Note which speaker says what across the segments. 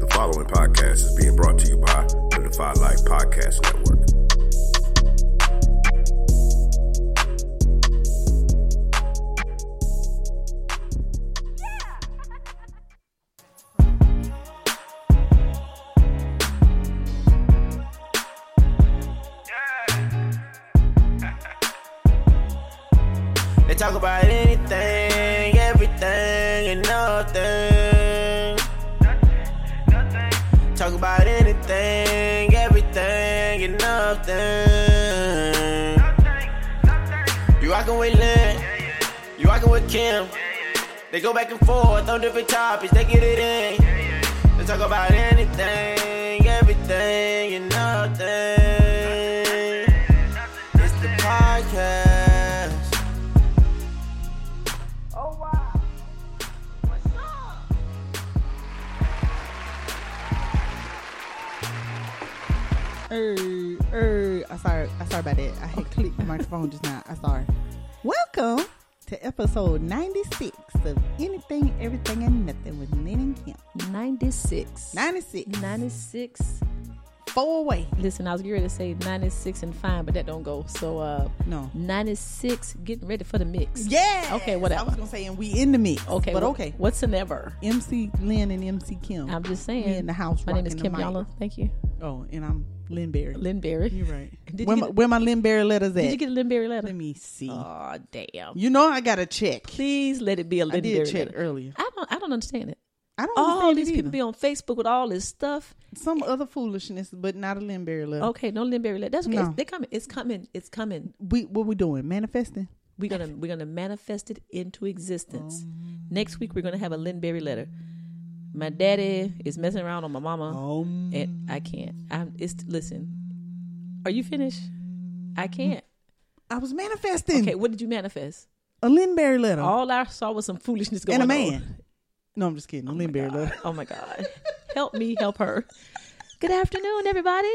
Speaker 1: The following podcast is being brought to you by the Defy Life Podcast Network.
Speaker 2: They talk about anything, everything, and nothing. Talk about anything, everything, and nothing. You rockin' with Lynn, you rockin' with Kim. They go back and forth on different topics, they get it in. They talk about anything, everything, and nothing. It's the podcast.
Speaker 3: Er, er, I sorry, I sorry about that. I had clicked the microphone just now. I sorry. Welcome to episode ninety six of Anything, Everything, and Nothing with Lynn and Kim.
Speaker 4: 96.
Speaker 3: Ninety six,
Speaker 4: 96.
Speaker 3: four away.
Speaker 4: Listen, I was getting ready to say 96 and fine, but that don't go. So, uh,
Speaker 3: No.
Speaker 4: 96, getting ready for the mix.
Speaker 3: Yeah.
Speaker 4: Okay,
Speaker 3: I was
Speaker 4: whatever.
Speaker 3: gonna say, and we in the mix.
Speaker 4: Okay.
Speaker 3: but
Speaker 4: wha-
Speaker 3: okay.
Speaker 4: What's an ever?
Speaker 3: MC Lynn and MC Kim.
Speaker 4: I'm just saying.
Speaker 3: We in the house.
Speaker 4: My name is
Speaker 3: rocking
Speaker 4: Kim
Speaker 3: the mic.
Speaker 4: Yala. Thank you.
Speaker 3: Oh, and I'm Lynn Berry.
Speaker 4: Lynn Berry.
Speaker 3: You're right.
Speaker 4: Did you
Speaker 3: where,
Speaker 4: get
Speaker 3: my,
Speaker 4: it?
Speaker 3: where my Lynn Berry letters at?
Speaker 4: Did you get a Lynn Berry letter?
Speaker 3: Let me see.
Speaker 4: Oh, damn.
Speaker 3: you know I gotta check.
Speaker 4: Please let it be a
Speaker 3: I
Speaker 4: Lynn Berry
Speaker 3: did check
Speaker 4: letter.
Speaker 3: earlier.
Speaker 4: I don't, I don't understand it.
Speaker 3: I don't
Speaker 4: All
Speaker 3: understand
Speaker 4: these
Speaker 3: it
Speaker 4: people
Speaker 3: either.
Speaker 4: be on Facebook with all this stuff.
Speaker 3: some other foolishness, but not a Lynn Berry letter.
Speaker 4: Okay, no Lynn Berry letter. That's okay.
Speaker 3: No.
Speaker 4: It's, they're coming. It's coming. It's coming.
Speaker 3: we what we doing? Manifesting.
Speaker 4: We're gonna we're gonna manifest it into existence.
Speaker 3: Mm-hmm.
Speaker 4: Next week we're gonna have a Lynn Berry letter. My daddy is messing around on my mama,
Speaker 3: Um,
Speaker 4: and I can't. I'm. It's listen. Are you finished? I can't.
Speaker 3: I was manifesting
Speaker 4: Okay, Oh. what did you manifest?
Speaker 3: a Lindberry letter
Speaker 4: All I saw was some foolishness going
Speaker 3: and
Speaker 4: on.
Speaker 3: a man. No, I'm just kidding. A Lindberry letter.
Speaker 4: Oh my god! help me, help her. Good afternoon, everybody.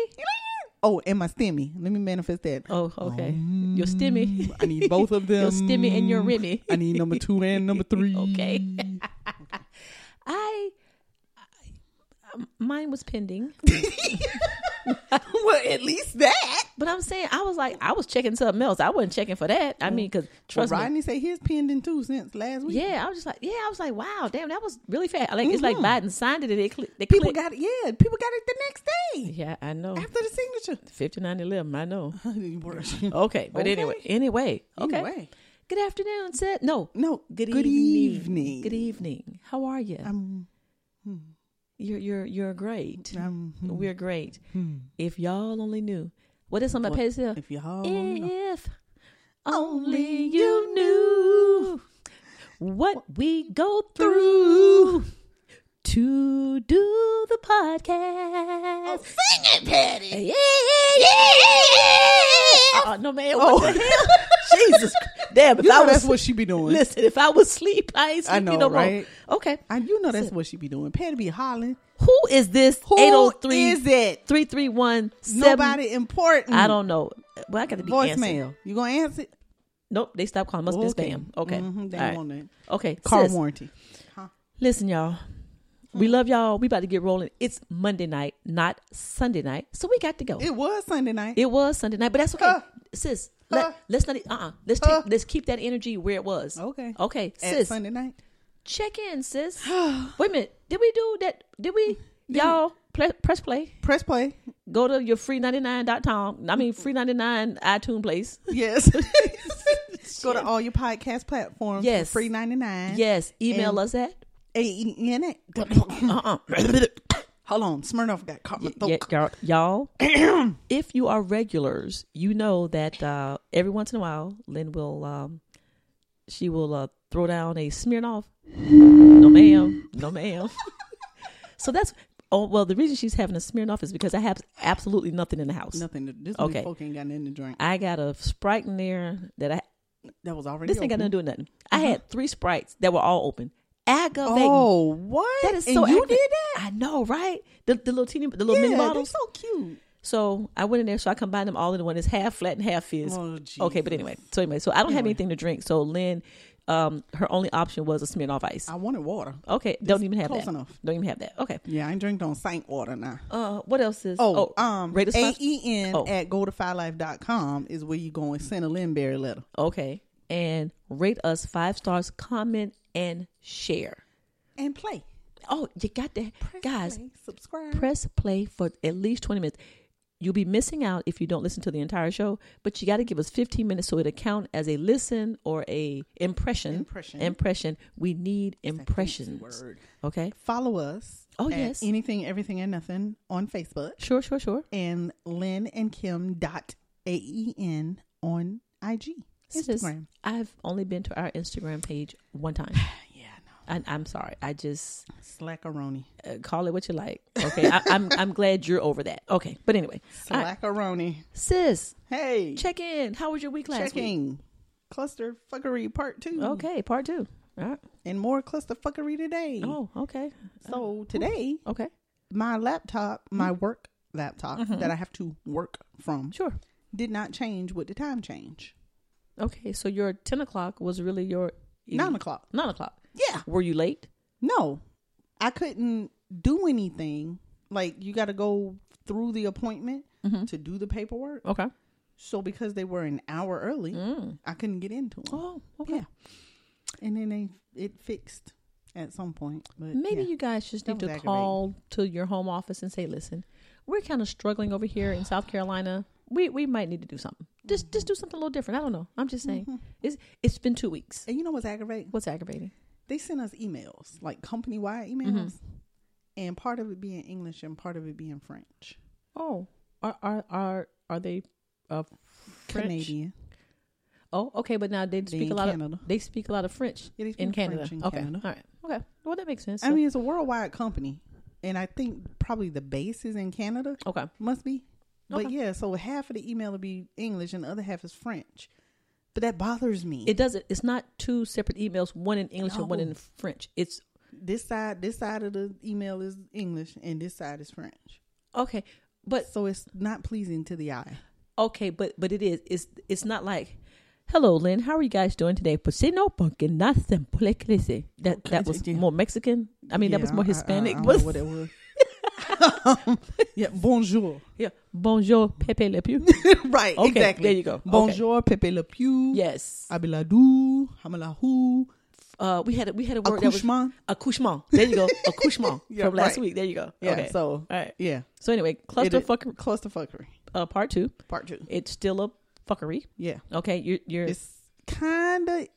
Speaker 3: Oh, and my stemmy. Let me manifest that.
Speaker 4: Oh, okay. your stimmy.
Speaker 3: I need both of them.
Speaker 4: Your stimmy and your Remy.
Speaker 3: I need number two and number three.
Speaker 4: okay.
Speaker 3: Mm.
Speaker 4: I, I mine was pending.
Speaker 3: well, at least that.
Speaker 4: But I'm saying I was like I was checking something else. I wasn't checking for that. I mean, because
Speaker 3: Well,
Speaker 4: trust me,
Speaker 3: Mm. Rodney say his pending too since last week.
Speaker 4: yeah, I was just like, yeah, I was like, wow, damn, that was really fast. Like it's like Biden signed it and it cli they
Speaker 3: Mm-hmm. People
Speaker 4: clicked.
Speaker 3: got it. Yeah, people got it the next day
Speaker 4: yeah, I know.
Speaker 3: after the signature.
Speaker 4: Fifty nine eleven, I know.
Speaker 3: okay.
Speaker 4: Okay, but anyway, anyway, Oh, okay.
Speaker 3: Anyway.
Speaker 4: Good afternoon, Seth. No,
Speaker 3: No.
Speaker 4: Good,
Speaker 3: Good
Speaker 4: evening.
Speaker 3: evening.
Speaker 4: Good e- evening. How are you?
Speaker 3: Um,
Speaker 4: you're you're you're great.
Speaker 3: um,
Speaker 4: We're great. If y'all only knew, what is on my page there?
Speaker 3: if y'all only knew.
Speaker 4: If only you knew what we go through to do the podcast. sing it, Patty. Yeah, yeah, yeah. Oh, no, man. What the hell? Jesus. Damn, if
Speaker 3: you
Speaker 4: I
Speaker 3: know
Speaker 4: was,
Speaker 3: that's what she be doing.
Speaker 4: Listen, if I was asleep, I ain't
Speaker 3: I
Speaker 4: sleepy
Speaker 3: know,
Speaker 4: no
Speaker 3: right?
Speaker 4: more. Okay.
Speaker 3: I, you know that's what she be doing. Patty be hollering.
Speaker 4: Who is this?
Speaker 3: Who
Speaker 4: 803
Speaker 3: is it?
Speaker 4: 331
Speaker 3: Nobody important.
Speaker 4: I don't know. Well, I got to be answering.
Speaker 3: Voicemail. You gonna answer? it?
Speaker 4: Nope, they stopped calling. Must be
Speaker 3: Okay.
Speaker 4: spam. Okay,
Speaker 3: Mhm, they
Speaker 4: All right.
Speaker 3: want that.
Speaker 4: Okay,
Speaker 3: Car Mm.
Speaker 4: sis,
Speaker 3: warranty.
Speaker 4: Listen, y'all. We love y'all. We about to get rolling. It's Monday night, not Sunday night, so we got to go. It,
Speaker 3: It was Sunday night.
Speaker 4: was Sunday night, but that's okay,
Speaker 3: Huh.
Speaker 4: sis.
Speaker 3: Huh.
Speaker 4: Let, let's not. Uh, uh let's
Speaker 3: Huh.
Speaker 4: take, let's keep that energy where it was.
Speaker 3: Okay.
Speaker 4: Okay,
Speaker 3: At
Speaker 4: sis.
Speaker 3: Sunday night.
Speaker 4: Check in, sis. Wait a minute. Did we do that? Did we? y'all pl- press play.
Speaker 3: Press play.
Speaker 4: Go to your free99.com. I mean, free99 iTunes place.
Speaker 3: Yes. Go to all your podcast platforms.
Speaker 4: Yes.
Speaker 3: For free ninety nine.
Speaker 4: Yes. Email
Speaker 3: And-
Speaker 4: us at
Speaker 3: A-E-N-A. Hold on. Smirnoff got caught in the
Speaker 4: Uh-uh. Yeah,
Speaker 3: throat.
Speaker 4: y'all, y'all, if you are regulars, you know that uh, every once in a while, Lynn will, um, she will uh, throw down a Smirnoff. No, ma'am. No, am. so that's oh well. The reason she's having a smearing off is because I have absolutely nothing in the house.
Speaker 3: Nothing. To, this
Speaker 4: Okay.
Speaker 3: okay. folk ain't got nothing to drink.
Speaker 4: I got a Sprite in there that I
Speaker 3: that was already.
Speaker 4: this ain't got
Speaker 3: open. Uh-huh.
Speaker 4: nothing to do with nothing. I had three Sprites that were all open. Aggravating.
Speaker 3: Oh, what?
Speaker 4: that is
Speaker 3: And
Speaker 4: so.
Speaker 3: You
Speaker 4: aggra-
Speaker 3: did that?
Speaker 4: I know, right? The, the little teeny, the little
Speaker 3: yeah,
Speaker 4: mini
Speaker 3: they're
Speaker 4: models.
Speaker 3: so cute.
Speaker 4: So I went in there, so I combined them all into one. It's half flat and half fizz.
Speaker 3: Oh,
Speaker 4: okay, but
Speaker 3: Jesus.
Speaker 4: anyway, so anyway, so I don't have anything to drink. So Lynn, um, her only option was a Smirnoff Ice.
Speaker 3: I wanted water.
Speaker 4: Okay, don't even have
Speaker 3: close
Speaker 4: that.
Speaker 3: enough.
Speaker 4: Don't even have that. Okay.
Speaker 3: Yeah, I ain't drink on Saint water now.
Speaker 4: Uh, what else is?
Speaker 3: Oh, um,
Speaker 4: rate us
Speaker 3: A
Speaker 4: five-
Speaker 3: E N
Speaker 4: Oh.
Speaker 3: at go to com is where you go and send a Linberry letter.
Speaker 4: Okay, and rate us five stars. Comment and share.
Speaker 3: And play.
Speaker 4: Oh, you got that, guys.
Speaker 3: Play, subscribe.
Speaker 4: press play for at least 20 minutes. You'll be missing out if you don't listen to the entire show, but you got to give us 15 minutes so it'll count as a listen or a impression.
Speaker 3: Impression.
Speaker 4: Impression. We need impressions.
Speaker 3: word.
Speaker 4: Okay.
Speaker 3: Follow us.
Speaker 4: Oh,
Speaker 3: at
Speaker 4: yes.
Speaker 3: Anything, everything, and nothing on Facebook
Speaker 4: Sure, sure, sure.
Speaker 3: and Lynn and Kim dot A E N on IG
Speaker 4: Sis,
Speaker 3: Instagram.
Speaker 4: I've only been to our Instagram page one time.
Speaker 3: Yeah, no.
Speaker 4: I, I'm sorry. I just
Speaker 3: Slackaroni.
Speaker 4: uh, call it what you like. Okay. I, I'm, I'm glad you're over that. Okay. But anyway, All right.
Speaker 3: Slackaroni.
Speaker 4: sis,
Speaker 3: Hey,
Speaker 4: check in. How was your week last week?
Speaker 3: checking. Cluster fuckery part two.
Speaker 4: Okay. Part two. All right.
Speaker 3: And more cluster fuckery today.
Speaker 4: Oh, okay. Mm-hmm.
Speaker 3: So today,
Speaker 4: Okay.
Speaker 3: my laptop, my work laptop
Speaker 4: Mm-hmm.
Speaker 3: that I have to work from,
Speaker 4: Sure.
Speaker 3: did not change with the time change.
Speaker 4: Okay, so your ten o'clock was really your e-
Speaker 3: Nine o'clock.
Speaker 4: Nine o'clock.
Speaker 3: Yeah.
Speaker 4: Were you late?
Speaker 3: No, I couldn't do anything. Like you got to go through the appointment
Speaker 4: Mm-hmm.
Speaker 3: to do the paperwork.
Speaker 4: Okay.
Speaker 3: So because they were an hour early, I couldn't get into them.
Speaker 4: Mm. Oh, okay.
Speaker 3: Yeah. And then they it fixed at some point. But
Speaker 4: Maybe
Speaker 3: yeah.
Speaker 4: you guys just
Speaker 3: That
Speaker 4: need
Speaker 3: was
Speaker 4: to
Speaker 3: aggravating.
Speaker 4: call to your home office and say, "Listen, we're kind of struggling over here in South Carolina. We we might need to do something. Just just do something a little different. I don't know. I'm just saying. It's it's been two weeks.
Speaker 3: And you know what's aggravating?
Speaker 4: What's aggravating?
Speaker 3: They sent us emails, like company wide emails,
Speaker 4: Mm-hmm.
Speaker 3: and part of it being English and part of it being French,
Speaker 4: Oh, are are are are they uh, French?
Speaker 3: Canadian.
Speaker 4: Oh, okay, but now they speak a
Speaker 3: in
Speaker 4: lot
Speaker 3: Canada.
Speaker 4: of they speak a lot of French
Speaker 3: Yeah, they
Speaker 4: in
Speaker 3: speak
Speaker 4: Canada.
Speaker 3: French in
Speaker 4: okay,
Speaker 3: Canada.
Speaker 4: all right, okay. Well, that makes sense.
Speaker 3: I
Speaker 4: So-
Speaker 3: mean, it's a worldwide company, and I think probably the base is in Canada.
Speaker 4: okay,
Speaker 3: Must be. But
Speaker 4: Oh. Okay.
Speaker 3: yeah, so half of the email will be English and the other half is French. But that bothers me.
Speaker 4: It doesn't. It's not two separate emails, one in English and one
Speaker 3: No.
Speaker 4: in French. It's
Speaker 3: this side, this side of the email is English, and this side is French.
Speaker 4: okay, but
Speaker 3: So it's not pleasing to the eye.
Speaker 4: okay, but but it is. It's it's not like, hello, Lynn. How are you guys doing today? Pues si no, porque no se puede crecer." That that was
Speaker 3: Yeah.
Speaker 4: more Mexican. I mean, that was
Speaker 3: Yeah,
Speaker 4: more
Speaker 3: I- I- I
Speaker 4: Hispanic.
Speaker 3: don't know
Speaker 4: but-
Speaker 3: what it was. yeah, bonjour.
Speaker 4: yeah. Bonjour, Pepe Le Pew.
Speaker 3: right,
Speaker 4: Okay,
Speaker 3: exactly.
Speaker 4: there you go. Okay.
Speaker 3: Bonjour, Pepe Le Pew.
Speaker 4: yes.
Speaker 3: Abiladou, Hamalahu.
Speaker 4: Uh, we had a, we had a word
Speaker 3: Accouchement.
Speaker 4: that was accouchement. There you go, accouchement
Speaker 3: Yeah,
Speaker 4: from last
Speaker 3: right.
Speaker 4: week. There you go.
Speaker 3: Yeah,
Speaker 4: okay.
Speaker 3: so,
Speaker 4: all right.
Speaker 3: Yeah.
Speaker 4: So anyway,
Speaker 3: It- it-
Speaker 4: clusterfuck
Speaker 3: Clusterfuckery.
Speaker 4: uh, part two.
Speaker 3: Part two.
Speaker 4: It's still a fuckery.
Speaker 3: Yeah.
Speaker 4: Okay, you're you're
Speaker 3: It's kind of,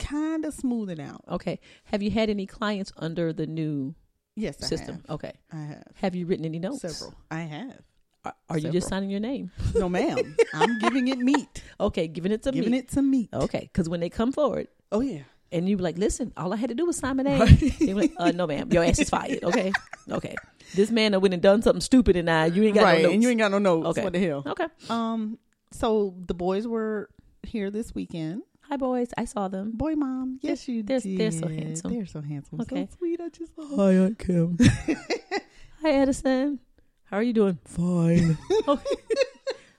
Speaker 3: kind of smoothing out.
Speaker 4: Okay. Have you had any clients under the new
Speaker 3: Yes, I
Speaker 4: system?
Speaker 3: Have.
Speaker 4: Okay.
Speaker 3: I have
Speaker 4: Have you written any notes?
Speaker 3: several. I have.
Speaker 4: Are, are you just
Speaker 3: Several.
Speaker 4: signing your name?
Speaker 3: No, ma'am. I'm giving it meat.
Speaker 4: Okay, giving it to
Speaker 3: giving
Speaker 4: me.
Speaker 3: it to meat.
Speaker 4: Okay, because when they come forward
Speaker 3: Oh yeah.
Speaker 4: and you be like, listen, all I had to do was sign my name. They were like, uh, no, ma'am, your ass is fired. Okay, okay. This man that went and done something stupid, and I, you ain't got
Speaker 3: right,
Speaker 4: no notes.
Speaker 3: and you ain't got no notes.
Speaker 4: okay.
Speaker 3: What the hell?
Speaker 4: Okay.
Speaker 3: Um. So the boys were here this weekend.
Speaker 4: Hi, boys. I saw them.
Speaker 3: Boy, mom. Yes, you
Speaker 4: they're-
Speaker 3: did.
Speaker 4: they're so handsome.
Speaker 3: They're so handsome.
Speaker 4: Okay.
Speaker 3: So sweet. I just love.
Speaker 5: Hi, Aunt Kim.
Speaker 4: Hi, Edison. How are you doing?
Speaker 5: Fine.
Speaker 4: Okay.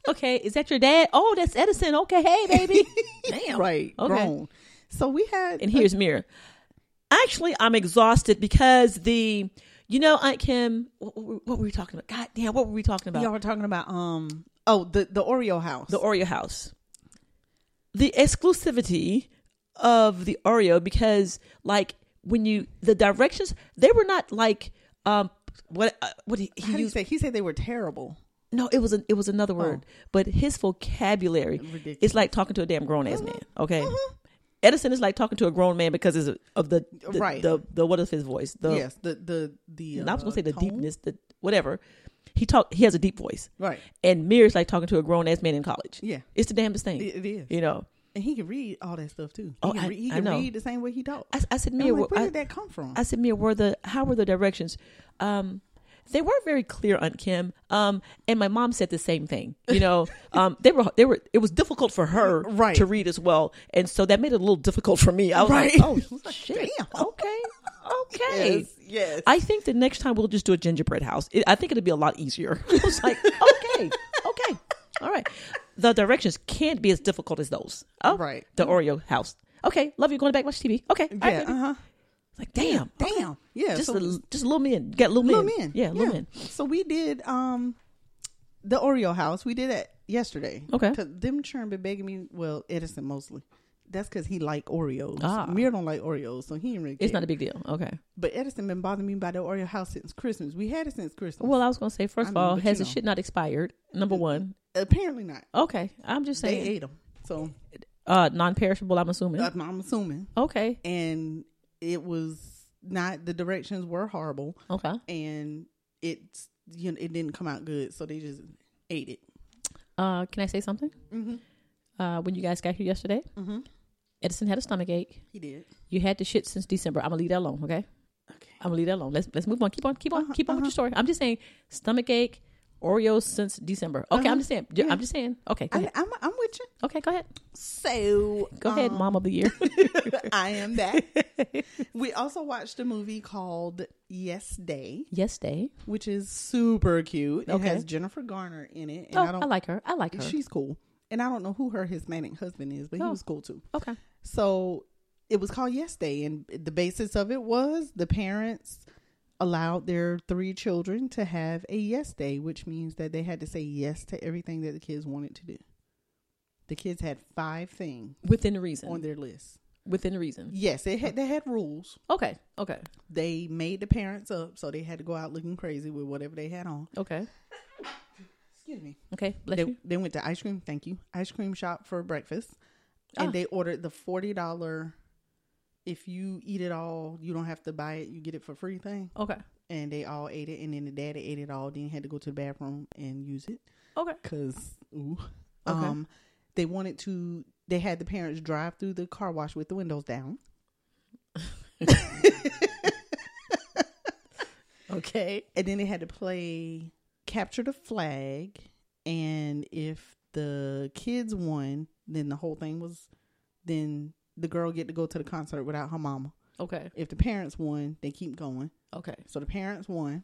Speaker 4: okay. Is that your dad? Oh, that's Edison. Okay. Hey, baby. Damn.
Speaker 3: Right.
Speaker 4: Okay.
Speaker 3: Grown. So we had.
Speaker 4: and here's Mira. Actually, I'm exhausted because the, you know, Aunt Kim, what, what, what were we talking about? God damn, what were we talking about?
Speaker 3: y'all were talking about um. Oh, the the Oreo house.
Speaker 4: the Oreo house. The exclusivity of the Oreo because, like, when you the directions, they were not like um what uh, what he,
Speaker 3: How
Speaker 4: he
Speaker 3: do you
Speaker 4: used.
Speaker 3: say? Oh. He said they were terrible.
Speaker 4: No, it was a, it was another word, but his vocabulary is like talking to a damn grown ass man.
Speaker 3: Mm-hmm. Uh-huh.
Speaker 4: Okay. Edison is like talking to a grown man because it's of the, the
Speaker 3: Right.
Speaker 4: the, the what of his voice the
Speaker 3: yes. The the the.
Speaker 4: And I was gonna
Speaker 3: uh,
Speaker 4: say the
Speaker 3: tone?
Speaker 4: deepness, the whatever. He talk. He has a deep voice,
Speaker 3: Right.
Speaker 4: and Mir's like talking to a grown ass man in college.
Speaker 3: Yeah.
Speaker 4: it's the damnest thing.
Speaker 3: It- it is.
Speaker 4: You know.
Speaker 3: And he can read all that stuff too. He
Speaker 4: Oh,
Speaker 3: can,
Speaker 4: I-
Speaker 3: read, he
Speaker 4: I
Speaker 3: can
Speaker 4: know.
Speaker 3: read the same way he talks.
Speaker 4: I, I said,
Speaker 3: I'm
Speaker 4: Mia,
Speaker 3: like,
Speaker 4: wh-
Speaker 3: where
Speaker 4: I-
Speaker 3: did that come from?
Speaker 4: I said, Mia, were the how were the directions? Um, they weren't very clear, Aunt Kim. Um, and my mom said the same thing. You know, um, they were they were. It was difficult for her
Speaker 3: Right.
Speaker 4: to read as well, and so that made it a little difficult for me. I was
Speaker 3: Right.
Speaker 4: like, oh shit,
Speaker 3: damn.
Speaker 4: okay, okay.
Speaker 3: Yes, yes.
Speaker 4: I think the next time we'll just do a gingerbread house. It, I think it'll be a lot easier. I was like, okay, okay, all right. The directions can't be as difficult as those. Oh,
Speaker 3: Right.
Speaker 4: The Oreo house. Okay, love you. Going back, watch TV. Okay, all right,
Speaker 3: yeah,
Speaker 4: baby.
Speaker 3: uh huh.
Speaker 4: It's like, damn,
Speaker 3: Damn. Yeah.
Speaker 4: just
Speaker 3: so-
Speaker 4: a, just a little men, get little,
Speaker 3: little
Speaker 4: men.
Speaker 3: men.
Speaker 4: yeah, little men.
Speaker 3: So we did um the Oreo house. We did that yesterday.
Speaker 4: Okay.
Speaker 3: 'Cause them children been begging me. Well, Edison mostly. That's because he like Oreos.
Speaker 4: Ah.
Speaker 3: Mir don't like Oreos, so he ain't really.
Speaker 4: It's
Speaker 3: care.
Speaker 4: not a big deal. Okay.
Speaker 3: But Edison been bothering me about the Oreo house since Christmas. We had it since Christmas.
Speaker 4: Well, I was gonna say first
Speaker 3: I
Speaker 4: of
Speaker 3: mean,
Speaker 4: all,
Speaker 3: but
Speaker 4: has
Speaker 3: you
Speaker 4: the
Speaker 3: know.
Speaker 4: shit not expired? Number one.
Speaker 3: apparently not.
Speaker 4: Okay, I'm just
Speaker 3: They
Speaker 4: saying,
Speaker 3: ate Uh, them, so
Speaker 4: uh, non-perishable. I'm assuming.
Speaker 3: I'm, I'm assuming.
Speaker 4: okay.
Speaker 3: And it was not. The directions were horrible,
Speaker 4: Okay.
Speaker 3: and it's you know it didn't come out good. So they just ate it.
Speaker 4: Uh, can I say something? Mm-hmm. Uh, when you guys got here yesterday,
Speaker 3: Mm-hmm.
Speaker 4: Edison had a stomach ache.
Speaker 3: He did.
Speaker 4: You had the shit since December. I'm gonna leave that alone. Okay.
Speaker 3: Okay. Uh-huh,
Speaker 4: I'm gonna leave that alone. Let's let's move on. Keep on. Keep on. keep on with your story. I'm just saying, stomach ache, Oreos since December. Okay. I'm just saying. I'm just saying. Okay. Go
Speaker 3: Uh-huh. I, Um,
Speaker 4: ahead.
Speaker 3: I'm I'm with you.
Speaker 4: okay. Go ahead.
Speaker 3: So
Speaker 4: Go ahead, Mom of the Year.
Speaker 3: I am back. we also watched a movie called Yes Day,
Speaker 4: yes, Day.
Speaker 3: which is super cute.
Speaker 4: Okay.
Speaker 3: It has Jennifer Garner in it, and
Speaker 4: Oh,
Speaker 3: I
Speaker 4: I,
Speaker 3: don't
Speaker 4: like her. I like her.
Speaker 3: She's cool, and I don't know who her Hispanic husband is, but he
Speaker 4: Oh.
Speaker 3: was cool too.
Speaker 4: okay.
Speaker 3: So it was called Yes Day, and the basis of it was the parents allowed their three children to have a yes day, which means that they had to say yes to everything that the kids wanted to do. The kids had five things
Speaker 4: Within reason.
Speaker 3: on their list.
Speaker 4: Within reason.
Speaker 3: Yes, they had they had rules.
Speaker 4: Okay. Okay.
Speaker 3: They made the parents up, so they had to go out looking crazy with whatever they had on.
Speaker 4: Okay.
Speaker 3: Excuse me.
Speaker 4: Okay. Bless
Speaker 3: They,
Speaker 4: you.
Speaker 3: they went to ice cream. Thank you, ice cream shop for breakfast, and
Speaker 4: Ah.
Speaker 3: they ordered the forty dollar. If you eat it all, you don't have to buy it. You get it for free thing.
Speaker 4: Okay.
Speaker 3: And they all ate it, and then the daddy ate it all. Then he had to go to the bathroom and use it
Speaker 4: Okay.
Speaker 3: because ooh.
Speaker 4: Okay.
Speaker 3: Um, they wanted to. They had the parents drive through the car wash with the windows down.
Speaker 4: Okay.
Speaker 3: and then they had to play capture the flag and if the kids won then the whole thing was then the girl get to go to the concert without her mama
Speaker 4: Okay.
Speaker 3: if the parents won they keep going
Speaker 4: Okay.
Speaker 3: so the parents won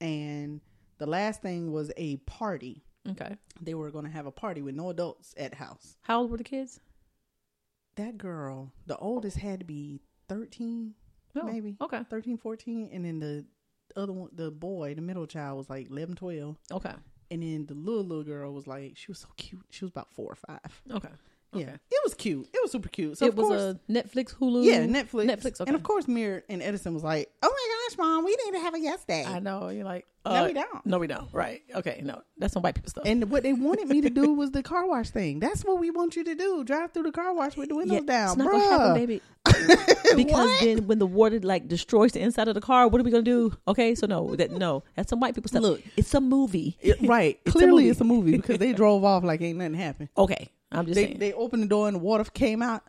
Speaker 3: and the last thing was a party
Speaker 4: Okay.
Speaker 3: they were going to have a party with no adults at house
Speaker 4: How old were the kids?
Speaker 3: that girl the oldest had to be 13
Speaker 4: No.
Speaker 3: maybe
Speaker 4: Okay.
Speaker 3: 13 14 and then the other one the boy the middle child was like 11 12
Speaker 4: Okay.
Speaker 3: And then the little little girl was like, she was so cute. She was about four or five.
Speaker 4: Okay.
Speaker 3: Yeah, it was cute. It was super cute. So
Speaker 4: it
Speaker 3: of
Speaker 4: was
Speaker 3: course,
Speaker 4: a Netflix, Hulu.
Speaker 3: yeah, Netflix,
Speaker 4: Netflix. Okay.
Speaker 3: And of course, Mir and Edison was like, "Oh my gosh, mom, we need to have a yes day."
Speaker 4: I know. You're like.
Speaker 3: No,
Speaker 4: uh,
Speaker 3: we don't.
Speaker 4: No, we don't. Right. Okay. No, that's some white people stuff.
Speaker 3: And what they wanted me to do was the car wash thing. That's what we want you to do: drive through the car wash with the windows down,
Speaker 4: it's not
Speaker 3: bruh.
Speaker 4: gonna happen, baby. because
Speaker 3: What?
Speaker 4: then when the water like destroys the inside of the car, what are we gonna do? Okay, so no, that no, that's some white people stuff.
Speaker 3: Look.
Speaker 4: it's a movie.
Speaker 3: It- right?
Speaker 4: It's a
Speaker 3: Clearly,
Speaker 4: movie.
Speaker 3: it's a movie because they drove off like ain't nothing happened.
Speaker 4: Okay, I'm just
Speaker 3: They
Speaker 4: saying.
Speaker 3: they opened the door and the water came out,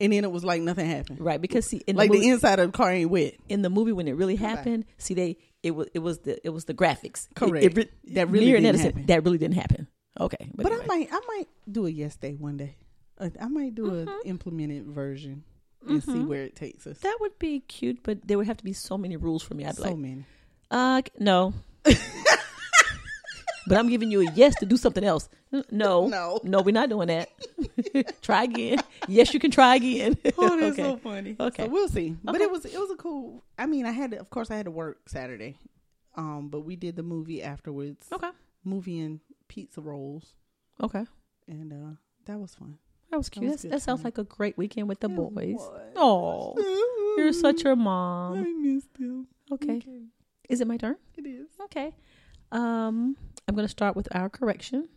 Speaker 3: and then it was like nothing happened.
Speaker 4: right, because see, in
Speaker 3: Like
Speaker 4: the, movie,
Speaker 3: the inside of the car ain't wet.
Speaker 4: in the movie when it really happened, see they it was it was the it was the graphics. It-
Speaker 3: Correct.
Speaker 4: It,
Speaker 3: That really
Speaker 4: Mirror and
Speaker 3: didn't
Speaker 4: Edison,
Speaker 3: happen.
Speaker 4: That really didn't happen. Okay,
Speaker 3: But I
Speaker 4: anyway.
Speaker 3: might, I might do a yes day one day. Uh, I might do an implemented version and see where it takes us.
Speaker 4: Mm-hmm. That would be cute, but there would have to be so many rules for me. I'd be
Speaker 3: so
Speaker 4: like,
Speaker 3: many.
Speaker 4: uh, c- no. but I'm giving you a yes to do something else. N- No,
Speaker 3: No.
Speaker 4: no, we're not doing that. try again. Yes, you can try again.
Speaker 3: Oh, that's so funny.
Speaker 4: Okay.
Speaker 3: so we'll see. But
Speaker 4: Okay.
Speaker 3: it was, it was a cool. I mean, I had, to, of course, I had to work Saturday, um, but we did the movie afterwards.
Speaker 4: Okay.
Speaker 3: Movie and pizza rolls,
Speaker 4: Okay.
Speaker 3: and uh, that was fun.
Speaker 4: That was cute.
Speaker 3: was
Speaker 4: That's-
Speaker 3: good
Speaker 4: that sounds
Speaker 3: time.
Speaker 4: like a great weekend with the
Speaker 3: It
Speaker 4: boys.
Speaker 3: was.
Speaker 4: Oh, you're such a
Speaker 3: I
Speaker 4: mom.
Speaker 3: missed him.
Speaker 4: Okay. Is it my turn?
Speaker 3: It is.
Speaker 4: Okay. Um, I'm going to start with our correction.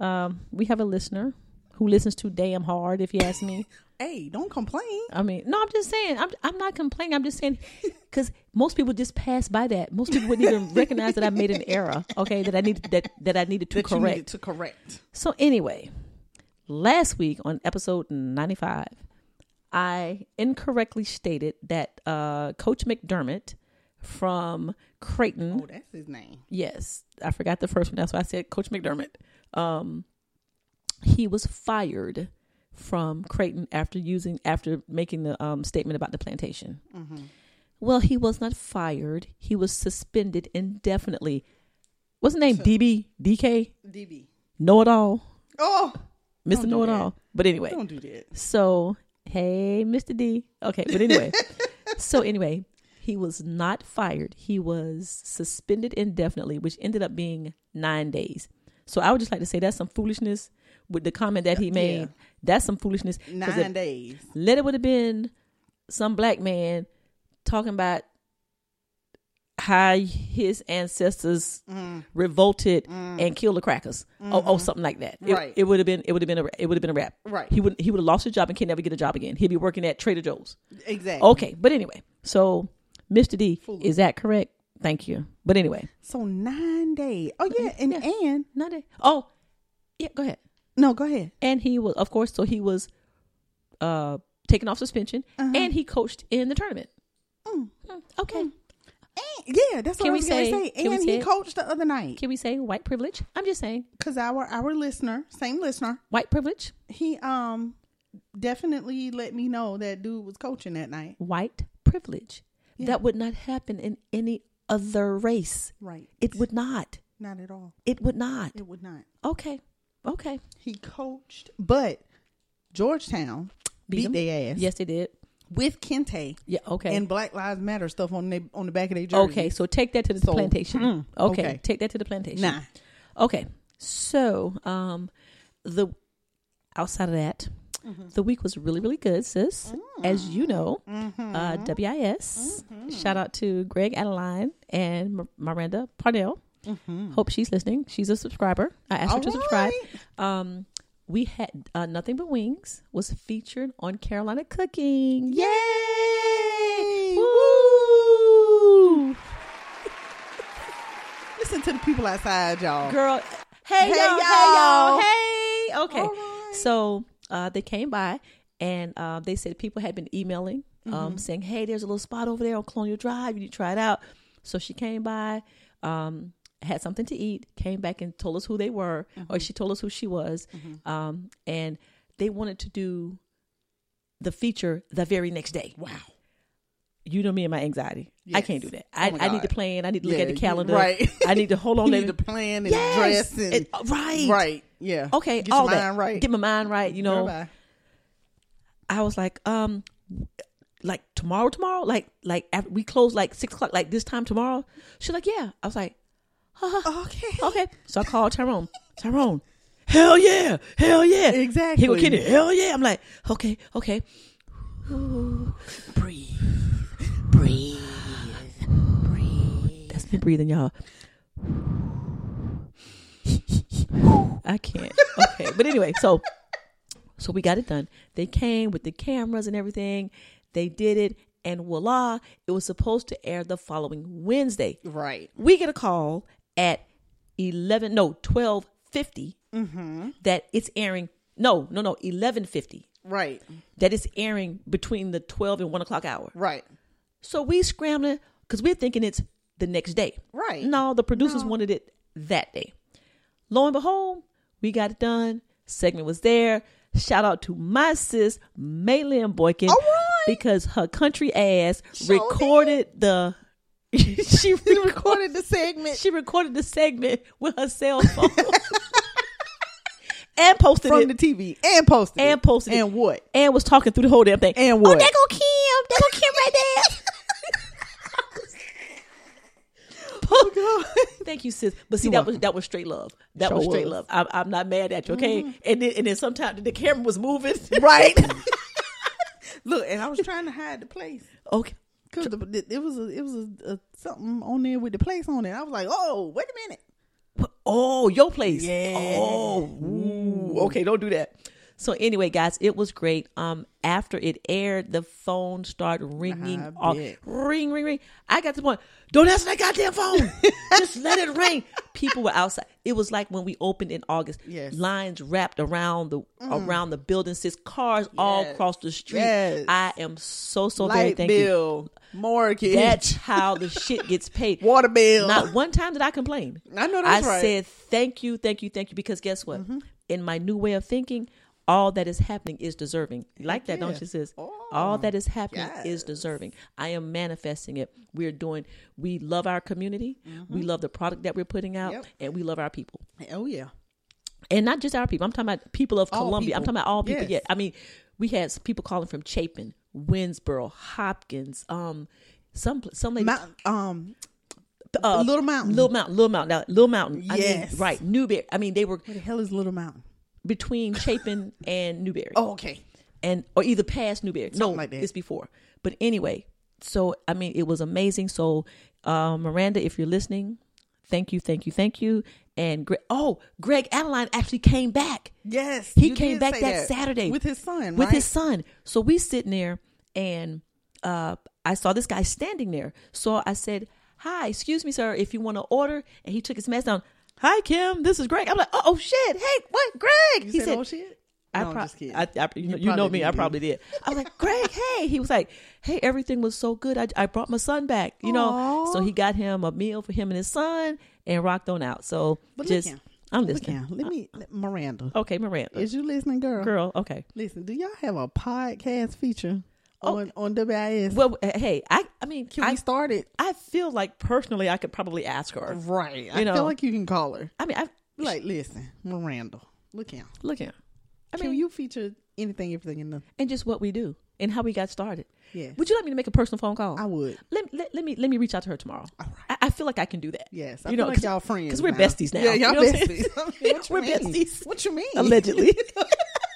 Speaker 4: Um, we have a listener who listens to damn hard, if you ask me.
Speaker 3: Hey, don't complain.
Speaker 4: I mean, no, I'm just saying. I'm I'm not complaining. I'm just saying because most people just pass by that. Most people wouldn't even recognize that I made an error. Okay, that I needed that that I needed to
Speaker 3: That you needed
Speaker 4: correct.
Speaker 3: to correct.
Speaker 4: So anyway, last week on episode 95, I incorrectly stated that uh, Coach McDermott from Creighton.
Speaker 3: Oh, that's his name.
Speaker 4: Yes, I forgot the first one. That's why I said Coach McDermott. Um, he was fired from Creighton after using after making the um, statement about the plantation.
Speaker 3: Mm-hmm.
Speaker 4: Well, he was not fired. He was suspended indefinitely. What's the name? DB DK
Speaker 3: DB.
Speaker 4: Know It All,
Speaker 3: Oh,
Speaker 4: Mister
Speaker 3: do
Speaker 4: Know It
Speaker 3: that.
Speaker 4: All. But anyway,
Speaker 3: don't do that.
Speaker 4: so, hey, Mr. D. Okay, but anyway. so, anyway, he was not fired. He was suspended indefinitely, which ended up being nine days. So, I would just like to say that's some foolishness with the comment that he made. That's some foolishness. 'cause
Speaker 3: Nine
Speaker 4: if-
Speaker 3: days.
Speaker 4: Let it would have been some black man talking about how his ancestors
Speaker 3: Mm-hmm.
Speaker 4: revolted and killed the crackers, or, or something like that. It,
Speaker 3: Mm. Right.
Speaker 4: it would have been it would have been a it would have been a wrap.
Speaker 3: Right.
Speaker 4: He would he would have lost his job and can never get a job again. He'd be working at Trader Joe's.
Speaker 3: Exactly.
Speaker 4: Okay, but anyway, so Mr. D, is that correct? Thank you. But anyway,
Speaker 3: So nine days. Oh yeah, and and
Speaker 4: not a, oh yeah, go ahead.
Speaker 3: no, go ahead.
Speaker 4: and he was of course so he was uh taken off suspension
Speaker 3: Uh-huh.
Speaker 4: and he coached in the tournament Mm, okay
Speaker 3: And, yeah, that's what
Speaker 4: Can
Speaker 3: I
Speaker 4: we
Speaker 3: was gonna
Speaker 4: say-
Speaker 3: say.
Speaker 4: can we
Speaker 3: And
Speaker 4: say
Speaker 3: he
Speaker 4: it?
Speaker 3: coached the other night
Speaker 4: can we say white privilege i'm just saying
Speaker 3: because our our listener, same listener,
Speaker 4: white privilege
Speaker 3: he um definitely let me know that dude was coaching that night.
Speaker 4: white privilege that would not happen in any other race
Speaker 3: Right.
Speaker 4: it would not
Speaker 3: not at all.
Speaker 4: it would not
Speaker 3: It would not.
Speaker 4: okay okay
Speaker 3: He coached, but Georgetown beat,
Speaker 4: them.
Speaker 3: their ass
Speaker 4: yes they did
Speaker 3: with Kente
Speaker 4: yeah okay
Speaker 3: and Black Lives Matter stuff on they, on the back of their jersey.
Speaker 4: okay so take that to the
Speaker 3: So,
Speaker 4: plantation
Speaker 3: mm,
Speaker 4: okay,
Speaker 3: okay.
Speaker 4: take that to the plantation
Speaker 3: nah,
Speaker 4: Okay. So, um the outside of that, the week was really really good, sis. As you know, uh WIS. Shout out to Greg Adeline and M- Miranda Parnell. Hope she's listening. She's a subscriber. I asked her to subscribe. Um we had uh, nothing but wings was featured on Carolina Cooking. Yay! Woo!
Speaker 3: listen to the people outside, y'all.
Speaker 4: girl. Hey,
Speaker 3: Hey,
Speaker 4: y'all,
Speaker 3: y'all.
Speaker 4: hey y'all, hey. Okay,
Speaker 3: All right.
Speaker 4: so uh, they came by and uh, they said people had been emailing, um,
Speaker 3: Mm-hmm.
Speaker 4: saying, "Hey, there's a little spot over there on Colonial Drive. You need to try it out." So she came by, um, had something to eat, came back and told us who they were,
Speaker 3: Mm-hmm.
Speaker 4: or she told us who she was, um, and they wanted to do the feature the very next day. Wow. You know me and my anxiety. I can't do that. I,
Speaker 3: Oh my
Speaker 4: I need to
Speaker 3: God.
Speaker 4: plan. I need to look
Speaker 3: Yeah,
Speaker 4: at the
Speaker 3: you-
Speaker 4: calendar.
Speaker 3: right.
Speaker 4: I need to hold on.
Speaker 3: You
Speaker 4: let
Speaker 3: need
Speaker 4: me-
Speaker 3: to plan and
Speaker 4: Yes.
Speaker 3: dress and,
Speaker 4: It- uh, right.
Speaker 3: right, yeah.
Speaker 4: Okay,
Speaker 3: Get
Speaker 4: all
Speaker 3: your
Speaker 4: that.
Speaker 3: mind right.
Speaker 4: Get my mind right. You know,
Speaker 3: Bye-bye.
Speaker 4: I was like, um, like tomorrow, tomorrow, like like after we close like six o'clock, like this time tomorrow. She's like, yeah. I was like,
Speaker 3: Oh, Okay.
Speaker 4: okay. So I called Tyrone. Tyrone, hell yeah, hell yeah,
Speaker 3: Exactly.
Speaker 4: He was kidding. Hell yeah. I'm like, okay, okay. breathe, breathe, breathe. That's me breathing, y'all. I can't. Okay, but anyway, so so we got it done. They came with the cameras and everything. They did it, and voila! It was supposed to air the following Wednesday.
Speaker 3: Right.
Speaker 4: We get a call at eleven, no, twelve
Speaker 3: Mm-hmm.
Speaker 4: that it's airing. No, no, no, eleven fifty.
Speaker 3: Right.
Speaker 4: That it's airing between the twelve and one o'clock hour.
Speaker 3: Right.
Speaker 4: So we scrambling because we're thinking it's the next day.
Speaker 3: Right.
Speaker 4: No, the producers wanted it that day. Lo and behold, we got it done. Segment was there. Shout out to my sis, Maylin Boykin.
Speaker 3: All right.
Speaker 4: Because her country ass
Speaker 3: Sure
Speaker 4: recorded the she
Speaker 3: She
Speaker 4: recorded
Speaker 3: recorded the segment
Speaker 4: she recorded the segment with her cell phone and posted
Speaker 3: from
Speaker 4: it
Speaker 3: the TV and posted
Speaker 4: and
Speaker 3: it.
Speaker 4: posted it.
Speaker 3: and what?
Speaker 4: and was talking through the whole damn thing
Speaker 3: And what?
Speaker 4: oh there go Kim there go Kim right there
Speaker 3: Oh,
Speaker 4: thank you sis but see that was that was straight love that
Speaker 3: Sure
Speaker 4: was straight
Speaker 3: was. Mm-hmm.
Speaker 4: love I'm, I'm not mad at you okay and then and then sometimes the camera was moving
Speaker 3: Right. Look, and I was trying to hide the place
Speaker 4: okay
Speaker 3: because it was a, it was a, a, something on there with the place on it. I was like, oh, wait a minute.
Speaker 4: oh your place
Speaker 3: Yeah.
Speaker 4: oh ooh, okay don't do that So anyway, guys, it was great. Um, after it aired, the phone started ringing.
Speaker 3: I
Speaker 4: off.
Speaker 3: bet.
Speaker 4: Ring, ring, ring. I got to the point. Don't answer that goddamn phone. Just let it ring. People were outside. It was like when we opened in August.
Speaker 3: Yes. Mm.
Speaker 4: Lines wrapped around the around the building. Six cars all
Speaker 3: Yes.
Speaker 4: across the street.
Speaker 3: Yes.
Speaker 4: I am so so very
Speaker 3: Light
Speaker 4: thankful.
Speaker 3: bill, mortgage,
Speaker 4: That's how the shit gets paid.
Speaker 3: water bill.
Speaker 4: Not one time did I complain.
Speaker 3: I know that's
Speaker 4: I
Speaker 3: right. Mm-hmm.
Speaker 4: said thank you, thank you, thank you. Because guess what? In my new way of thinking, all that is happening is deserving. You like that, don't you, sis?
Speaker 3: Oh,
Speaker 4: all that is happening is deserving. I am manifesting it. We're doing. We love our community. We love the product that we're putting out,
Speaker 3: Mm-hmm. Yep.
Speaker 4: and we love our people,
Speaker 3: oh yeah,
Speaker 4: and not just our people. I'm talking about people of
Speaker 3: All
Speaker 4: Columbia. I'm
Speaker 3: people.
Speaker 4: talking about all people.
Speaker 3: Yes.
Speaker 4: Yeah, I mean, we had s- people calling from Chapin, Winsboro, Hopkins. Um, some some lady
Speaker 3: Mount, um,
Speaker 4: uh,
Speaker 3: Little Mountain.
Speaker 4: Little Mountain, Little Mountain, now, Little Mountain. I mean,
Speaker 3: Yes.
Speaker 4: right. Newberry. I mean, they were
Speaker 3: what the hell is Little Mountain?
Speaker 4: between Chapin and Newberry,
Speaker 3: Oh, okay.
Speaker 4: and or either past Newberry. no,
Speaker 3: Something like that.
Speaker 4: it's before. But anyway, so I mean, it was amazing. So, uh, Miranda, if you're listening, thank you, thank you, thank you. And Gre- oh, Greg Adeline actually came back.
Speaker 3: Yes,
Speaker 4: He
Speaker 3: you
Speaker 4: came
Speaker 3: did
Speaker 4: back
Speaker 3: say
Speaker 4: that, Saturday
Speaker 3: with his son.
Speaker 4: With
Speaker 3: right?
Speaker 4: his son. So we sitting there, and uh, I saw this guy standing there. So I said, "Hi, excuse me, sir. If you want to order," and he took his mask down. Hi, Kim. This is Greg. I'm like, oh, oh shit. Hey, what, Greg?
Speaker 3: You
Speaker 4: he
Speaker 3: said, "Oh shit."
Speaker 4: I,
Speaker 3: No, I'm
Speaker 4: prob-
Speaker 3: just kidding.
Speaker 4: I, I- you, know- you know
Speaker 3: probably
Speaker 4: me. I
Speaker 3: did.
Speaker 4: probably did. I was like, Greg, hey. He was like, hey, everything was so good. I, I brought my son back, you know. So he got him a meal for him and his son and rocked on out. So
Speaker 3: But look
Speaker 4: just,
Speaker 3: here.
Speaker 4: I'm
Speaker 3: Look
Speaker 4: listening. Uh,
Speaker 3: now, Let me, let- Miranda.
Speaker 4: Okay, Miranda.
Speaker 3: Is you listening, girl?
Speaker 4: Girl, okay.
Speaker 3: Listen, do y'all have a podcast feature
Speaker 4: Oh.
Speaker 3: on on WIS?
Speaker 4: Well, uh, hey, I, I mean,
Speaker 3: Can
Speaker 4: I,
Speaker 3: we start it?
Speaker 4: I feel like personally I could probably ask her.
Speaker 3: Right. I
Speaker 4: You know.
Speaker 3: feel like you can call her.
Speaker 4: I mean, I
Speaker 3: Like, listen, Miranda, look out.
Speaker 4: look here. I
Speaker 3: Can
Speaker 4: mean,
Speaker 3: you feature anything, everything, and nothing?
Speaker 4: and just what we do and how we got started.
Speaker 3: Yes.
Speaker 4: Would you like me to make a personal phone call?
Speaker 3: I would.
Speaker 4: Let, let, let me let me reach out to her tomorrow. I, I feel like I can do that.
Speaker 3: Yes, I feel like y'all friends
Speaker 4: because we're
Speaker 3: now.
Speaker 4: besties now.
Speaker 3: Yeah, y'all
Speaker 4: You know what I'm
Speaker 3: besties.
Speaker 4: saying?
Speaker 3: I mean, what you
Speaker 4: we're
Speaker 3: mean?
Speaker 4: besties.
Speaker 3: What you mean?
Speaker 4: Allegedly,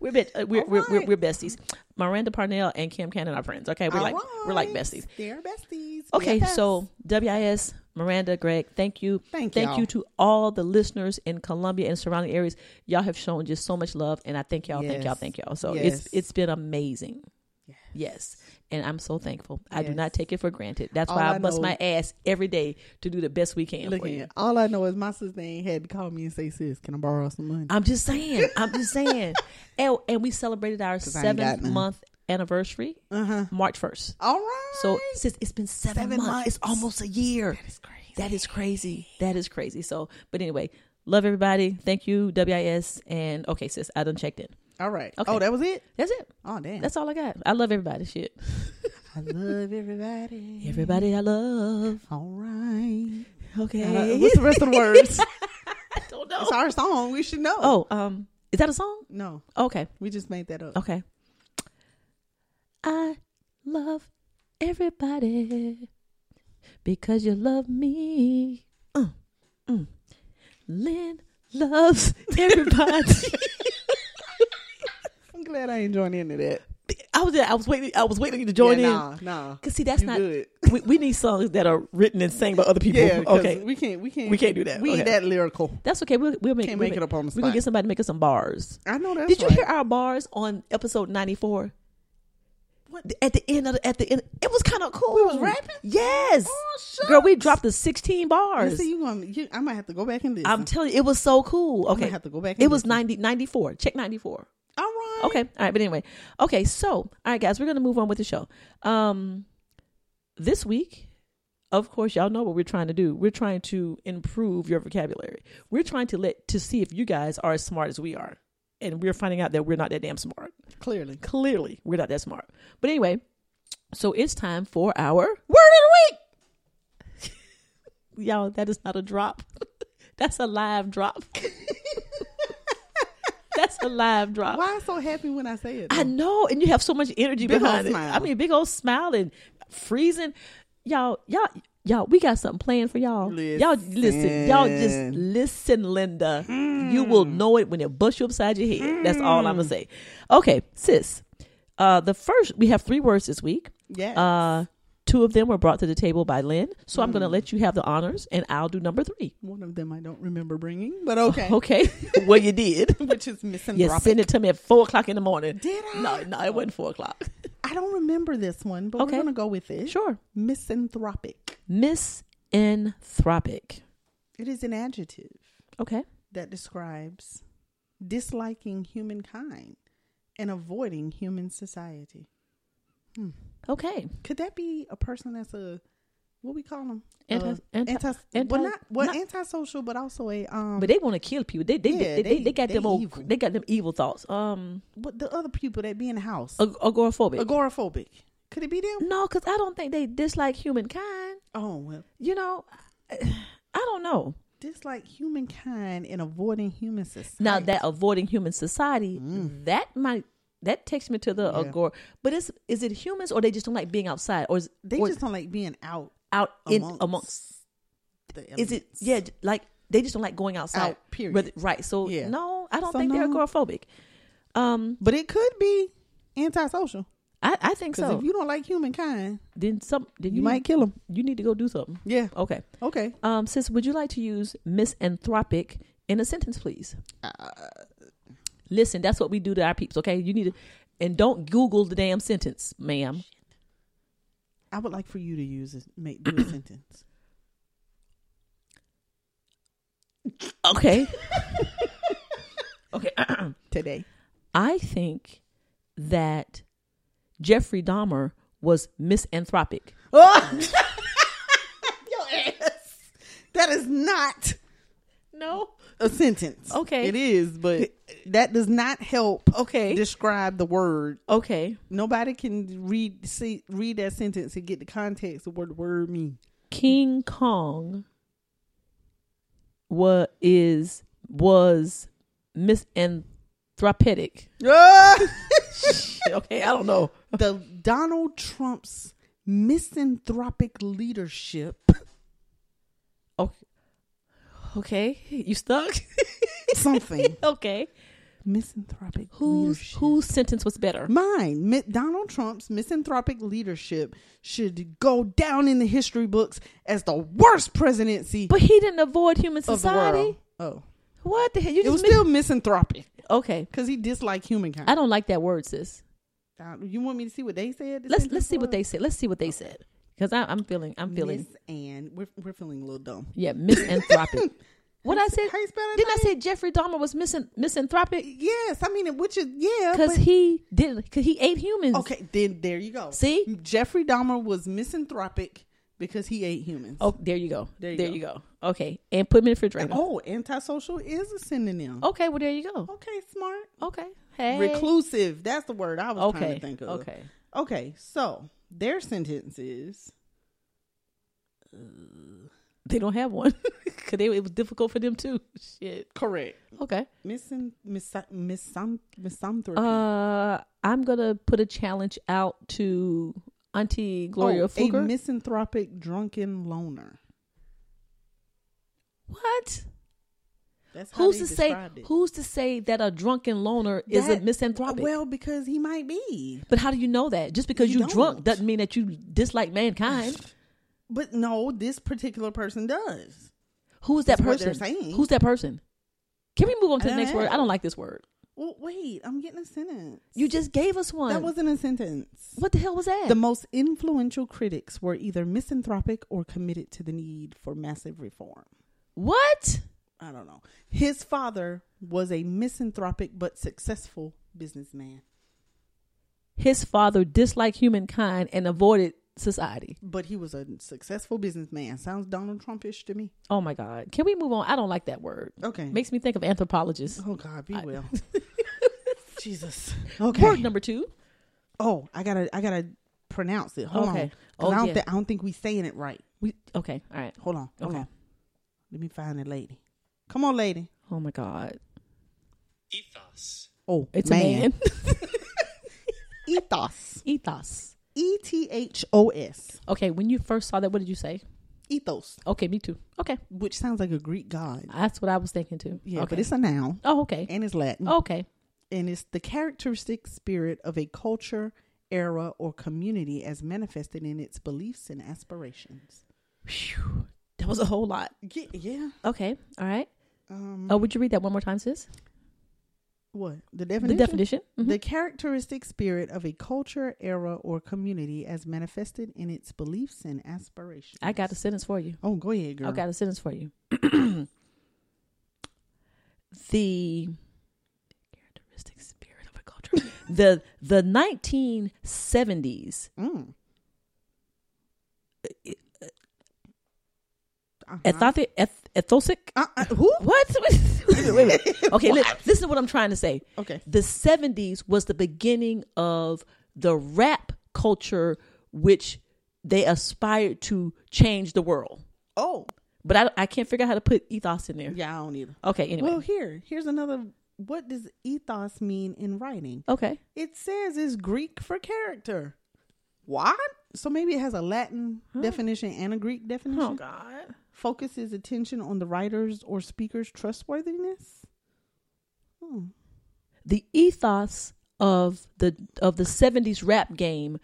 Speaker 4: we're, bet, uh, we're,
Speaker 3: All
Speaker 4: we're, we're
Speaker 3: right.
Speaker 4: we're besties. Miranda Parnell and Kim Cannon are friends. Okay, we're
Speaker 3: All
Speaker 4: like we're like
Speaker 3: right.
Speaker 4: besties.
Speaker 3: They're besties.
Speaker 4: Okay,
Speaker 3: BFFs.
Speaker 4: so WIS, Miranda, Greg, thank you.
Speaker 3: Thank y'all.
Speaker 4: you to all the listeners in Columbia and surrounding areas. Y'all have shown just so much love, and I thank y'all, thank y'all,
Speaker 3: Yes.
Speaker 4: thank y'all. So
Speaker 3: Yes.
Speaker 4: it's it's been amazing. Yes. And I'm so thankful. I do
Speaker 3: Yes.
Speaker 4: not take it for granted. That's why
Speaker 3: All
Speaker 4: I,
Speaker 3: I
Speaker 4: bust
Speaker 3: know-
Speaker 4: my ass every day to do the best we can
Speaker 3: Look
Speaker 4: for you.
Speaker 3: here. All I know is my sister ain't had to call me and say, "Sis, can I borrow some money?"
Speaker 4: I'm just saying. I'm just saying. and, and we celebrated our
Speaker 3: I ain't got
Speaker 4: seventh
Speaker 3: none.
Speaker 4: month anniversary, uh-huh. March 1st.
Speaker 3: All right.
Speaker 4: So sis, it's been seven,
Speaker 3: Seven
Speaker 4: months.
Speaker 3: months.
Speaker 4: It's almost a year. That is crazy. That is crazy. That is crazy. So, but anyway, love everybody. Thank you, WIS. And okay, sis, I done checked in.
Speaker 3: all right.
Speaker 4: Okay.
Speaker 3: Oh, that was it.
Speaker 4: That's it.
Speaker 3: Oh damn.
Speaker 4: That's all I got. I love everybody. Shit.
Speaker 3: I love everybody.
Speaker 4: Everybody I love.
Speaker 3: All right.
Speaker 4: Okay.
Speaker 3: Uh, What's the rest of the words?
Speaker 4: I don't know.
Speaker 3: it's our song. We should know.
Speaker 4: Oh, um, is that a song?
Speaker 3: no,
Speaker 4: Okay.
Speaker 3: we just made that up.
Speaker 4: Okay. I love everybody because you love me. Uh, mm. Lynn loves everybody.
Speaker 3: I'm glad I ain't joined into that.
Speaker 4: I was I was waiting I was waiting to join
Speaker 3: yeah,
Speaker 4: in.
Speaker 3: Nah, nah.
Speaker 4: Cause see that's
Speaker 3: You
Speaker 4: not
Speaker 3: good.
Speaker 4: we, we need songs that are written and sang by other people.
Speaker 3: Yeah. 'cause
Speaker 4: okay.
Speaker 3: We can't. We can't.
Speaker 4: We can't do that.
Speaker 3: We
Speaker 4: Okay.
Speaker 3: ain't that lyrical.
Speaker 4: that's okay. We'll, we'll make,
Speaker 3: Can't
Speaker 4: we'll
Speaker 3: make it up on the
Speaker 4: We're gonna
Speaker 3: spot.
Speaker 4: get somebody to make us some bars.
Speaker 3: I know that's
Speaker 4: Did you
Speaker 3: right.
Speaker 4: hear our bars on episode ninety four? At the end of the, at the end, it was kind of cool. We was
Speaker 3: rapping?
Speaker 4: Yes,
Speaker 3: Oh, shucks.
Speaker 4: girl, we dropped the sixteen bars.
Speaker 3: See, you gonna, you, I might have to go back and listen.
Speaker 4: I'm telling you, it was so cool. Okay,
Speaker 3: gonna have to go back and
Speaker 4: It was
Speaker 3: listen.
Speaker 4: 90, 94. Check ninety four.
Speaker 3: all right.
Speaker 4: Okay, all right, but anyway, okay. So, all right, guys, we're gonna move on with the show. Um, this week, of course, y'all know what we're trying to do. We're trying to improve your vocabulary. We're trying to let to see if you guys are as smart as we are, and we're finding out that we're not that damn smart.
Speaker 3: Clearly.
Speaker 4: Clearly, we're not that smart. But anyway, so it's time for our word of the week. Y'all, that is not a drop. That's a live drop. That's a live drop.
Speaker 3: Why so happy when I say it?
Speaker 4: I know, and you have so much energy
Speaker 3: Big old
Speaker 4: behind it.
Speaker 3: smile.
Speaker 4: I mean, big old smile and freezing. Y'all, y'all, y'all, we got something planned for y'all. Y'all listen. Y'all just listen, Linda. You
Speaker 3: Hmm.
Speaker 4: will know it when it busts you upside your head. That's all I'm gonna say. Okay, sis. Uh, the first we have three words this week.
Speaker 3: Yes.
Speaker 4: Uh, Two of them were brought to the table by Lynn, so I'm going
Speaker 3: Hmm.
Speaker 4: to let you have the honors, and I'll do number three.
Speaker 3: One of them I don't remember bringing, but okay.
Speaker 4: Oh, Okay. well, you did.
Speaker 3: Which is misanthropic.
Speaker 4: You sent it to me at four o'clock in the morning.
Speaker 3: Did I?
Speaker 4: No, no, it wasn't four o'clock.
Speaker 3: I don't remember this one, but
Speaker 4: Okay.
Speaker 3: we're going to go with it.
Speaker 4: Sure.
Speaker 3: Misanthropic.
Speaker 4: Misanthropic.
Speaker 3: It is an adjective
Speaker 4: Okay.
Speaker 3: that describes disliking humankind and avoiding human society.
Speaker 4: Okay.
Speaker 3: Could that be a person that's a what we call them?
Speaker 4: Anti- anti- anti-
Speaker 3: well, not well,
Speaker 4: not-
Speaker 3: antisocial, but also a um.
Speaker 4: But they want to kill people. They they,
Speaker 3: Yeah,
Speaker 4: they, they
Speaker 3: they-
Speaker 4: they got
Speaker 3: they
Speaker 4: them old,
Speaker 3: evil.
Speaker 4: they got them evil thoughts. Um,
Speaker 3: what the other people that be in the house
Speaker 4: ag- agoraphobic.
Speaker 3: agoraphobic. Could it be them?
Speaker 4: no, because I don't think they dislike humankind.
Speaker 3: Oh well,
Speaker 4: You know, I don't know.
Speaker 3: dislike humankind and avoiding human society.
Speaker 4: Now that avoiding human society, that might that takes me to the
Speaker 3: Mm. Yeah.
Speaker 4: agor. But is is it humans or they just don't like being outside or is
Speaker 3: they
Speaker 4: or
Speaker 3: just don't like being out
Speaker 4: out in
Speaker 3: amongst
Speaker 4: amongst
Speaker 3: the
Speaker 4: is it
Speaker 3: elements.
Speaker 4: yeah j- like they just don't like going outside
Speaker 3: Out, period.
Speaker 4: Whether- right so
Speaker 3: Yeah.
Speaker 4: no i don't
Speaker 3: So
Speaker 4: think they're
Speaker 3: no.
Speaker 4: agoraphobic um
Speaker 3: But it could be antisocial
Speaker 4: i i think
Speaker 3: because
Speaker 4: so
Speaker 3: if you don't like humankind,
Speaker 4: then some then
Speaker 3: you might kill them.
Speaker 4: you need to go do something
Speaker 3: Yeah.
Speaker 4: okay
Speaker 3: Okay.
Speaker 4: um sis would you like to use misanthropic in a sentence please listen that's what we do to our peeps okay you need to and don't google the damn sentence ma'am
Speaker 3: I would like for you to use a, make do a sentence.
Speaker 4: okay okay
Speaker 3: today.
Speaker 4: I think that Jeffrey Dahmer was misanthropic.
Speaker 3: Oh. Your ass. That is not
Speaker 4: No.
Speaker 3: a sentence.
Speaker 4: Okay.
Speaker 3: It is, but that does not help
Speaker 4: Okay.
Speaker 3: describe the word.
Speaker 4: Okay.
Speaker 3: Nobody can read see, read that sentence and get the context of what the word means.
Speaker 4: King Kong was is was misanthropic. Ah! okay, I don't know.
Speaker 3: the Donald Trump's misanthropic leadership.
Speaker 4: Okay. Okay, you stuck?
Speaker 3: Something.
Speaker 4: okay.
Speaker 3: misanthropic
Speaker 4: Whose
Speaker 3: leadership.
Speaker 4: whose sentence was better?
Speaker 3: Mine, Mi- Donald Trump's misanthropic leadership should go down in the history books as the worst presidency
Speaker 4: But he didn't avoid human
Speaker 3: of
Speaker 4: society.
Speaker 3: the world. Oh,
Speaker 4: What the hell? You
Speaker 3: it
Speaker 4: just
Speaker 3: was
Speaker 4: mis-
Speaker 3: still misanthropic
Speaker 4: Okay.
Speaker 3: because he disliked humankind.
Speaker 4: I don't like that word, sis.
Speaker 3: Uh, You want me to see what they said? The
Speaker 4: let's
Speaker 3: sentence
Speaker 4: let's see what
Speaker 3: was?
Speaker 4: they said. Let's see what they said because I'm feeling I'm feeling
Speaker 3: Miss Ann, we're we're feeling a little dumb.
Speaker 4: yeah misanthropic. what I said?
Speaker 3: how you spell that
Speaker 4: Didn't I
Speaker 3: name?
Speaker 4: say Jeffrey Dahmer was misan misanthropic
Speaker 3: Yes, I mean, which is yeah,
Speaker 4: because
Speaker 3: but-
Speaker 4: he did because he ate humans.
Speaker 3: okay. Then there you go.
Speaker 4: See?
Speaker 3: Jeffrey Dahmer was misanthropic because he ate humans.
Speaker 4: Oh, there you go. There
Speaker 3: There
Speaker 4: you,
Speaker 3: you
Speaker 4: go.
Speaker 3: go.
Speaker 4: Okay, and put him in the refrigerator.
Speaker 3: oh, antisocial is a synonym.
Speaker 4: Okay, well there you go.
Speaker 3: Okay, smart.
Speaker 4: Okay. Oh. Hey.
Speaker 3: Reclusive. That's the word I was trying
Speaker 4: Okay.
Speaker 3: to think of.
Speaker 4: Okay.
Speaker 3: Okay. So their sentence is
Speaker 4: They don't have one because it was difficult for them too. Shit.
Speaker 3: correct.
Speaker 4: Okay.
Speaker 3: Missing misa- misam- misanthropy.
Speaker 4: Uh, I'm gonna put a challenge out to Auntie Gloria
Speaker 3: oh, a
Speaker 4: Fugger.
Speaker 3: misanthropic drunken loner.
Speaker 4: what?
Speaker 3: That's how
Speaker 4: Who's
Speaker 3: they
Speaker 4: to say?
Speaker 3: described it.
Speaker 4: Who's to say that a drunken loner is a
Speaker 3: That-
Speaker 4: misanthropic?
Speaker 3: Well, because he might be,
Speaker 4: but how do you know that? Just because
Speaker 3: You
Speaker 4: you, drunk
Speaker 3: don't.
Speaker 4: doesn't mean that you dislike mankind.
Speaker 3: but no, this particular person does.
Speaker 4: Who is that
Speaker 3: That's what
Speaker 4: person?
Speaker 3: they're saying.
Speaker 4: Who's that person? Can we move on to
Speaker 3: I
Speaker 4: the
Speaker 3: don't
Speaker 4: next word?
Speaker 3: know.
Speaker 4: I don't like this word.
Speaker 3: Well, wait, I'm getting a sentence.
Speaker 4: You just gave us one.
Speaker 3: that wasn't a sentence.
Speaker 4: what the hell was that?
Speaker 3: The most influential critics were either misanthropic or committed to the need for massive reform.
Speaker 4: what?
Speaker 3: I don't know. His father was a misanthropic but successful businessman,
Speaker 4: His father disliked humankind and avoided society.
Speaker 3: but he was a successful businessman. Sounds Donald Trumpish to me.
Speaker 4: Oh my God! Can we move on? I don't like that word.
Speaker 3: Okay.
Speaker 4: Makes me think of anthropologists.
Speaker 3: oh God, be
Speaker 4: I-
Speaker 3: well. Jesus. Okay.
Speaker 4: Word number two.
Speaker 3: oh, I gotta, I gotta pronounce it. Hold
Speaker 4: Okay.
Speaker 3: on. 'Cause
Speaker 4: Oh,
Speaker 3: I don't,
Speaker 4: yeah.
Speaker 3: thi- I don't think we saying it right.
Speaker 4: We okay. All right.
Speaker 3: Hold on. Hold
Speaker 4: Okay.
Speaker 3: on. Let me find the lady. Come on, lady.
Speaker 4: Oh my God!
Speaker 3: Oh,
Speaker 4: It's a man.
Speaker 3: Ethos.
Speaker 4: Ethos.
Speaker 3: E T H O S.
Speaker 4: Okay, when you first saw that, what did you say?
Speaker 3: Ethos,
Speaker 4: Okay, me too. Okay,
Speaker 3: which sounds like a Greek god.
Speaker 4: that's what I was thinking too.
Speaker 3: Yeah,
Speaker 4: okay.
Speaker 3: but it's a noun
Speaker 4: oh okay,
Speaker 3: and it's Latin.
Speaker 4: okay,
Speaker 3: and it's the characteristic spirit of a culture era, or community as manifested in its beliefs and aspirations.
Speaker 4: Phew. That was a whole lot.
Speaker 3: Ye- Yeah.
Speaker 4: Okay. All right.
Speaker 3: Um,
Speaker 4: Oh, would you read that one more time, sis?
Speaker 3: What? The
Speaker 4: The
Speaker 3: definition?
Speaker 4: definition. Mhm.
Speaker 3: The characteristic spirit of a culture, era, or community as manifested in its beliefs and aspirations.
Speaker 4: I got a sentence for you.
Speaker 3: Oh, go ahead, girl.
Speaker 4: I've got a sentence for you. the characteristic spirit of a culture. the the nineteen seventies
Speaker 3: Mm. Uh-huh.
Speaker 4: ethothic eth- ethosic.
Speaker 3: Uh, uh, who?
Speaker 4: What? Wait a minute, wait a minute. Okay, li- listen to what I'm trying to say.
Speaker 3: Okay.
Speaker 4: The 70s was the beginning of the rap culture, which they aspired to change the world.
Speaker 3: Oh,
Speaker 4: But I, I can't figure out how to put ethos in there.
Speaker 3: yeah, I don't either.
Speaker 4: Okay, anyway.
Speaker 3: Well, here, here's another. What does ethos mean in writing?
Speaker 4: okay.
Speaker 3: It says it's Greek for character. What? So maybe it has a Latin definition and a Greek definition.
Speaker 4: Oh, God.
Speaker 3: Focuses attention on the writer's or speaker's trustworthiness. Hmm.
Speaker 4: The ethos of the of the 70s rap game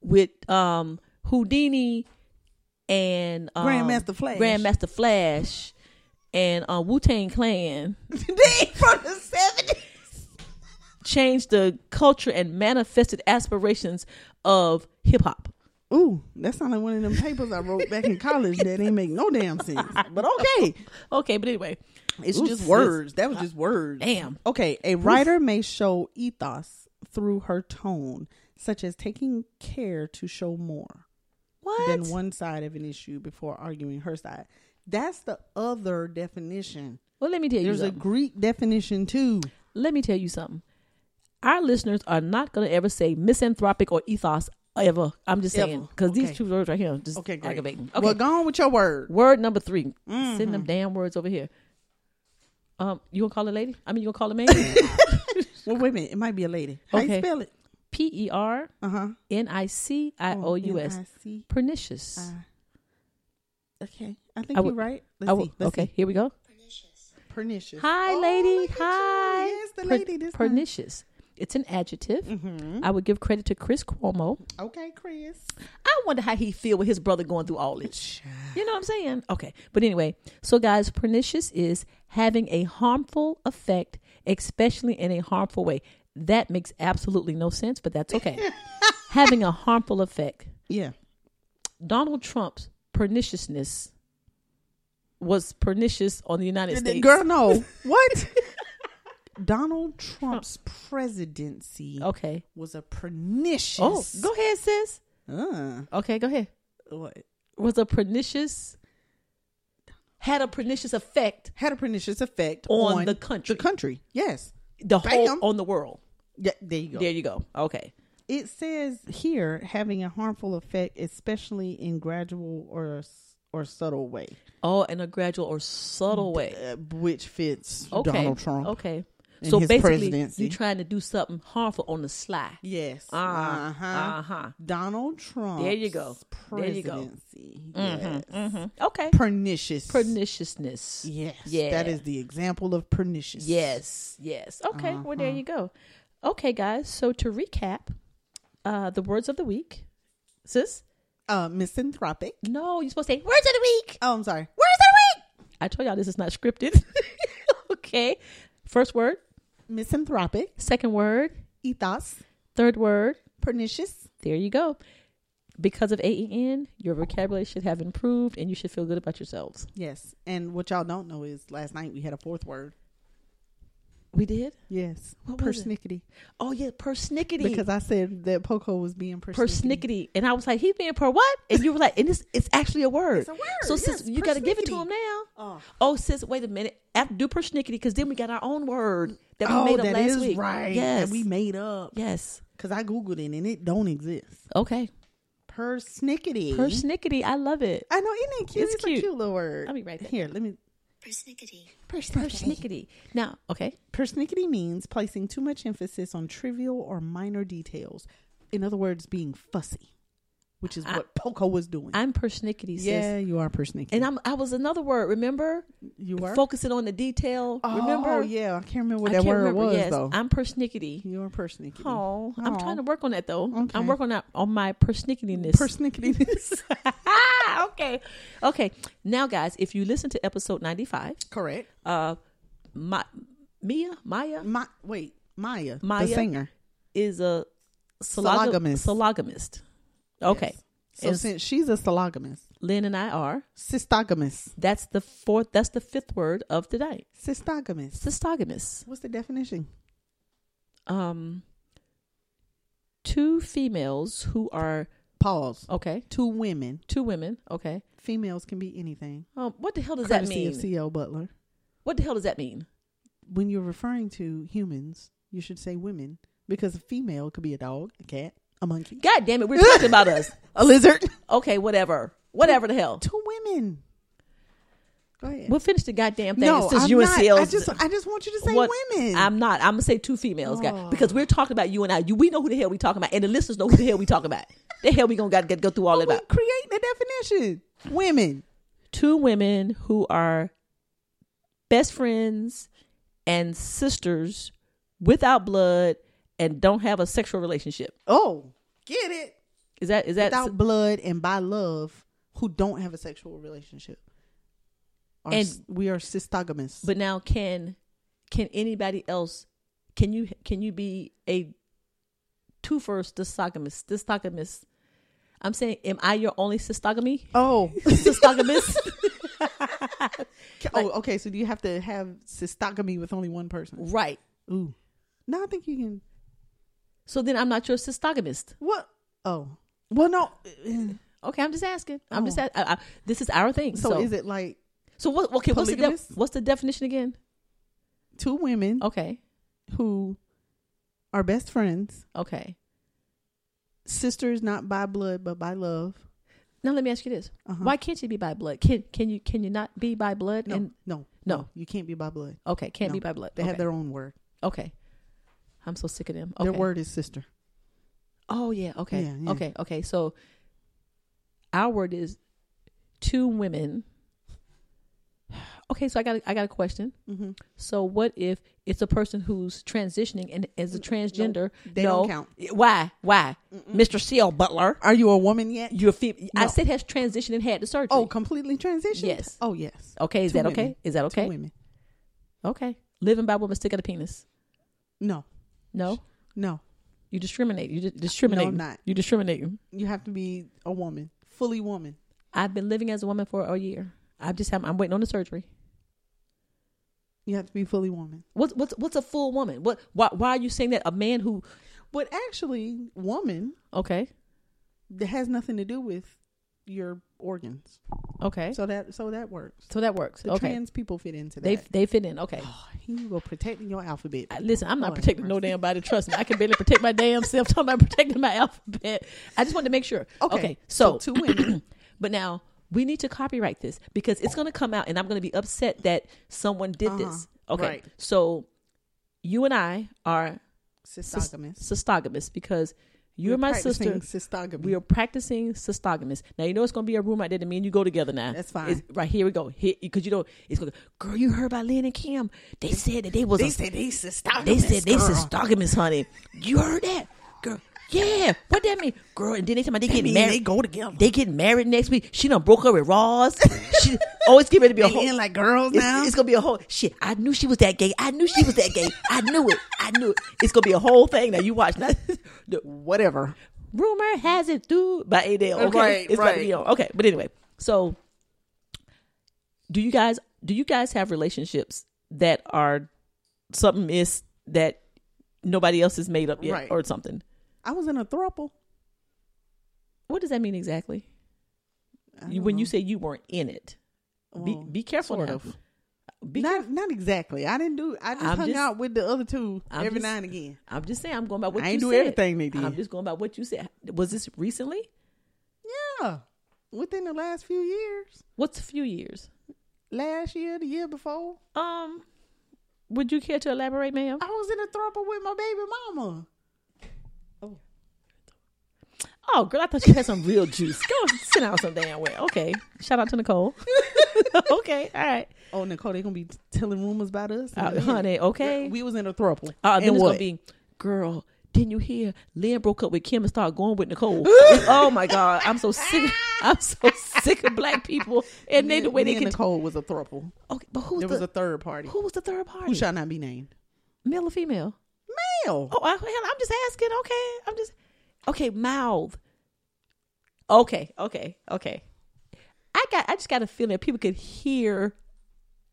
Speaker 4: with um Houdini and um,
Speaker 3: Grandmaster Flash.
Speaker 4: Grandmaster Flash and uh, Wu Tang Clan.
Speaker 3: They from the seventies.
Speaker 4: changed the culture and manifested aspirations of hip hop.
Speaker 3: Ooh, that sounded like one of them papers I wrote back in college that ain't make no damn sense. But okay.
Speaker 4: Okay, but anyway,
Speaker 3: It's
Speaker 4: Ooh,
Speaker 3: just
Speaker 4: sis.
Speaker 3: words. That was just words.
Speaker 4: Damn.
Speaker 3: Okay. A writer may show ethos through her tone, such as taking care to show more
Speaker 4: What?
Speaker 3: than one side of an issue before arguing her side. That's the other definition.
Speaker 4: Well, let me tell you
Speaker 3: There's a
Speaker 4: something.
Speaker 3: Greek definition too.
Speaker 4: let me tell you something. Our listeners are not going to ever say misanthropic or ethos ever. I'm just
Speaker 3: Ever.
Speaker 4: saying because
Speaker 3: Okay.
Speaker 4: these two words right here are just
Speaker 3: Okay, great.
Speaker 4: aggravating. Okay,
Speaker 3: Okay. Well, go Mm-hmm. on with your word.
Speaker 4: word number 3 Send them damn words over here. Um, you gonna call it lady? I mean, you gonna call it man?
Speaker 3: Well, wait a minute. It might be a lady. How you
Speaker 4: Okay.
Speaker 3: spell it?
Speaker 4: P e r
Speaker 3: Uh huh.
Speaker 4: n i c i o u s.
Speaker 3: N-I-C.
Speaker 4: Pernicious.
Speaker 3: Uh, Okay. I think
Speaker 4: I would-
Speaker 3: you're right. Let's
Speaker 4: I will-
Speaker 3: see. Let's
Speaker 4: Oh, okay,
Speaker 3: see.
Speaker 4: here we go.
Speaker 3: Pernicious.
Speaker 4: Hi,
Speaker 3: Oh,
Speaker 4: lady.
Speaker 3: look at you.
Speaker 4: Hi.
Speaker 3: Yes, the
Speaker 4: Per-
Speaker 3: lady. This time. Mm-hmm.
Speaker 4: pernicious. It's an adjective. I would give credit to Chris Cuomo.
Speaker 3: Okay, Chris.
Speaker 4: I wonder how he feel with his brother going through all this. You know what I'm saying? Okay. But anyway, so guys, pernicious is having a harmful effect, especially in a harmful way. That makes absolutely no sense, but that's okay. having a harmful effect.
Speaker 3: Yeah.
Speaker 4: Donald Trump's perniciousness was pernicious on the United States.
Speaker 3: Girl, no. what? Donald Trump's presidency
Speaker 4: Okay.
Speaker 3: was a pernicious.
Speaker 4: Oh, go ahead, sis.
Speaker 3: Uh,
Speaker 4: Okay, go ahead.
Speaker 3: what?
Speaker 4: was a pernicious had a pernicious effect
Speaker 3: Had a pernicious effect
Speaker 4: On the country.
Speaker 3: The country. Yes.
Speaker 4: the
Speaker 3: Bam.
Speaker 4: whole on the world.
Speaker 3: Yeah, there you go.
Speaker 4: There you go. Okay.
Speaker 3: It says here having a harmful effect, especially in gradual or or subtle way,
Speaker 4: Oh, in a gradual or subtle way.
Speaker 3: uh, which fits
Speaker 4: Okay.
Speaker 3: Donald Trump.
Speaker 4: Okay.
Speaker 3: and
Speaker 4: So
Speaker 3: his
Speaker 4: basically,
Speaker 3: presidency.
Speaker 4: you're trying to do something harmful on the sly.
Speaker 3: Yes.
Speaker 4: Uh huh.
Speaker 3: Uh-huh.
Speaker 4: Uh huh.
Speaker 3: Donald Trump.
Speaker 4: There you go. There you go. Mm-hmm.
Speaker 3: Presidency. Yes.
Speaker 4: Okay.
Speaker 3: Pernicious.
Speaker 4: Perniciousness.
Speaker 3: Yes.
Speaker 4: Yeah.
Speaker 3: That is the example of pernicious.
Speaker 4: Yes, yes. Okay, well,
Speaker 3: Uh-huh.
Speaker 4: there you go. Okay, guys, so to recap, uh, the words of the week. Sis?
Speaker 3: Uh, misanthropic.
Speaker 4: No, you're supposed to say words of the week.
Speaker 3: Oh, I'm sorry.
Speaker 4: Words of the week. I told y'all this is not scripted. okay. First word,
Speaker 3: Misanthropic.
Speaker 4: second word,
Speaker 3: Ethos.
Speaker 4: third word.
Speaker 3: Pernicious.
Speaker 4: There you go. Because of AEN, your vocabulary should have improved and you should feel good about yourselves.
Speaker 3: Yes. And what y'all don't know is last night we had a fourth word.
Speaker 4: We did?
Speaker 3: Yes.
Speaker 4: What was it?
Speaker 3: persnickety.
Speaker 4: Oh, yeah, persnickety.
Speaker 3: Because I said that Poco was being persnickety.
Speaker 4: persnickety. And I was like, he being per what? And you were like, and it's, it's actually a word.
Speaker 3: It's a word,
Speaker 4: So sis,
Speaker 3: yes,
Speaker 4: you got to give it to
Speaker 3: persnickety.
Speaker 4: him now.
Speaker 3: Oh.
Speaker 4: Oh. sis, wait a minute. After, do persnickety because then we got our own word that we
Speaker 3: Oh,
Speaker 4: made up
Speaker 3: that
Speaker 4: last
Speaker 3: is
Speaker 4: week.
Speaker 3: right.
Speaker 4: Yes.
Speaker 3: That we made up.
Speaker 4: yes.
Speaker 3: Because I Googled it and it don't exist.
Speaker 4: Okay.
Speaker 3: Persnickety.
Speaker 4: Persnickety. I love it.
Speaker 3: I know, isn't it cute? It's,
Speaker 4: It's
Speaker 3: a
Speaker 4: cute.
Speaker 3: cute little word.
Speaker 4: I'll be right there.
Speaker 3: Here, let me.
Speaker 4: Persnickety. Now, okay.
Speaker 3: Persnickety means placing too much emphasis on trivial or minor details. In other words, being fussy. which is what Poco was doing.
Speaker 4: I'm persnickety, sis.
Speaker 3: yeah, you are persnickety.
Speaker 4: And I'm, I was another word. Remember,
Speaker 3: you are.
Speaker 4: focusing on the detail.
Speaker 3: oh,
Speaker 4: remember,
Speaker 3: yeah, I can't remember what
Speaker 4: I
Speaker 3: that
Speaker 4: can't
Speaker 3: word
Speaker 4: remember.
Speaker 3: was
Speaker 4: yes,
Speaker 3: though.
Speaker 4: I'm persnickety.
Speaker 3: you are persnickety.
Speaker 4: Oh, I'm
Speaker 3: Aw.
Speaker 4: trying to work on that though.
Speaker 3: Okay.
Speaker 4: I'm working on on my persnicketiness.
Speaker 3: persnickety.
Speaker 4: okay, okay. Now, guys, if you listen to episode 95,
Speaker 3: Correct.
Speaker 4: uh, my Mia Maya
Speaker 3: My wait, Maya,
Speaker 4: Maya.
Speaker 3: the singer.
Speaker 4: is a solog-
Speaker 3: Sologamist.
Speaker 4: sologamist. Okay,
Speaker 3: So
Speaker 4: Is-
Speaker 3: since she's a sologamous,
Speaker 4: Lynn and I are.
Speaker 3: cystogamous,
Speaker 4: That's the fourth. That's the fifth word of the night.
Speaker 3: cystogamous.
Speaker 4: Cystogamous.
Speaker 3: What's the definition?
Speaker 4: Um, two females who are
Speaker 3: Pause.
Speaker 4: okay.
Speaker 3: Two women.
Speaker 4: Two women. Okay.
Speaker 3: Females can be anything.
Speaker 4: Um, what the hell does that
Speaker 3: courtesy
Speaker 4: mean?
Speaker 3: of C.L. Butler.
Speaker 4: What the hell does that mean?
Speaker 3: When you're referring to humans, you should say women because a female could be a dog, a cat, a monkey,
Speaker 4: God damn it, we're talking about us.
Speaker 3: a lizard.
Speaker 4: Okay, whatever. Whatever the hell.
Speaker 3: Two women. Go ahead.
Speaker 4: We'll finish the goddamn thing
Speaker 3: no,
Speaker 4: since
Speaker 3: I'm
Speaker 4: you
Speaker 3: not.
Speaker 4: and CL.
Speaker 3: I just, I just want you to say
Speaker 4: What-
Speaker 3: women.
Speaker 4: I'm not. I'm gonna say two females, guys,
Speaker 3: Oh.
Speaker 4: because we're talking about you and I. You, we know who the hell we talking about, and the listeners know who the hell we talking about. The hell we gonna got to go through all that
Speaker 3: Oh, we
Speaker 4: about
Speaker 3: creating the definition. Women.
Speaker 4: two women who are best friends and sisters without blood and don't have a sexual relationship.
Speaker 3: Oh, get it.
Speaker 4: Is that is that
Speaker 3: without blood and by love who don't have a sexual relationship. Are,
Speaker 4: And-
Speaker 3: s- we are cystogamous.
Speaker 4: But now can can anybody else can you can you be a two first dystogamous dystogamous? I'm saying am I your only cystogamy?
Speaker 3: oh,
Speaker 4: Cystogamous?
Speaker 3: oh, okay. So do you have to have cystogamy with only one person?
Speaker 4: right.
Speaker 3: Ooh, no, I think you can.
Speaker 4: So then I'm not your cystogamist.
Speaker 3: What? Oh, well, no. eh,
Speaker 4: Okay, I'm just asking. I'm just
Speaker 3: Oh.
Speaker 4: a- I, I, this is our thing.
Speaker 3: So,
Speaker 4: So,
Speaker 3: is it like
Speaker 4: So what? Okay, what's the, de-
Speaker 3: Polygamous?
Speaker 4: what's the definition again?
Speaker 3: two women
Speaker 4: Okay,
Speaker 3: who are best friends,
Speaker 4: okay.
Speaker 3: sisters not by blood but by love?
Speaker 4: Now let me ask you this:
Speaker 3: Uh-huh.
Speaker 4: Why can't you be by blood? Can can you can you not be by blood?
Speaker 3: No,
Speaker 4: And
Speaker 3: no,
Speaker 4: No.
Speaker 3: You can't be by blood.
Speaker 4: okay, can't
Speaker 3: No.
Speaker 4: be by blood.
Speaker 3: They
Speaker 4: okay.
Speaker 3: have their own word.
Speaker 4: okay. I'm so sick of them. Okay.
Speaker 3: Their word is sister.
Speaker 4: Oh yeah. Okay.
Speaker 3: Yeah, yeah.
Speaker 4: Okay. Okay. So our word is two women. Okay, so I got a, I got a question.
Speaker 3: Mm-hmm.
Speaker 4: So what if it's a person who's transitioning and is a transgender?
Speaker 3: they
Speaker 4: no.
Speaker 3: don't count.
Speaker 4: Why? Why? Mister C.L. Butler,
Speaker 3: Are you a woman yet?
Speaker 4: you're female. I
Speaker 3: No.
Speaker 4: said has transitioned and had the surgery.
Speaker 3: Oh, completely transitioned.
Speaker 4: Yes.
Speaker 3: Oh, yes.
Speaker 4: Okay, is
Speaker 3: Two
Speaker 4: that okay?
Speaker 3: women.
Speaker 4: Is that
Speaker 3: Two
Speaker 4: okay?
Speaker 3: women.
Speaker 4: Okay. Living by women still got a penis.
Speaker 3: No.
Speaker 4: No,
Speaker 3: No.
Speaker 4: you discriminate. You di- discriminate.
Speaker 3: not.
Speaker 4: You discriminate.
Speaker 3: You have to be a woman, fully woman.
Speaker 4: I've been living as a woman for a year. I just have. I'm waiting on the surgery.
Speaker 3: You have to be fully woman.
Speaker 4: What's what's what's a full woman? What why why are you saying that a man who
Speaker 3: But actually, woman
Speaker 4: okay
Speaker 3: that has nothing to do with your organs.
Speaker 4: okay so,
Speaker 3: So that so that works.
Speaker 4: that works
Speaker 3: The
Speaker 4: okay
Speaker 3: trans people fit into that.
Speaker 4: they they fit in okay.
Speaker 3: oh, here you go protecting your alphabet.
Speaker 4: I- Listen, I'm not
Speaker 3: Lord
Speaker 4: protecting no
Speaker 3: mercy.
Speaker 4: damn body. Trust me, I can barely protect my damn self. Talking about protecting my alphabet. I just wanted to make sure. Okay, so,
Speaker 3: two women.
Speaker 4: But now we need to copyright this because it's going to come out, and I'm going to be upset that someone did this.
Speaker 3: Uh-huh.
Speaker 4: Okay,
Speaker 3: Right.
Speaker 4: so you and I are cys-
Speaker 3: Cystogamous.
Speaker 4: cystogamous because you're,
Speaker 3: We're
Speaker 4: my sister.
Speaker 3: practicing cystogamy.
Speaker 4: We are practicing cystogamous. Now you know it's going to be a room out there to me and you go together. Now
Speaker 3: That's fine.
Speaker 4: It's- right here we go. Because you know it's going. to Girl, you heard about Lynn and Kim? They said that they was.
Speaker 3: They
Speaker 4: a-
Speaker 3: said they cystogamous.
Speaker 4: they said they
Speaker 3: girl.
Speaker 4: cystogamous, honey. You heard that, girl? Yeah. What that mean, girl? And then they talking about they getting
Speaker 3: mean
Speaker 4: married.
Speaker 3: they go together.
Speaker 4: They getting married next week. She done broke up with Ross. she always get ready to be a
Speaker 3: They
Speaker 4: whole.
Speaker 3: in like girls
Speaker 4: It's-
Speaker 3: now.
Speaker 4: It's, gonna be a whole shit. I knew she was that gay. I knew she was that gay. I knew it. I knew it. It's gonna be a whole thing that you watch. Now, the
Speaker 3: whatever.
Speaker 4: rumor has it through by Adele. Okay,
Speaker 3: Right,
Speaker 4: it's about to be
Speaker 3: right.
Speaker 4: on. Okay, but anyway, so do you guys do you guys have relationships that are something is that nobody else has made up yet
Speaker 3: Right.
Speaker 4: or something?
Speaker 3: I was in a throuple.
Speaker 4: What does that mean exactly?
Speaker 3: I
Speaker 4: You,
Speaker 3: don't
Speaker 4: when you
Speaker 3: know.
Speaker 4: say you weren't in it, be,
Speaker 3: Well,
Speaker 4: be careful
Speaker 3: sort
Speaker 4: now.
Speaker 3: of.
Speaker 4: Be
Speaker 3: not
Speaker 4: careful.
Speaker 3: not exactly. I didn't do. I just
Speaker 4: I'm
Speaker 3: hung
Speaker 4: just-
Speaker 3: out with the other 2
Speaker 4: I'm
Speaker 3: every
Speaker 4: just-
Speaker 3: now and again.
Speaker 4: I'm just saying. I'm going by what
Speaker 3: I
Speaker 4: you
Speaker 3: ain't do
Speaker 4: said.
Speaker 3: everything they did.
Speaker 4: I'm just going by what you said. Was this recently?
Speaker 3: Yeah, within the last few years,
Speaker 4: What's a few years?
Speaker 3: last year, the year before,
Speaker 4: Um, would you care to elaborate, ma'am?
Speaker 3: I was in a throuple with my baby mama.
Speaker 4: Oh, girl, I thought you had some real juice. Go sit down some damn well. Okay. Shout out to Nicole. okay. All right.
Speaker 3: Oh, Nicole, they gonna be telling rumors about us, in a
Speaker 4: Uh,
Speaker 3: minute.
Speaker 4: honey, okay.
Speaker 3: We was in a throuple.
Speaker 4: Uh,
Speaker 3: And
Speaker 4: then it's
Speaker 3: what?
Speaker 4: gonna be, girl. Didn't you hear? Lynn broke up with Kim and started going with Nicole. oh my God, I'm so sick. I'm so sick of black people and they the way
Speaker 3: Me
Speaker 4: they
Speaker 3: and
Speaker 4: can.
Speaker 3: Nicole was a throuple.
Speaker 4: Okay, but who's
Speaker 3: There was
Speaker 4: the
Speaker 3: a third party
Speaker 4: who was the third party?
Speaker 3: who shall not be named.
Speaker 4: Male or female?
Speaker 3: Male.
Speaker 4: Oh, I, hell, I'm just asking. Okay, I'm just okay. Mouth. Okay, okay, okay. I got. I just got a feeling that people could hear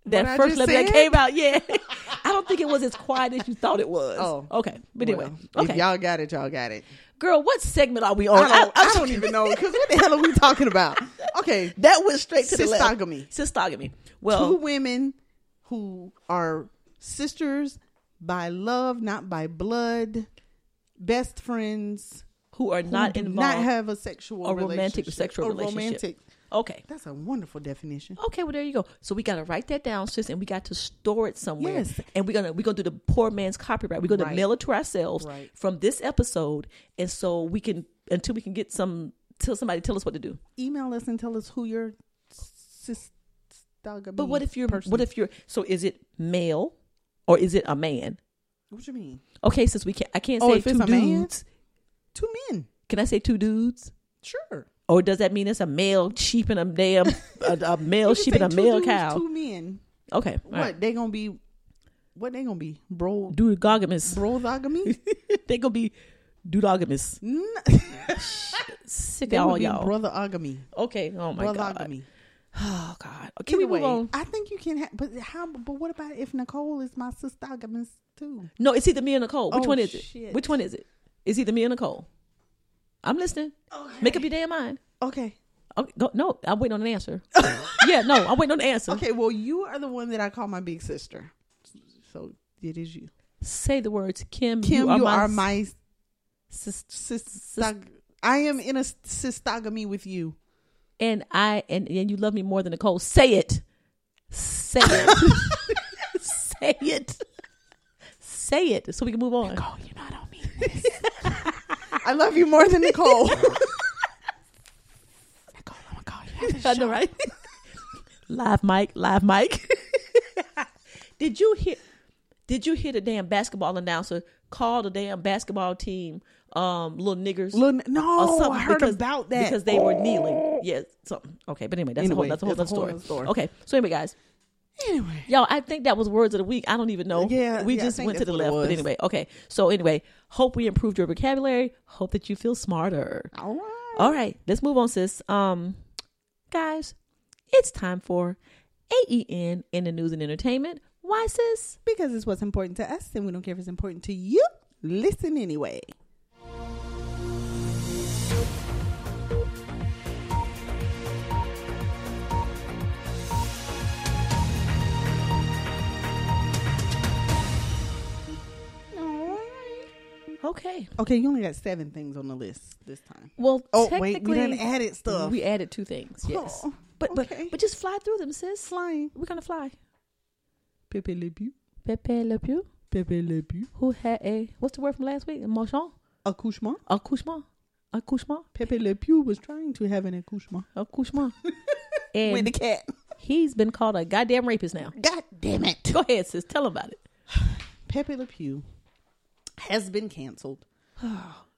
Speaker 4: that
Speaker 3: What I
Speaker 4: first
Speaker 3: just
Speaker 4: letter that
Speaker 3: said?
Speaker 4: came out. Yeah, I don't think it was as quiet as you thought it was.
Speaker 3: Oh.
Speaker 4: okay. But anyway,
Speaker 3: Well,
Speaker 4: okay, Oh,
Speaker 3: If y'all got it, y'all got it.
Speaker 4: girl, what segment are we on?
Speaker 3: I don't, I don't even know because what the hell are we talking about? Okay,
Speaker 4: That went straight to the left.
Speaker 3: Cystogamy.
Speaker 4: Cystogamy.
Speaker 3: two
Speaker 4: Well,
Speaker 3: women who are sisters by love, not by blood, best friends,
Speaker 4: who are
Speaker 3: who
Speaker 4: not
Speaker 3: do
Speaker 4: involved?
Speaker 3: not have a sexual
Speaker 4: a romantic
Speaker 3: relationship,
Speaker 4: sexual
Speaker 3: a
Speaker 4: relationship.
Speaker 3: Romantic.
Speaker 4: okay.
Speaker 3: That's a wonderful definition.
Speaker 4: Okay, well there you go. So we got to write that down, sis, and we got to store it somewhere.
Speaker 3: Yes.
Speaker 4: And we're gonna we're gonna do the poor man's copyright. We're gonna
Speaker 3: Right.
Speaker 4: mail it to ourselves
Speaker 3: Right.
Speaker 4: from this episode, and so we can until we can get some till somebody tell us what to do.
Speaker 3: Email us and tell us who your sister.
Speaker 4: But what if you're what if you're so is it male or is it a man?
Speaker 3: what you mean?
Speaker 4: Okay, since we can't I can't
Speaker 3: Oh,
Speaker 4: say
Speaker 3: if
Speaker 4: two
Speaker 3: it's a man?
Speaker 4: dudes.
Speaker 3: Two men.
Speaker 4: Can I say two dudes?
Speaker 3: Sure.
Speaker 4: Or does that mean it's a male sheep and a damn a, a male
Speaker 3: You can
Speaker 4: sheep
Speaker 3: say
Speaker 4: and a
Speaker 3: two
Speaker 4: male
Speaker 3: dudes,
Speaker 4: cow?
Speaker 3: Two men.
Speaker 4: Okay, all
Speaker 3: What
Speaker 4: right.
Speaker 3: they gonna be? What they gonna be? Bro,
Speaker 4: Dudogamous.
Speaker 3: brothergamy?
Speaker 4: they gonna be dudogamous. Sick
Speaker 3: they
Speaker 4: of
Speaker 3: all
Speaker 4: all
Speaker 3: would be
Speaker 4: y'all.
Speaker 3: brotherogamy.
Speaker 4: Okay. Oh my god.
Speaker 3: Brotherogamy.
Speaker 4: Oh god. Can
Speaker 3: Either
Speaker 4: we move
Speaker 3: way,
Speaker 4: on?
Speaker 3: I think you can. Ha- but how? But what about if Nicole is my sistergamist too?
Speaker 4: No, it's either me or Nicole. Which
Speaker 3: Oh,
Speaker 4: one is it?
Speaker 3: shit.
Speaker 4: Which one is it? It's either me or Nicole. I'm listening. Make up your damn mind.
Speaker 3: Okay.
Speaker 4: Okay, go, no, I'm waiting on an answer. yeah, no, I'm waiting on an answer.
Speaker 3: Okay. Well, you are the one that I call my big sister, so it is you.
Speaker 4: Say the words, Kim.
Speaker 3: Kim, you are,
Speaker 4: my,
Speaker 3: my
Speaker 4: sis-
Speaker 3: sister. I am in a sistogamy with you.
Speaker 4: and I and and you love me more than Nicole. Say it. Say it. Say it. Say it so we can move on.
Speaker 3: Oh, you know I don't mean this. I love you more than Nicole. Nicole, I'm gonna call you.
Speaker 4: I know, right? live mic, live mic. did you hear? Did you hear the damn basketball announcer call the damn basketball team um, little niggers?
Speaker 3: Little-
Speaker 4: or
Speaker 3: no, I heard
Speaker 4: because-
Speaker 3: about that.
Speaker 4: because they were kneeling. Yes, something. Okay, but anyway, that's
Speaker 3: Anyway,
Speaker 4: a whole, that's a whole,
Speaker 3: that's a
Speaker 4: other
Speaker 3: whole
Speaker 4: story.
Speaker 3: other story.
Speaker 4: Okay, so anyway, guys,
Speaker 3: anyway,
Speaker 4: y'all, I think that was words of the week. I don't even know.
Speaker 3: Yeah,
Speaker 4: we
Speaker 3: yeah, I
Speaker 4: just
Speaker 3: think
Speaker 4: went to
Speaker 3: that's
Speaker 4: the
Speaker 3: what it
Speaker 4: left.
Speaker 3: was.
Speaker 4: But anyway, okay. So anyway, hope we improved your vocabulary. Hope that you feel smarter.
Speaker 3: all right.
Speaker 4: All right, let's move on, sis. Um, guys, it's time for AEN in the news and entertainment. Why, sis?
Speaker 3: Because it's what's important to us, and we don't care if it's important to you. Listen anyway.
Speaker 4: Okay.
Speaker 3: Okay, you only got seven things on the list this time.
Speaker 4: Well,
Speaker 3: Oh,
Speaker 4: technically,
Speaker 3: wait, we done added stuff.
Speaker 4: We added two things. Yes,
Speaker 3: Oh,
Speaker 4: but
Speaker 3: okay.
Speaker 4: but but just fly through them, sis.
Speaker 3: Flying.
Speaker 4: We're gonna fly.
Speaker 3: Pepe Le Pew.
Speaker 4: Pepe Le Pew,
Speaker 3: Pepe Le Pew.
Speaker 4: who had a what's the word from last week? Motion,
Speaker 3: Accouchement.
Speaker 4: accouchement, accouchement,
Speaker 3: Pepe Le Pew was trying to have an accouchement
Speaker 4: accouchement, and
Speaker 3: with the cat.
Speaker 4: he's been called a goddamn rapist now.
Speaker 3: God damn it.
Speaker 4: Go ahead, sis. Tell him about it.
Speaker 3: Pepe Le Pew has been canceled.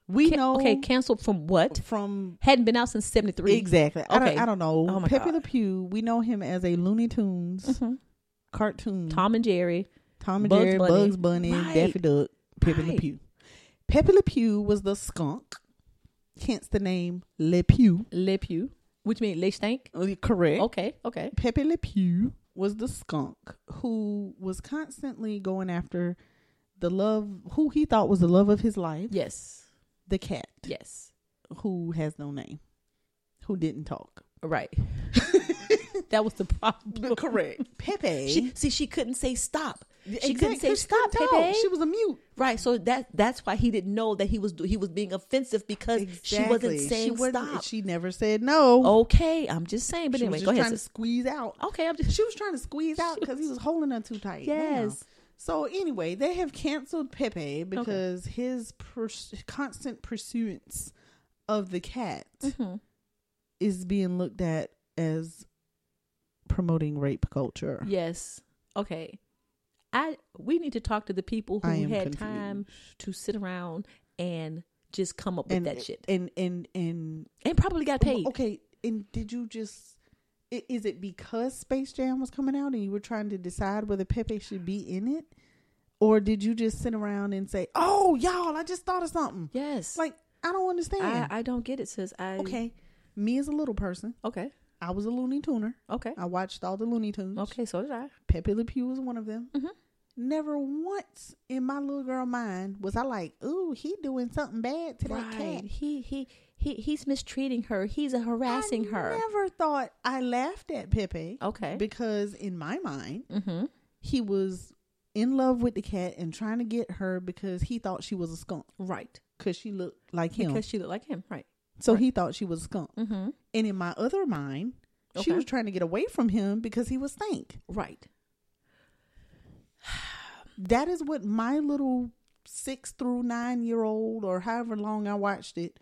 Speaker 3: We
Speaker 4: Can-
Speaker 3: know
Speaker 4: Okay, canceled from what?
Speaker 3: from
Speaker 4: Hadn't been out since seventy three.
Speaker 3: exactly. I,
Speaker 4: Okay.
Speaker 3: don't, I don't know.
Speaker 4: Oh my
Speaker 3: Pepe
Speaker 4: God. Mm-hmm.
Speaker 3: Le Pew. We know him as a Looney Tunes cartoon.
Speaker 4: Tom and Jerry.
Speaker 3: Tom and
Speaker 4: Bugs
Speaker 3: Jerry,
Speaker 4: Bunny.
Speaker 3: Bugs Bunny,
Speaker 4: Right.
Speaker 3: Daffy Duck, Pepe Le
Speaker 4: Right.
Speaker 3: Pew. Pepe Le Pew was the skunk, hence the name Le Pew.
Speaker 4: Le Pew, which means Le Stank.
Speaker 3: Correct.
Speaker 4: Okay, okay.
Speaker 3: Pepe Le Pew was the skunk who was constantly going after the love, who he thought was the love of his life,
Speaker 4: Yes,
Speaker 3: the cat,
Speaker 4: yes.
Speaker 3: who has no name, who didn't talk.
Speaker 4: Right. that was the problem.
Speaker 3: Correct. Pepe.
Speaker 4: She, see, she couldn't say stop. She couldn't
Speaker 3: Exactly,
Speaker 4: say
Speaker 3: 'cause
Speaker 4: stop,
Speaker 3: couldn't talk.
Speaker 4: Pepe.
Speaker 3: She was a mute.
Speaker 4: right. So that that's why he didn't know that he was do- he was being offensive because Uh, she wasn't
Speaker 3: Exactly.
Speaker 4: saying
Speaker 3: she wasn't-
Speaker 4: stop.
Speaker 3: She never said no.
Speaker 4: okay, I'm just saying. But
Speaker 3: she
Speaker 4: anyway,
Speaker 3: was just
Speaker 4: go ahead.
Speaker 3: trying to
Speaker 4: sis.
Speaker 3: squeeze out.
Speaker 4: okay, I'm just.
Speaker 3: She was trying to squeeze out because he was holding her too tight.
Speaker 4: Yes.
Speaker 3: Wow. So anyway, they have canceled Pepe because his pers- constant pursuance of the cat
Speaker 4: Mm-hmm.
Speaker 3: is being looked at as promoting rape culture.
Speaker 4: Yes. Okay. I we need to talk to the people who
Speaker 3: I am
Speaker 4: had time to sit around and just come up with
Speaker 3: and
Speaker 4: that shit.
Speaker 3: And and and
Speaker 4: And probably got paid.
Speaker 3: okay. And did you just? i- Is it because Space Jam was coming out and you were trying to decide whether Pepe should be in it, or did you just sit around and say, "Oh, y'all, I just thought of something."
Speaker 4: Yes.
Speaker 3: Like I don't understand.
Speaker 4: I, I don't get it, sis. I
Speaker 3: okay, me as a little person,
Speaker 4: Okay.
Speaker 3: I was a Looney Tuner.
Speaker 4: Okay.
Speaker 3: I watched all the Looney Tunes.
Speaker 4: Okay, Mm-hmm. so did I.
Speaker 3: Pepe Le Pew was one of them. Never once in my little girl mind was I like, "Ooh, he doing something bad to that
Speaker 4: Right.
Speaker 3: cat."
Speaker 4: He he he he's mistreating her. He's harassing
Speaker 3: I
Speaker 4: her.
Speaker 3: Never thought I laughed at Pepe.
Speaker 4: Okay. Mm-hmm.
Speaker 3: because in my mind, he was in love with the cat and trying to get her because he thought she was a skunk
Speaker 4: Right.
Speaker 3: because she looked like him.
Speaker 4: Because she looked like him. Right. Mm-hmm.
Speaker 3: so he thought she was a skunk. And in my other mind, she
Speaker 4: Okay.
Speaker 3: was trying to get away from him because he was stank.
Speaker 4: Right.
Speaker 3: that is what my little six through nine year old or however long I watched it,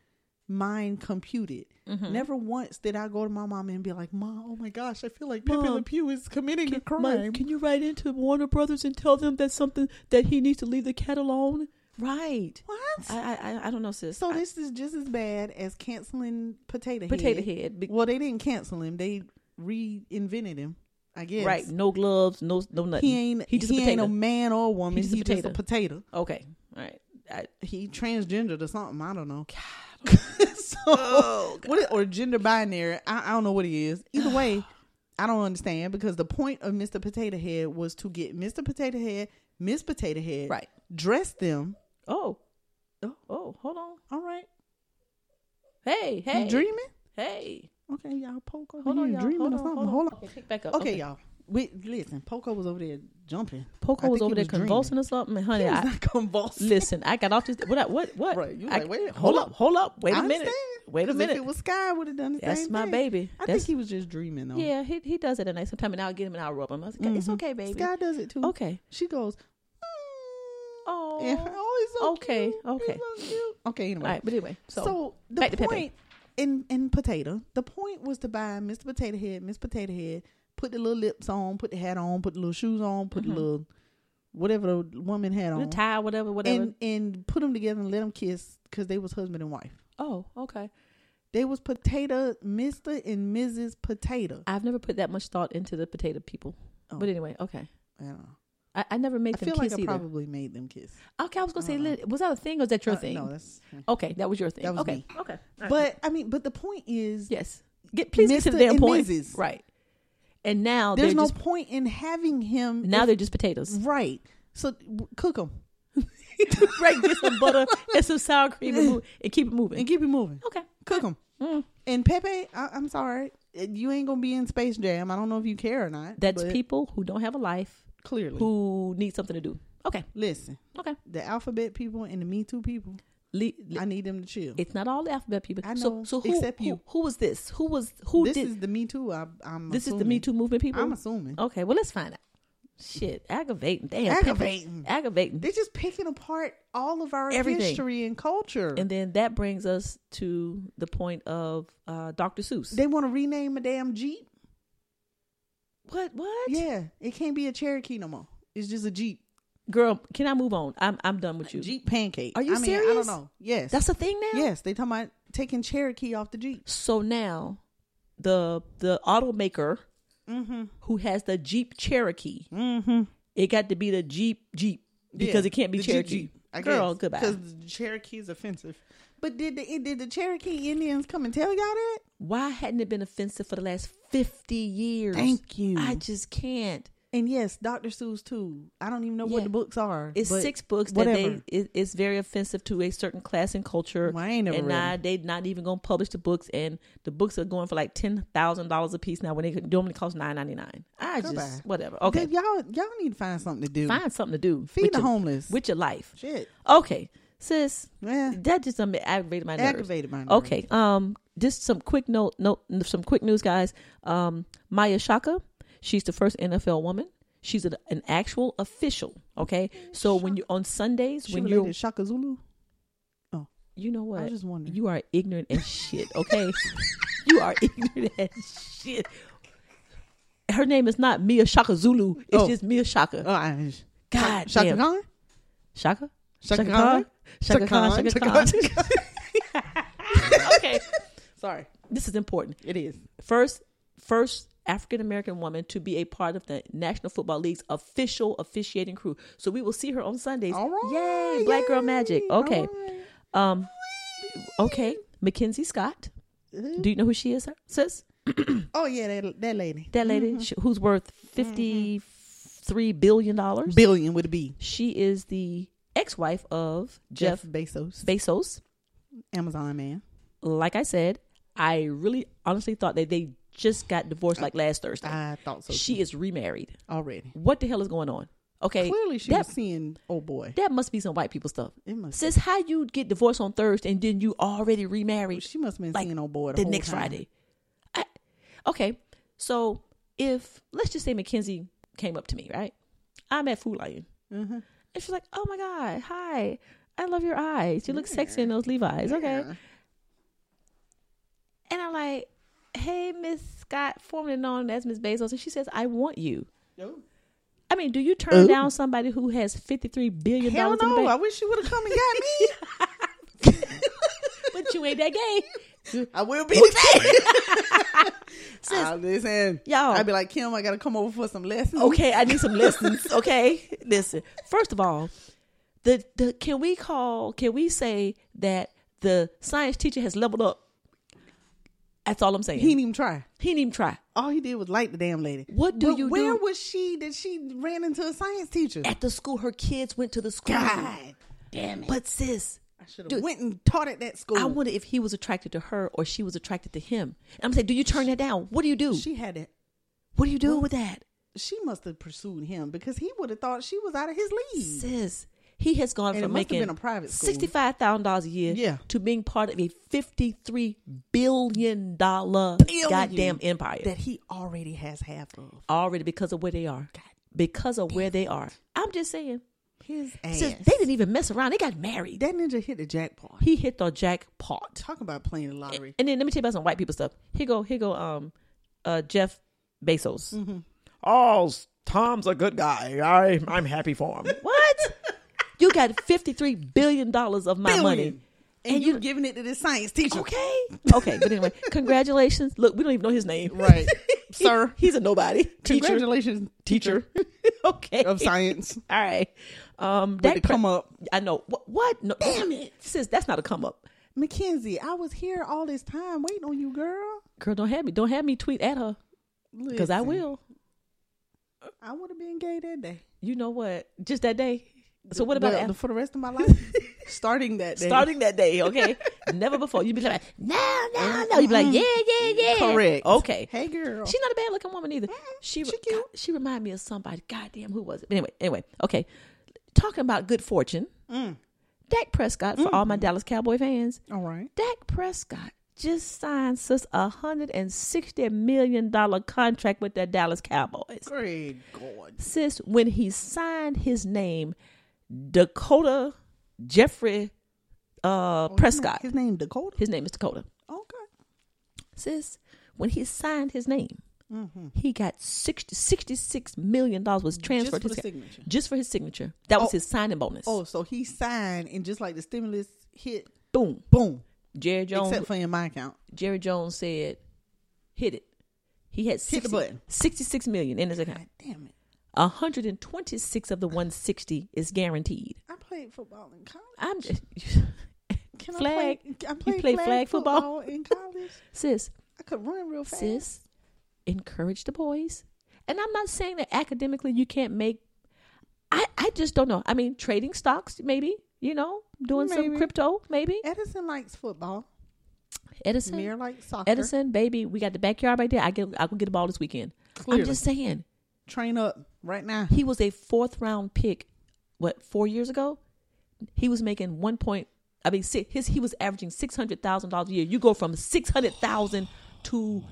Speaker 3: mine computed.
Speaker 4: Mm-hmm.
Speaker 3: Never once did I go to my mom and be like, "Mom, oh my gosh, I feel like Pepe
Speaker 4: Mom,
Speaker 3: Le Pew is committing a crime."
Speaker 4: you write into Warner Brothers and tell them that something that he needs to leave the cat alone? Right.
Speaker 3: what?
Speaker 4: I I- I, I don't know, sis.
Speaker 3: so
Speaker 4: I-
Speaker 3: this is just as bad as canceling Potato Head.
Speaker 4: Potato Head, be-
Speaker 3: Well, they didn't cancel him; they reinvented him. I guess.
Speaker 4: right? No gloves, no no nothing.
Speaker 3: He ain't.
Speaker 4: He
Speaker 3: He,
Speaker 4: just a
Speaker 3: ain't
Speaker 4: potato.
Speaker 3: a man or a woman.
Speaker 4: He
Speaker 3: He
Speaker 4: just a
Speaker 3: just a
Speaker 4: potato.
Speaker 3: potato.
Speaker 4: okay. All right. I,
Speaker 3: he transgendered or something. I don't know. so
Speaker 4: Oh,
Speaker 3: what it- or gender binary? I, I don't know what he is. Either way, I don't understand because the point of Mr. Potato Head was to get Mr. Potato Head, Miss Potato Head,
Speaker 4: Right.
Speaker 3: Dress them.
Speaker 4: oh. oh. Oh. Hold on.
Speaker 3: All right.
Speaker 4: Hey. Hey.
Speaker 3: You dreaming?
Speaker 4: Hey.
Speaker 3: Okay, y'all. Poco,
Speaker 4: Hold on,
Speaker 3: you
Speaker 4: y'all.
Speaker 3: dreaming
Speaker 4: Hold
Speaker 3: or
Speaker 4: on,
Speaker 3: something?
Speaker 4: hold on.
Speaker 3: Hold on.
Speaker 4: Okay, pick back up.
Speaker 3: Okay,
Speaker 4: Okay.
Speaker 3: y'all. We listen. Poco was over there jumping.
Speaker 4: Poco
Speaker 3: I
Speaker 4: was
Speaker 3: think he
Speaker 4: over there
Speaker 3: dreaming.
Speaker 4: convulsing or something, and honey.
Speaker 3: He was
Speaker 4: I,
Speaker 3: not convulsing.
Speaker 4: listen, I got off this. What? I, what? What?
Speaker 3: Right, you
Speaker 4: I-
Speaker 3: like, wait,
Speaker 4: Hold
Speaker 3: hold
Speaker 4: up.
Speaker 3: up.
Speaker 4: Hold up. Wait
Speaker 3: I
Speaker 4: a minute.
Speaker 3: understand,
Speaker 4: Wait a
Speaker 3: 'cause
Speaker 4: minute.
Speaker 3: If it was Sky, would have done the
Speaker 4: That's
Speaker 3: same
Speaker 4: my
Speaker 3: thing.
Speaker 4: baby.
Speaker 3: I
Speaker 4: That's-
Speaker 3: think he was just dreaming though. Mm-hmm.
Speaker 4: Yeah, he he does it at night sometime, and I'll get him and I'll rub him. I was like, it's okay, baby.
Speaker 3: Sky does it too.
Speaker 4: Okay.
Speaker 3: She goes.
Speaker 4: Oh.
Speaker 3: Yeah. Oh, he's so
Speaker 4: Okay,
Speaker 3: cute.
Speaker 4: okay.
Speaker 3: He's so cute. Okay. Anyway.
Speaker 4: All right, but anyway, so,
Speaker 3: so, the
Speaker 4: back to Pepe.
Speaker 3: point in in potato. The point was to buy Mr. Potato Head, Miss Potato Head, put the little lips on, put the hat on, put the little shoes on, put the little whatever the woman had
Speaker 4: Mm-hmm. the
Speaker 3: on,
Speaker 4: tie, whatever, whatever.
Speaker 3: and and put them together and let them kiss because they was husband and wife.
Speaker 4: oh, okay.
Speaker 3: They was potato, Mister and Mrs. Potato.
Speaker 4: I've never put that much thought into the potato people, but anyway, okay.
Speaker 3: I, don't know.
Speaker 4: I, Oh. I never
Speaker 3: I
Speaker 4: make them
Speaker 3: feel like
Speaker 4: kiss
Speaker 3: I
Speaker 4: either.
Speaker 3: probably made them kiss.
Speaker 4: okay, I was gonna say, li- was that a thing or is that your
Speaker 3: Uh-huh. Uh,
Speaker 4: thing?
Speaker 3: No, that's.
Speaker 4: okay, that was your thing.
Speaker 3: That was
Speaker 4: okay,
Speaker 3: me.
Speaker 4: okay. All right.
Speaker 3: But I mean, but the point is,
Speaker 4: yes, get please get to the
Speaker 3: Mr.
Speaker 4: damn
Speaker 3: and
Speaker 4: point,
Speaker 3: Mrs..
Speaker 4: right? And now
Speaker 3: there's
Speaker 4: they're
Speaker 3: no
Speaker 4: just,
Speaker 3: point in having him
Speaker 4: now they're just potatoes,
Speaker 3: Right. So w- cook them
Speaker 4: right? Get some butter and some sour cream and, move, and keep it moving.
Speaker 3: and keep it moving.
Speaker 4: okay, Mm.
Speaker 3: Cook them. And Pepe, I, I'm sorry, you ain't gonna be in Space Jam. I don't know if you care or not.
Speaker 4: that's
Speaker 3: but
Speaker 4: people who don't have a life
Speaker 3: clearly.
Speaker 4: who need something to do. Okay,
Speaker 3: Listen,
Speaker 4: okay.
Speaker 3: the alphabet people and the Me Too people.
Speaker 4: Le- le-
Speaker 3: I need them to chill.
Speaker 4: It's not all the alphabet people.
Speaker 3: I
Speaker 4: so,
Speaker 3: know,
Speaker 4: so who,
Speaker 3: except
Speaker 4: who-
Speaker 3: you.
Speaker 4: who was this? Who was who
Speaker 3: this
Speaker 4: did
Speaker 3: is the Me Too. I, I'm.
Speaker 4: this is the
Speaker 3: assuming.
Speaker 4: Me Too movement people?
Speaker 3: I'm assuming.
Speaker 4: Okay, well let's find out. Shit, aggravating. Damn,
Speaker 3: Aggravating.
Speaker 4: aggravating.
Speaker 3: They're just picking apart all of our
Speaker 4: Everything.
Speaker 3: history and culture.
Speaker 4: and then that brings us to the point of uh, Dr. Seuss.
Speaker 3: they want to rename a damn Jeep.
Speaker 4: what? What?
Speaker 3: Yeah, it can't be a Cherokee no more. It's just a Jeep.
Speaker 4: Girl, can I move on? I'm I'm done with you.
Speaker 3: Jeep pancake.
Speaker 4: Are you
Speaker 3: I mean, I don't
Speaker 4: serious?
Speaker 3: know. Yes.
Speaker 4: That's a thing now.
Speaker 3: Yes, they talking about taking Cherokee off the Jeep.
Speaker 4: So now, the the automaker
Speaker 3: Mm-hmm.
Speaker 4: who has the Jeep Cherokee, it got to be the Jeep Jeep Mm-hmm. because
Speaker 3: Yeah,
Speaker 4: it can't be
Speaker 3: the Jeep
Speaker 4: Cherokee.
Speaker 3: Jeep, I
Speaker 4: Girl,
Speaker 3: guess,
Speaker 4: goodbye.
Speaker 3: Because Cherokee is offensive. But did the did the Cherokee Indians come and tell y'all that?
Speaker 4: Why hadn't it been offensive for the last 50 years?
Speaker 3: Thank you.
Speaker 4: I just can't.
Speaker 3: And yes, Dr. Seuss too. I don't even know what
Speaker 4: Yeah.
Speaker 3: the books are.
Speaker 4: It's
Speaker 3: but
Speaker 4: six books
Speaker 3: whatever.
Speaker 4: that they it, it's very offensive to a certain class and culture.
Speaker 3: Well, I ain't never
Speaker 4: and
Speaker 3: read
Speaker 4: now
Speaker 3: 'em.
Speaker 4: they not even gonna publish the books, and the books are going for like ten thousand dollars a piece now when they could normally cost nine ninety nine. I just
Speaker 3: Goodbye.
Speaker 4: whatever. Okay,
Speaker 3: Then y'all y'all need to find something to do.
Speaker 4: find something to do.
Speaker 3: Feed
Speaker 4: with
Speaker 3: the
Speaker 4: your-
Speaker 3: homeless.
Speaker 4: with your life.
Speaker 3: Shit.
Speaker 4: Okay, sis,
Speaker 3: Yeah.
Speaker 4: that just um, aggravated my nerves.
Speaker 3: Aggravated my nerves.
Speaker 4: Okay, um, just some quick note, note, some quick news, guys. Um, Maya Shaka, she's the first NFL woman. She's an, an actual official. Okay, so when you on Sundays
Speaker 3: She
Speaker 4: when
Speaker 3: related
Speaker 4: you
Speaker 3: to Shaka Zulu.
Speaker 4: You know what?
Speaker 3: just wondering.
Speaker 4: You are ignorant as shit. Okay, you are ignorant as shit. Her name is not Mia Shaka Zulu. It's
Speaker 3: Oh.
Speaker 4: just Mia Shaka.
Speaker 3: Oh, I,
Speaker 4: God
Speaker 3: Shaka
Speaker 4: damn.
Speaker 3: Khan?
Speaker 4: Shaka?
Speaker 3: Shaka Khan?
Speaker 4: Shaka Khan? Shaka Khan? Shaka
Speaker 3: Khan.
Speaker 4: Khan. okay.
Speaker 3: Sorry,
Speaker 4: This is important.
Speaker 3: it is.
Speaker 4: First, first African American woman to be a part of the National Football League's official officiating crew. So we will see her on Sundays.
Speaker 3: All right,
Speaker 4: Yay, Black Girl
Speaker 3: yay,
Speaker 4: Magic.
Speaker 3: all
Speaker 4: Okay.
Speaker 3: right.
Speaker 4: Um Okay. Mackenzie Scott. Do you know who she is, sir? sis?
Speaker 3: Oh yeah, that, that lady.
Speaker 4: That lady
Speaker 3: Mm-hmm.
Speaker 4: sh who's worth fifty three billion dollars.
Speaker 3: Billion with a B.
Speaker 4: She is the ex-wife of
Speaker 3: Jeff
Speaker 4: Jeff
Speaker 3: Bezos,
Speaker 4: Bezos.
Speaker 3: Amazon man.
Speaker 4: like I said, I really honestly thought that they just got divorced like last Thursday.
Speaker 3: I thought Ah, so.
Speaker 4: she is remarried.
Speaker 3: already.
Speaker 4: What the hell is going on? Okay,
Speaker 3: Clearly, she
Speaker 4: that,
Speaker 3: was seeing. Oh boy,
Speaker 4: that must be some white people stuff.
Speaker 3: It must
Speaker 4: Sis, how you get divorced on Thursday and then you already remarried
Speaker 3: she must have been
Speaker 4: like
Speaker 3: seeing old boy the,
Speaker 4: the
Speaker 3: whole
Speaker 4: next
Speaker 3: time.
Speaker 4: Friday? I, okay, so if let's just say Mackenzie came up to me, right? I'm at Food Lion,
Speaker 3: Mm-hmm.
Speaker 4: and she's like, "Oh my god, hi." I love your eyes. You look sexy in those Levi's. Okay. And I'm like, hey, Miss Scott, formerly known as Miss Bezos. And she says, I want you. I mean, do you turn
Speaker 3: Ooh.
Speaker 4: down somebody who has $53 billion
Speaker 3: Hell
Speaker 4: in the
Speaker 3: no! I
Speaker 4: bank?
Speaker 3: wish she would have come and got
Speaker 4: But you ain't that gay.
Speaker 3: me. I will be today.
Speaker 4: Sis,
Speaker 3: Ah, listen,
Speaker 4: Y'all.
Speaker 3: I'd be like Kim. I gotta come over for some lessons.
Speaker 4: okay, I need some lessons. Okay, listen. First of all, the, the can we call? Can we say that the science teacher has leveled up? That's all I'm saying.
Speaker 3: He didn't even try.
Speaker 4: He didn't even try.
Speaker 3: All he did was like the damn lady.
Speaker 4: What do
Speaker 3: But
Speaker 4: you
Speaker 3: Where
Speaker 4: do-
Speaker 3: was she that she ran into a science teacher?
Speaker 4: At the school, her kids went to the school.
Speaker 3: God damn it!
Speaker 4: But sis,
Speaker 3: I should have
Speaker 4: dude.
Speaker 3: went and taught at that school.
Speaker 4: I wonder if he was attracted to her or she was attracted to him. And I'm saying, do you turn that down? What do you do?
Speaker 3: She had it.
Speaker 4: what do you do with that?
Speaker 3: She must have pursued him because he would have thought she was out of his league.
Speaker 4: Sis, he has
Speaker 3: And
Speaker 4: gone
Speaker 3: it
Speaker 4: from
Speaker 3: must have
Speaker 4: making
Speaker 3: been a private school.
Speaker 4: sixty-five thousand dollars a year
Speaker 3: Yeah.
Speaker 4: to being part of a fifty-three billion dollar
Speaker 3: Billion
Speaker 4: goddamn empire
Speaker 3: that he already has half of
Speaker 4: already because of where they are, because of where they are. I'm just saying,
Speaker 3: his ass.
Speaker 4: sis, they didn't even mess around. They got married.
Speaker 3: that ninja hit the jackpot.
Speaker 4: he hit the jackpot.
Speaker 3: Talk about playing the lottery.
Speaker 4: And then let me tell you about some white people stuff. Here go, here go, um, uh, Jeff Bezos.
Speaker 3: Mm-hmm.
Speaker 5: Oh, s- Tom's a good guy. I, I'm happy for him.
Speaker 4: What? you got fifty-three billion dollars of my
Speaker 3: Billion.
Speaker 4: money.
Speaker 3: And,
Speaker 4: and
Speaker 3: you
Speaker 4: you-
Speaker 3: giving it to this science teacher.
Speaker 4: Okay. Okay. But anyway, congratulations. Look, we don't even know his name.
Speaker 3: Right.
Speaker 4: He-
Speaker 3: Sir.
Speaker 4: He's a nobody. Teacher.
Speaker 3: Congratulations,
Speaker 4: Teacher. okay.
Speaker 3: of science.
Speaker 4: All right. Um,
Speaker 3: to
Speaker 4: that
Speaker 3: come up.
Speaker 4: I know. What? what? No. Damn it. Sis, that's not a come up.
Speaker 3: Mackenzie, I was here all this time waiting on you, girl.
Speaker 4: Girl, don't have me. Don't have me tweet at her because I
Speaker 3: Listen,
Speaker 4: will.
Speaker 3: I would have been gay that day.
Speaker 4: You know what? Just that day. So what about
Speaker 3: Well,
Speaker 4: af-
Speaker 3: for the rest of my life? starting that day.
Speaker 4: starting that day? Okay. Never before. You'd be like, no, no, no. You'd be like, yeah, yeah, yeah.
Speaker 3: Uh, mm-hmm. Correct.
Speaker 4: Okay.
Speaker 3: Hey, girl.
Speaker 4: She's not a bad looking woman either. She
Speaker 3: Mm-hmm. she
Speaker 4: she,
Speaker 3: cute.
Speaker 4: she reminded me of somebody. Goddamn, who was it? But anyway, anyway, okay. Talking about good fortune,
Speaker 3: Mm.
Speaker 4: Dak Prescott for
Speaker 3: Mm-hmm.
Speaker 4: all my Dallas Cowboy fans.
Speaker 3: all right.
Speaker 4: Dak Prescott just signed sis a hundred and sixty million dollar contract with the Dallas Cowboys.
Speaker 3: Great God.
Speaker 4: Sis, when he signed his name, Dakota Jeffrey uh, Prescott.
Speaker 3: Oh, His name Dakota.
Speaker 4: his name is Dakota
Speaker 3: Okay.
Speaker 4: sis, when he signed his name,
Speaker 3: Mm-hmm.
Speaker 4: he got 60, 66 million dollars was transferred
Speaker 3: for
Speaker 4: to his
Speaker 3: the
Speaker 4: account-
Speaker 3: signature.
Speaker 4: just for his signature. That was
Speaker 3: Oh.
Speaker 4: his signing bonus.
Speaker 3: Oh, so he signed and just like the stimulus hit,
Speaker 4: boom!
Speaker 3: boom.
Speaker 4: Jerry Jones.
Speaker 3: Except for in my account.
Speaker 4: Jerry Jones said, "Hit it." He had 60,
Speaker 3: Hit the button.
Speaker 4: sixty-six million in his account.
Speaker 3: God damn it.
Speaker 4: hundred and twenty-six of the one sixty is guaranteed.
Speaker 3: I played football in college.
Speaker 4: I'm just,
Speaker 3: Can
Speaker 4: Flag.
Speaker 3: I play, I
Speaker 4: You
Speaker 3: played
Speaker 4: played
Speaker 3: flag,
Speaker 4: flag football?
Speaker 3: football in college.
Speaker 4: sis,
Speaker 3: I could run real fast.
Speaker 4: sis, encourage the boys. And I'm not saying that academically you can't make. I I just don't know. I mean, trading stocks, maybe you know, doing some
Speaker 3: Maybe.
Speaker 4: crypto, maybe.
Speaker 3: Edison likes football.
Speaker 4: Edison,
Speaker 3: Mir likes soccer.
Speaker 4: Edison, baby, we got the backyard right there. I get I will get the ball this weekend.
Speaker 3: Clearly.
Speaker 4: I'm just saying,
Speaker 3: Train up right now.
Speaker 4: he was a fourth round pick. What four years ago, he was making one point. I mean, si- his he was averaging six hundred thousand dollars a year. You go from six hundred thousand to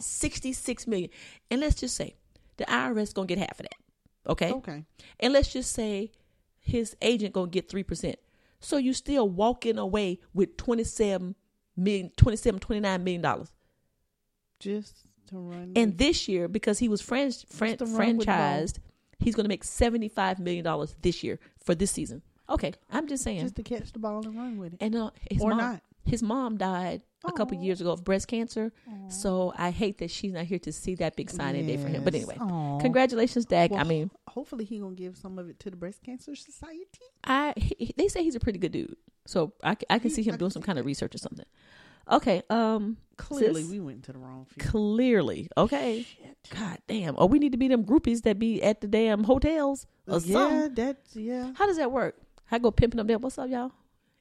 Speaker 4: sixty six million, and let's just say the IRS gonna get half of that. Okay.
Speaker 3: Okay.
Speaker 4: And let's just say his agent gonna get three percent. So you still walking away with 27 million, 27, 29 million dollars.
Speaker 3: just to run.
Speaker 4: And this year, because he was fran- fran-
Speaker 3: What's the wrong with the ball?
Speaker 4: franchised, he's going to make $75 million this year for this season. Okay, I'm just saying.
Speaker 3: just to catch the ball and run with it.
Speaker 4: and uh, his
Speaker 3: Or
Speaker 4: mom,
Speaker 3: not.
Speaker 4: His mom died a couple years ago of breast cancer. So I hate that she's not here to see that big signing day for him. But
Speaker 3: Yes.
Speaker 4: anyway,
Speaker 3: Aw.
Speaker 4: congratulations, Dak. I
Speaker 3: Well,
Speaker 4: mean,
Speaker 3: hopefully he gonna give some of it to the breast cancer society.
Speaker 4: I he, he- they say he's a pretty good dude. So I, c- I can
Speaker 3: He-
Speaker 4: see
Speaker 3: I
Speaker 4: him doing
Speaker 3: can
Speaker 4: some
Speaker 3: see
Speaker 4: kind of research or something. Okay. Um.
Speaker 3: Clearly,
Speaker 4: sis?
Speaker 3: we went to the wrong field.
Speaker 4: Clearly. Okay. God damn. Or we need to be them groupies that be at the damn hotels or
Speaker 3: yeah,
Speaker 4: something.
Speaker 3: that's yeah.
Speaker 4: How does that work? I go pimping up there. What's up, y'all?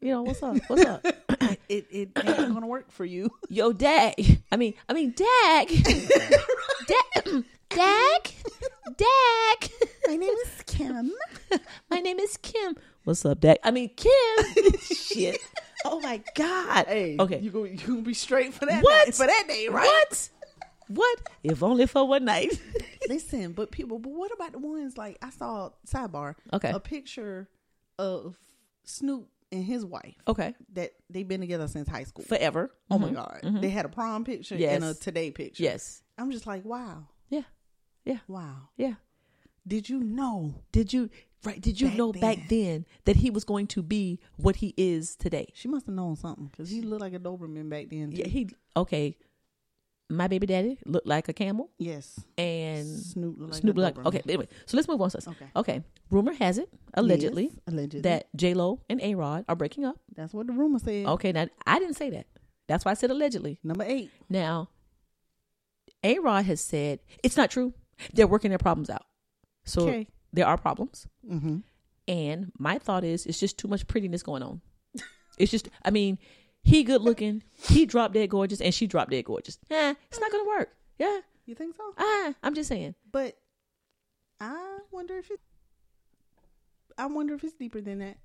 Speaker 4: You know, what's up? What's up?
Speaker 3: It it ain't gonna work for you.
Speaker 4: Yo, Dak. I mean, I mean, Dak. Dak. Dak. Dak.
Speaker 3: My name is Kim.
Speaker 4: My name is Kim. What's up, Dak? I mean, Kim. Shit. Oh my God.
Speaker 3: Hey,
Speaker 4: okay.
Speaker 3: you go you gonna be straight for that
Speaker 4: What?
Speaker 3: night, for that day, right?
Speaker 4: What? What? If only for one night.
Speaker 3: Listen, but people, but what about the ones like I saw sidebar?
Speaker 4: Okay.
Speaker 3: a picture of Snoop and his wife
Speaker 4: okay.
Speaker 3: that they've been together since high school.
Speaker 4: Forever. Mm-hmm.
Speaker 3: oh my god, they had a prom picture and a
Speaker 4: Yes.
Speaker 3: today picture.
Speaker 4: Yes.
Speaker 3: I'm just like, wow,
Speaker 4: Yeah. Yeah.
Speaker 3: wow.
Speaker 4: Yeah.
Speaker 3: Did you know
Speaker 4: Did you right? Did you
Speaker 3: Back
Speaker 4: know back then that he was going to be what he is today?
Speaker 3: she must have known something because he looked like a Doberman back then.
Speaker 4: Yeah.
Speaker 3: too.
Speaker 4: He okay. My baby daddy looked like a camel,
Speaker 3: yes,
Speaker 4: and
Speaker 3: Snoop looked like
Speaker 4: Snoop
Speaker 3: a
Speaker 4: looked like
Speaker 3: Doberman.
Speaker 4: okay. Anyway, so let's move on. Sis.
Speaker 3: Okay.
Speaker 4: Okay. Rumor has it allegedly,
Speaker 3: Yes, allegedly.
Speaker 4: that J Lo and A Rod are breaking up.
Speaker 3: That's what the rumor said.
Speaker 4: Okay. Now I didn't say that. That's why I said allegedly.
Speaker 3: Number eight.
Speaker 4: Now, A Rod has said it's not true. They're working their problems out. So
Speaker 3: Okay.
Speaker 4: there are problems.
Speaker 3: Mm-hmm.
Speaker 4: And my thought is it's just too much prettiness going on. it's just, I mean, he good looking, he drop dead gorgeous, and she drop dead gorgeous. Eh, it's not going to work. Yeah.
Speaker 3: You think so?
Speaker 4: Ah, I'm just saying.
Speaker 3: But I wonder if it. I wonder if it's deeper than that.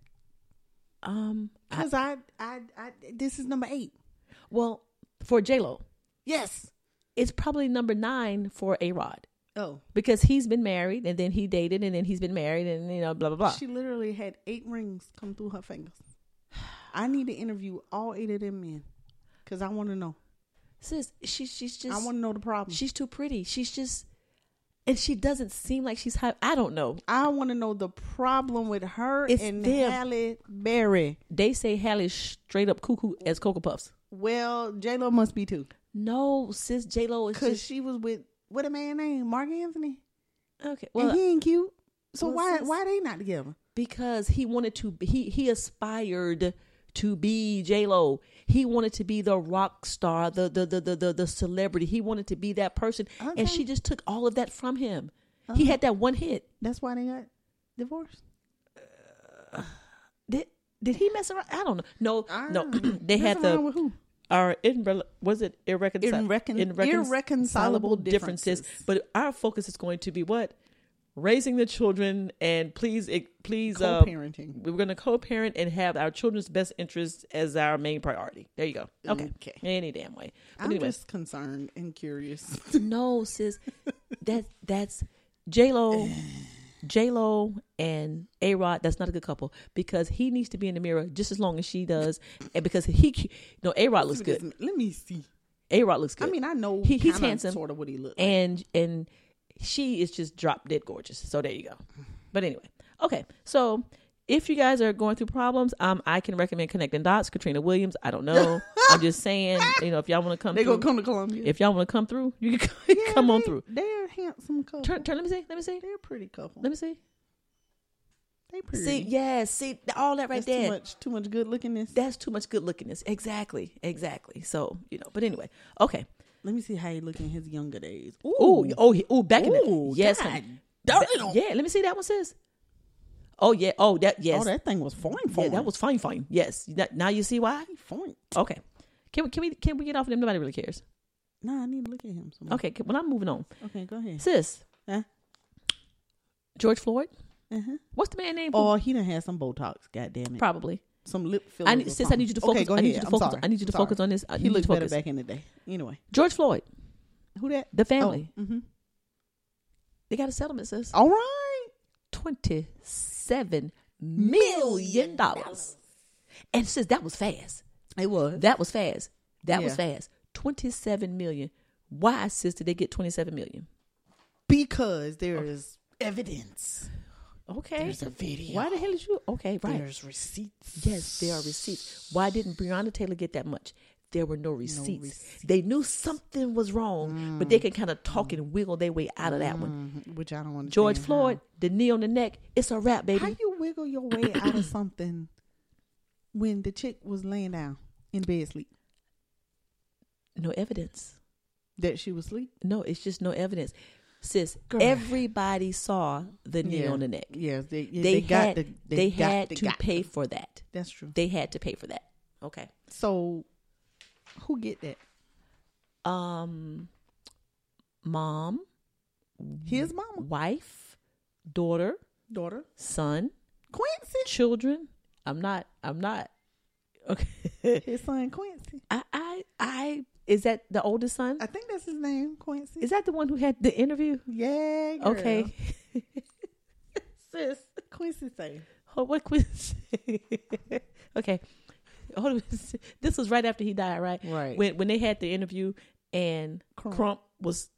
Speaker 4: Um, I-
Speaker 3: Because I, I, I, this is number eight.
Speaker 4: well, for J Lo,
Speaker 3: Yes.
Speaker 4: it's probably number nine for A Rod
Speaker 3: Oh,
Speaker 4: because he's been married and then he dated and then he's been married and, you know, blah, blah, blah.
Speaker 3: she literally had eight rings come through her fingers. I need to interview all eight of them men because I want to know.
Speaker 4: Sis, she, she's just.
Speaker 3: I want to know the problem.
Speaker 4: She's too pretty. She's just, and she doesn't seem like she's high. I don't know.
Speaker 3: I want to know the problem with her
Speaker 4: It's
Speaker 3: and
Speaker 4: them.
Speaker 3: Halle Berry.
Speaker 4: They say Hallie's straight up cuckoo as Cocoa Puffs.
Speaker 3: Well, J Lo must be too
Speaker 4: No, sis, J Lo is
Speaker 3: because
Speaker 4: just
Speaker 3: she was with what a man named Mark Anthony,
Speaker 4: okay.
Speaker 3: well,
Speaker 4: Well,
Speaker 3: and he ain't cute. So
Speaker 4: well,
Speaker 3: why
Speaker 4: sis-
Speaker 3: why they not together?
Speaker 4: because he wanted to, be- he he aspired to be J Lo. He wanted to be the rock star, the the the the the, the celebrity. He wanted to be that person,
Speaker 3: Okay. Uh-huh.
Speaker 4: and she just took all of that from him. He had that one hit.
Speaker 3: That's why they got divorced.
Speaker 4: Did did he mess around? I don't know. No, no.
Speaker 3: Ah,
Speaker 4: they had
Speaker 3: mess
Speaker 4: the
Speaker 3: around with who?
Speaker 4: our irre- was it irreconcilable
Speaker 3: Irrecon- irreconcilable differences.
Speaker 4: But our focus is going to be what raising the children and please it- please uh,
Speaker 3: Co-parenting.
Speaker 4: we're going to co-parent and have our children's best interests as our main priority. There you go. Okay,
Speaker 3: Okay.
Speaker 4: any damn way. But
Speaker 3: I'm
Speaker 4: anyway,
Speaker 3: just concerned and curious.
Speaker 4: no, sis, that that's J Lo. J Lo and A Rod, that's not a good couple because he needs to be in the mirror just as long as she does, and because he, cu- no, A Rod looks good.
Speaker 3: Let me see.
Speaker 4: A Rod looks
Speaker 3: I
Speaker 4: good.
Speaker 3: mean, I know
Speaker 4: He- he's
Speaker 3: kinda,
Speaker 4: handsome.
Speaker 3: sort of what he looked like.
Speaker 4: and and she is just drop dead gorgeous. So there you go. But anyway, okay. So if you guys are going through problems, um, I can recommend connecting dots. Katrina Williams. I don't know. I'm just saying. You know, if y'all want to come,
Speaker 3: They
Speaker 4: through,
Speaker 3: gonna come to Columbia.
Speaker 4: If y'all want to come through, you can come,
Speaker 3: Yeah,
Speaker 4: come on
Speaker 3: they-
Speaker 4: through.
Speaker 3: They're a handsome couple.
Speaker 4: Turn, turn. Let me see. Let me see.
Speaker 3: They're a pretty couple.
Speaker 4: Let me see.
Speaker 3: They pretty.
Speaker 4: See, yes, see all that right
Speaker 3: That's
Speaker 4: there.
Speaker 3: too much. Too much good lookingness.
Speaker 4: That's too much good lookingness. Exactly, exactly. So you know, but anyway, okay.
Speaker 3: Let me see how he looked in his younger days.
Speaker 4: Ooh, oh, he- ooh, back in the
Speaker 3: Ooh,
Speaker 4: yes,
Speaker 3: God.
Speaker 4: honey.
Speaker 3: Darn
Speaker 4: Ba-
Speaker 3: it all.
Speaker 4: yeah. Let me see that one, sis. Oh yeah. Oh that yes.
Speaker 3: Oh, that thing was fine. fine.
Speaker 4: Yeah, that was fine, fine. Yes. That- now you see why?
Speaker 3: fine.
Speaker 4: Okay. Can we can we can we get off of them? Nobody really cares.
Speaker 3: Nah, I need to look at him. Some more.
Speaker 4: Okay. can- Well, I'm moving on.
Speaker 3: Okay, go ahead.
Speaker 4: Sis,
Speaker 3: Huh?
Speaker 4: George Floyd.
Speaker 3: Uh-huh.
Speaker 4: What's the man name?
Speaker 3: Oh, he done had some Botox. God damn it.
Speaker 4: Probably.
Speaker 3: Some lip filler.
Speaker 4: I need, sis, I need you to focus.
Speaker 3: Okay, go
Speaker 4: I
Speaker 3: ahead.
Speaker 4: need you to
Speaker 3: I'm
Speaker 4: focus.
Speaker 3: sorry.
Speaker 4: I need you to
Speaker 3: Sorry.
Speaker 4: focus on this. I
Speaker 3: he
Speaker 4: need you
Speaker 3: looked
Speaker 4: to
Speaker 3: better
Speaker 4: focus.
Speaker 3: back in the day. Anyway,
Speaker 4: George Floyd,
Speaker 3: who that?
Speaker 4: the family.
Speaker 3: Oh, mhm.
Speaker 4: They got a settlement, sis.
Speaker 3: All right.
Speaker 4: Twenty-seven million dollars. And sis, that was fast.
Speaker 3: It was.
Speaker 4: That was fast. That was
Speaker 3: Yeah.
Speaker 4: fast. Twenty-seven million. Why, sis, did they get twenty-seven million?
Speaker 3: because there is evidence.
Speaker 4: Okay.
Speaker 3: There's a video.
Speaker 4: Why the hell is you? Okay, right.
Speaker 3: There's receipts.
Speaker 4: Yes, there are receipts. Why didn't Breonna Taylor get that much? There were no receipts.
Speaker 3: receipts. Mm.
Speaker 4: They knew something was wrong, but they could kind of talk and wiggle their way out of that one.
Speaker 3: Mm-hmm. Which I don't want to
Speaker 4: George Floyd, the knee on the neck, it's a wrap,
Speaker 3: Mm. How
Speaker 4: baby.
Speaker 3: you wiggle your way out of something when the chick was laying down in bed sleep?
Speaker 4: No evidence.
Speaker 3: That she was asleep?
Speaker 4: No, it's just no evidence. Sis,
Speaker 3: Girl.
Speaker 4: everybody saw the knee on the neck.
Speaker 3: Yes, they, yeah,
Speaker 4: They,
Speaker 3: they, got
Speaker 4: had,
Speaker 3: the
Speaker 4: they,
Speaker 3: they, got
Speaker 4: had
Speaker 3: they
Speaker 4: to
Speaker 3: got
Speaker 4: pay
Speaker 3: them.
Speaker 4: for that.
Speaker 3: That's true.
Speaker 4: They had to pay for that. Okay.
Speaker 3: so who get that?
Speaker 4: Um mom,
Speaker 3: His mama,
Speaker 4: wife, daughter,
Speaker 3: daughter,
Speaker 4: son,
Speaker 3: Quincy.
Speaker 4: children. I'm not. I'm not. Okay.
Speaker 3: His son Quincy.
Speaker 4: I. I. I. Is that the oldest son?
Speaker 3: I think that's his name, Quincy.
Speaker 4: Is that the one who had the interview?
Speaker 3: yeah? Girl.
Speaker 4: Okay.
Speaker 3: sis. Quincy say
Speaker 4: Oh, what quiz? okay. Hold on. This was right after he died, right?
Speaker 3: Right.
Speaker 4: When when they had the interview and Crump,
Speaker 3: Crump.
Speaker 4: was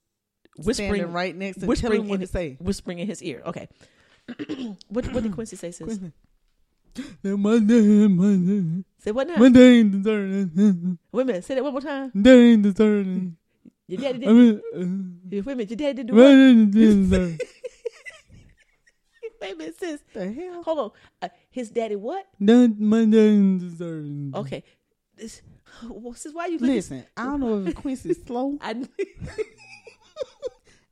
Speaker 4: whispering
Speaker 3: Standing right next to telling him what
Speaker 4: in,
Speaker 3: to say.
Speaker 4: whispering in his ear. Okay. what what did Quincy say? Sis?
Speaker 3: Monday, Monday,
Speaker 4: Say what now?
Speaker 3: Monday ain't deserving,
Speaker 4: Wait a minute. Say that one more time.
Speaker 3: Monday ain't deserving.
Speaker 4: Your daddy
Speaker 3: I
Speaker 4: didn't.
Speaker 3: mean, uh,
Speaker 4: Wait a minute. Your daddy didn't do what?
Speaker 3: Monday ain't deserving.
Speaker 4: Wait a minute, sis.
Speaker 3: The hell?
Speaker 4: Hold on. Uh, his daddy what?
Speaker 3: Not Monday ain't deserving.
Speaker 4: Okay. This, well, sis, why you looking-
Speaker 3: Mm-hmm. Listen, I don't know if Quincy's slow.
Speaker 4: I,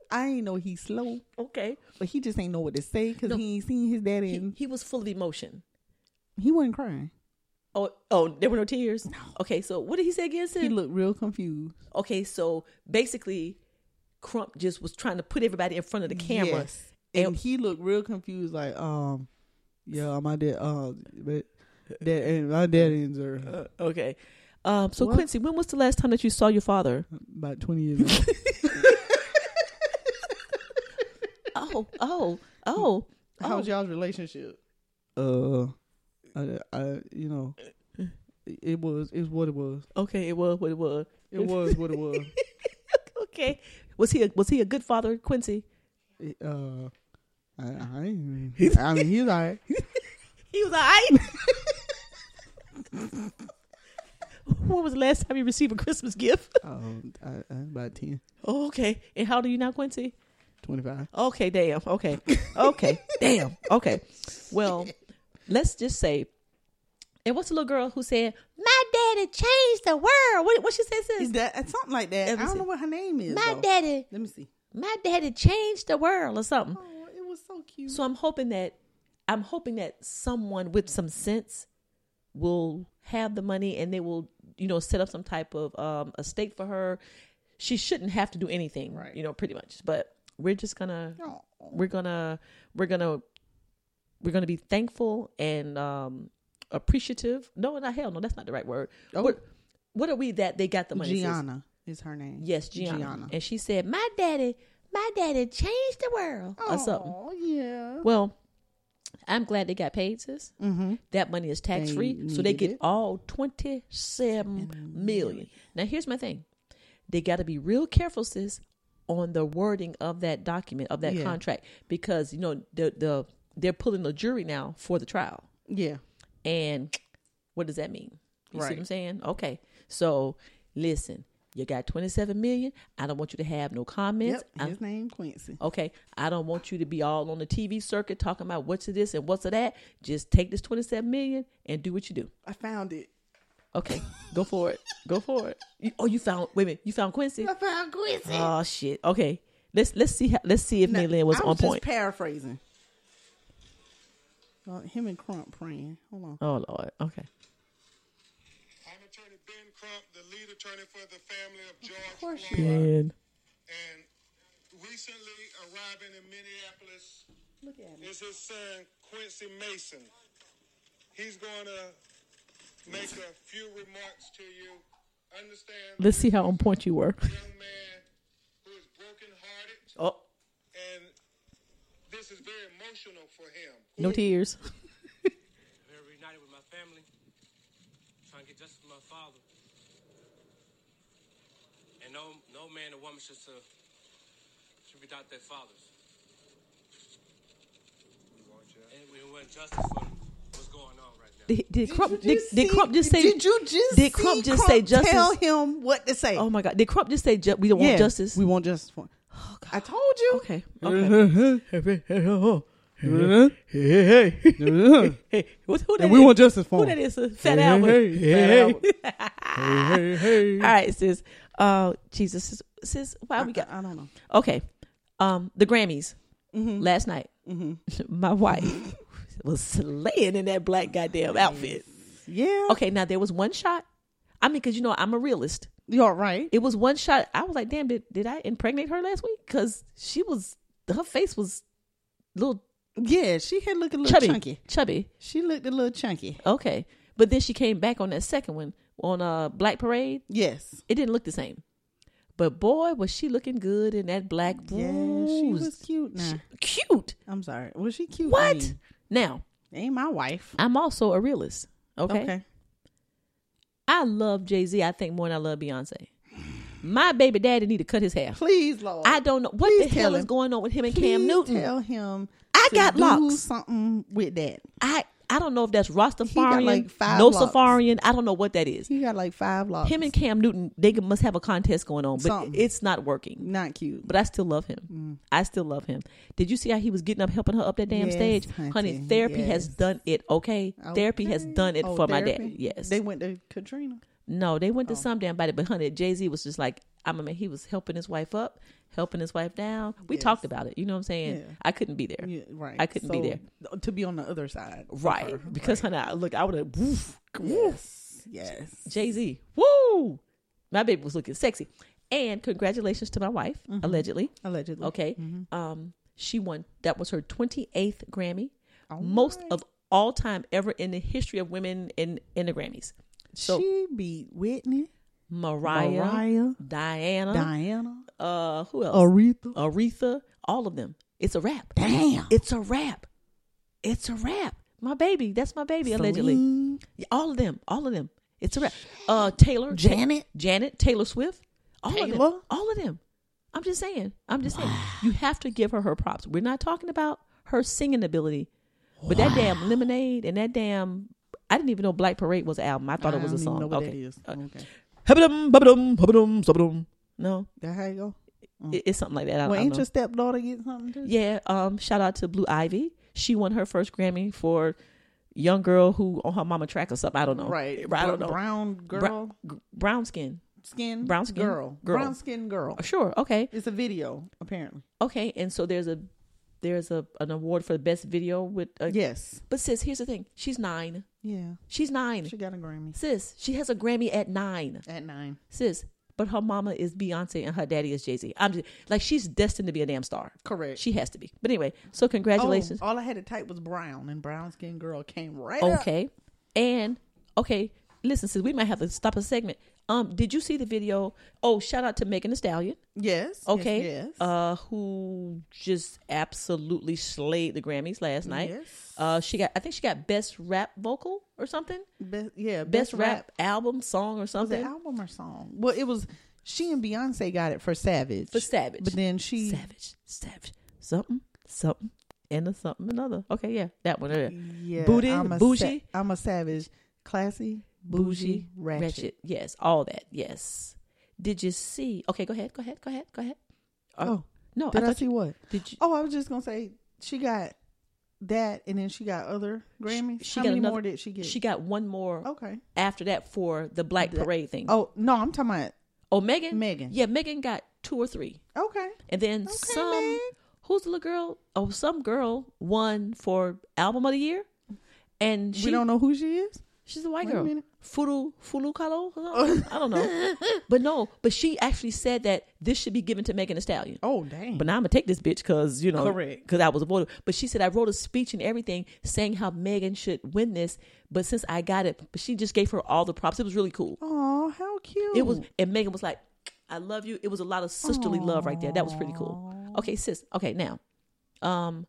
Speaker 3: I ain't know he's slow,
Speaker 4: okay.
Speaker 3: but he just ain't know what to say because
Speaker 4: No.
Speaker 3: he ain't seen his daddy
Speaker 4: He,
Speaker 3: and
Speaker 4: he was full of emotion.
Speaker 3: he wasn't crying.
Speaker 4: Oh, oh, there were no tears. No. Okay, so what did he say again? Sis?
Speaker 3: He looked real confused.
Speaker 4: okay, so basically, Crump just was trying to put everybody in front of the camera.
Speaker 3: Yes. And,
Speaker 4: And-
Speaker 3: he looked real confused, like, um, yeah, my dad, uh, but that and my dad ain't deserving.
Speaker 4: Uh, okay. Um, so
Speaker 3: What?
Speaker 4: Quincy, when was the last time that you saw your father?
Speaker 3: about 20 years ago.
Speaker 4: Oh, oh, oh,
Speaker 3: How
Speaker 4: oh.
Speaker 3: was y'all's relationship? Uh, I, I, you know, it was, it's what it was.
Speaker 4: Okay, it was what it was.
Speaker 3: It was what it was.
Speaker 4: okay, was he a, was he a good father, Quincy?
Speaker 3: It, uh, I, I, ain't- I mean, he's all right.
Speaker 4: He was alright. when was the last time you received a Christmas gift?
Speaker 3: Um, I, I, about 10,
Speaker 4: Oh, okay. And how do you now, Quincy?
Speaker 3: 25.
Speaker 4: Okay, damn. Okay. Okay. damn. Okay. Well, let's just say and what's the little girl who said, My daddy changed the world? What what she said
Speaker 3: Is
Speaker 4: sis?
Speaker 3: that it's something like that?
Speaker 4: Let me
Speaker 3: I don't
Speaker 4: see.
Speaker 3: know what her name is.
Speaker 4: My
Speaker 3: though.
Speaker 4: daddy
Speaker 3: Let me see.
Speaker 4: my daddy changed the world or something.
Speaker 3: Oh, it was so cute.
Speaker 4: So I'm hoping that I'm hoping that someone with some sense will have the money and they will, you know, set up some type of um estate for her. She shouldn't have to do anything,
Speaker 3: Right.
Speaker 4: you know, pretty much. But we're just gonna
Speaker 3: Oh.
Speaker 4: we're gonna we're gonna we're gonna be thankful and um appreciative no not hell no that's not the right word
Speaker 3: Oh.
Speaker 4: what, what are we that they got the money sis?
Speaker 3: Gianna is her name.
Speaker 4: yes gianna. and she said my daddy my daddy changed the world or something
Speaker 3: Oh yeah.
Speaker 4: well i'm glad they got paid sis mm-hmm. that money is tax free
Speaker 3: They
Speaker 4: so they
Speaker 3: needed
Speaker 4: get
Speaker 3: it.
Speaker 4: all 27 million now here's my thing they got to be real careful sis on the wording of that document of that
Speaker 3: Yeah.
Speaker 4: contract because you know the the they're pulling the jury now for the trial
Speaker 3: Yeah.
Speaker 4: and what does that mean you see what
Speaker 3: Right.
Speaker 4: i'm saying okay so listen you got 27 million i don't want you to have no comments
Speaker 3: Yep.
Speaker 4: I'm-
Speaker 3: His name Quincy.
Speaker 4: Okay, I don't want you to be all on the TV circuit talking about what's of this and what's of that. Just take this 27 million and do what you do.
Speaker 3: I found it.
Speaker 4: Okay, go for it. Go for it. You, oh, you found wait a minute. You found Quincy.
Speaker 3: I found Quincy.
Speaker 4: Oh shit. Okay, let's let's see how, let's see if
Speaker 3: Now,
Speaker 4: Mia Lynn was
Speaker 3: I
Speaker 4: on
Speaker 3: just
Speaker 4: point.
Speaker 3: Paraphrasing. Uh, him and Crump praying. Hold on.
Speaker 4: oh lord. Okay.
Speaker 6: I'm attorney Ben Crump, the lead attorney for the family of George
Speaker 3: course you
Speaker 4: And
Speaker 6: Floyd, and recently arriving in Minneapolis
Speaker 3: Look at him.
Speaker 6: is his son Quincy Mason. He's going to make a few remarks to you. Understand,
Speaker 4: let's see how on point you were.
Speaker 6: this young man who is brokenhearted,
Speaker 4: Oh,
Speaker 6: and this is very emotional for him.
Speaker 4: no tears.
Speaker 7: Very reunited with my family. trying to get justice for my father. And no, no man or woman should, uh, should be without their fathers. And we want justice for what's going on right now.
Speaker 4: Did, did Crump?
Speaker 3: you
Speaker 4: Did, did
Speaker 3: see-
Speaker 4: Crump just say?
Speaker 3: Did you just?
Speaker 4: Did Crump
Speaker 3: see
Speaker 4: just say
Speaker 3: Crump
Speaker 4: justice?
Speaker 3: Tell him what to say.
Speaker 4: Oh my God! Did Crump just say ju- we don't
Speaker 3: Yeah,
Speaker 4: want justice? Oh,
Speaker 3: We want justice for. I told you.
Speaker 4: okay. Okay. hey, what, who that
Speaker 3: we
Speaker 4: is?
Speaker 3: want justice for
Speaker 4: Who
Speaker 3: him.
Speaker 4: that is? Uh, Fat Albert. Fat Albert. All right, sis. Uh, Jesus, sis, sis. Wow, we got.
Speaker 3: I don't know.
Speaker 4: Okay. Um, the Grammys
Speaker 3: Mm-hmm.
Speaker 4: last night. My wife was slaying in that black goddamn outfit.
Speaker 3: Mm. Yeah.
Speaker 4: Okay, now there was one shot. I mean, because you know I'm a realist.
Speaker 3: You're right.
Speaker 4: It was one shot. I was like, damn, did, did I impregnate her last week? Because she was her face was a little
Speaker 3: Yeah, she had looked a little
Speaker 4: chubby,
Speaker 3: chunky.
Speaker 4: chubby.
Speaker 3: She looked a little chunky.
Speaker 4: Okay, but then she came back on that second one on uh Black Parade.
Speaker 3: Yes.
Speaker 4: It didn't look the same. But boy, was she looking good in that black blouse.
Speaker 3: Yeah, she was cute. Nah,
Speaker 4: cute.
Speaker 3: I'm sorry. Was she cute?
Speaker 4: What?
Speaker 3: I mean,
Speaker 4: Now,
Speaker 3: ain't my wife.
Speaker 4: I'm also a realist. Ah, Okay. I love Jay Z, I think, more than I love Beyonce. My baby daddy need to cut his hair.
Speaker 3: Please, Lord.
Speaker 4: I don't know what
Speaker 3: Please
Speaker 4: the hell
Speaker 3: tell
Speaker 4: is
Speaker 3: him.
Speaker 4: going on with him and
Speaker 3: Please
Speaker 4: Cam Newton.
Speaker 3: Tell him.
Speaker 4: I
Speaker 3: to
Speaker 4: got
Speaker 3: do
Speaker 4: locks.
Speaker 3: Something with that.
Speaker 4: I I don't know if that's Rastafarian,
Speaker 3: like, five
Speaker 4: no
Speaker 3: locks.
Speaker 4: Safarian. I don't know what that is.
Speaker 3: He got like five locks.
Speaker 4: Him and Cam Newton, they must have a contest going on, but
Speaker 3: Something.
Speaker 4: it's not working.
Speaker 3: not cute.
Speaker 4: But I still love him. I still love him. Did you see how he was getting up, helping her up that damn
Speaker 3: Mm. Yes,
Speaker 4: stage?
Speaker 3: hunty,
Speaker 4: Honey, therapy has
Speaker 3: yes.
Speaker 4: done it. Okay, therapy has done it
Speaker 3: Oh,
Speaker 4: for my
Speaker 3: therapy?
Speaker 4: dad. Yes,
Speaker 3: They went Oh. to Katrina.
Speaker 4: No, they went to some damn body, but honey, Jay Z was just like, I'm a man. He was helping his wife up, helping his wife down. We talked about it. You know what I'm saying?
Speaker 3: Yeah.
Speaker 4: I couldn't be there.
Speaker 3: Yeah, right.
Speaker 4: I couldn't be
Speaker 3: So,
Speaker 4: there.
Speaker 3: th- To be on the other side. of
Speaker 4: Right.
Speaker 3: her.
Speaker 4: Because honey, I, look, I would have woof, woof.
Speaker 3: Yes. Yes.
Speaker 4: Jay Z, woo. My baby was looking sexy, and congratulations to my wife,
Speaker 3: Mm-hmm.
Speaker 4: allegedly.
Speaker 3: Allegedly.
Speaker 4: Okay.
Speaker 3: Mm-hmm.
Speaker 4: Um, she won. That was her 28th Grammy,
Speaker 3: Oh,
Speaker 4: most of all time ever in the history of women in in the Grammys. So
Speaker 3: she beat Whitney,
Speaker 4: Mariah,
Speaker 3: Mariah,
Speaker 4: Diana,
Speaker 3: Diana,
Speaker 4: uh, who else?
Speaker 3: Aretha.
Speaker 4: Aretha, all of them. It's a rap.
Speaker 3: Damn.
Speaker 4: It's a rap. It's a rap. My baby. That's my baby, allegedly.
Speaker 3: Celine.
Speaker 4: All of them. All of them. It's a rap. Uh Taylor. Ta-
Speaker 3: Janet.
Speaker 4: Janet. Taylor Swift. All of
Speaker 3: Taylor.
Speaker 4: them. All of them. I'm just saying. I'm just saying. You have to give her her props. We're not talking about her singing ability. But that damn lemonade and that damn I didn't even know Black Parade was an album. I thought it was a
Speaker 3: don't even
Speaker 4: song.
Speaker 3: know what
Speaker 4: okay.
Speaker 3: that is.
Speaker 4: Uh,
Speaker 3: Okay.
Speaker 5: Hubba-dum, hubba-dum, hubba-dum, hubba-dum.
Speaker 4: no,
Speaker 3: That how you go?
Speaker 4: it- it's something like that. I, I
Speaker 3: Mm. Well,
Speaker 4: don't
Speaker 3: ain't
Speaker 4: know.
Speaker 3: your stepdaughter get something too?
Speaker 4: Yeah, um, shout out to Blue Ivy. She won her first Grammy for young girl who on her mama track or something. I don't know.
Speaker 3: Right.
Speaker 4: I don't know.
Speaker 3: Brown girl.
Speaker 4: Brown, brown skin.
Speaker 3: skin.
Speaker 4: brown skin
Speaker 3: Girl.
Speaker 4: girl. Oh,
Speaker 3: Brown skin girl.
Speaker 4: Sure. Okay.
Speaker 3: It's a video, apparently.
Speaker 4: Okay. And so there's a there's a an award for the best video with. A,
Speaker 3: Yes.
Speaker 4: But sis, here's the thing. She's nine.
Speaker 3: Yeah.
Speaker 4: She's nine.
Speaker 3: She got a Grammy
Speaker 4: sis, she has a Grammy at nine.
Speaker 3: at nine.
Speaker 4: Sis. But her mama is Beyonce and her daddy is Jay Z. I'm just like she's destined to be a damn star.
Speaker 3: Correct.
Speaker 4: She has to be. But anyway, so congratulations.
Speaker 3: Oh, all I had to type was brown, and brown skin girl came right up.
Speaker 4: Okay. And okay, listen, sis, we might have to stop a segment. Um, did you see the video? Oh, shout out to Megan Thee Stallion.
Speaker 3: Yes. yes,
Speaker 4: Okay.
Speaker 3: Yes.
Speaker 4: Uh, who just absolutely slayed the Grammys last night.
Speaker 3: Yes.
Speaker 4: Uh, she got I think she got best rap vocal or something.
Speaker 3: Be- yeah.
Speaker 4: Best, rap, album song or
Speaker 3: was it
Speaker 4: something.
Speaker 3: album or song? Well, it was. She and Beyonce got it for Savage.
Speaker 4: For Savage.
Speaker 3: But then she.
Speaker 4: Savage, savage, something, something, and a something another. Okay, yeah, that one. there.
Speaker 3: Yeah.
Speaker 4: Booty,
Speaker 3: I'm a
Speaker 4: bougie,
Speaker 3: Sa- I'm a savage. Classy,
Speaker 4: bougie,
Speaker 3: bougie, ratchet.
Speaker 4: Yes, all that. Yes. Did you see? Okay, go ahead. Go ahead. Go ahead. Go ahead. Uh,
Speaker 3: Oh,
Speaker 4: No,
Speaker 3: did I,
Speaker 4: thought
Speaker 3: see
Speaker 4: you-
Speaker 3: what?
Speaker 4: Did you?
Speaker 3: Oh, I was just gonna say she got that, and then she got other Grammys. How many more did she get? Oh.
Speaker 4: She got one more
Speaker 3: okay.
Speaker 4: after that for the Black Parade thing. Oh,
Speaker 3: Oh no, I'm talking about
Speaker 4: Megan.
Speaker 3: Megan.
Speaker 4: Yeah, Megan got two or three,
Speaker 3: okay.
Speaker 4: and then some.
Speaker 3: Meg.
Speaker 4: Who's the little girl? Oh, some girl won for album of the year, and she
Speaker 3: we don't know who she is.
Speaker 4: She's a white
Speaker 3: Wait a
Speaker 4: girl.
Speaker 3: minute.
Speaker 4: Fulu Fulu Kalo? I don't know. but no, but she actually said that this should be given to Megan Thee Stallion.
Speaker 3: Oh dang.
Speaker 4: But now I'm gonna take this bitch because you know,
Speaker 3: Correct.
Speaker 4: Because I was a voter. But she said I wrote a speech and everything saying how Megan should win this. But since I got it, but she just gave her all the props. It was really cool.
Speaker 3: oh, how cute.
Speaker 4: It was, and Megan was like, "I love you." It was a lot of sisterly love right there. That was pretty cool. Okay, sis. Okay, now, um,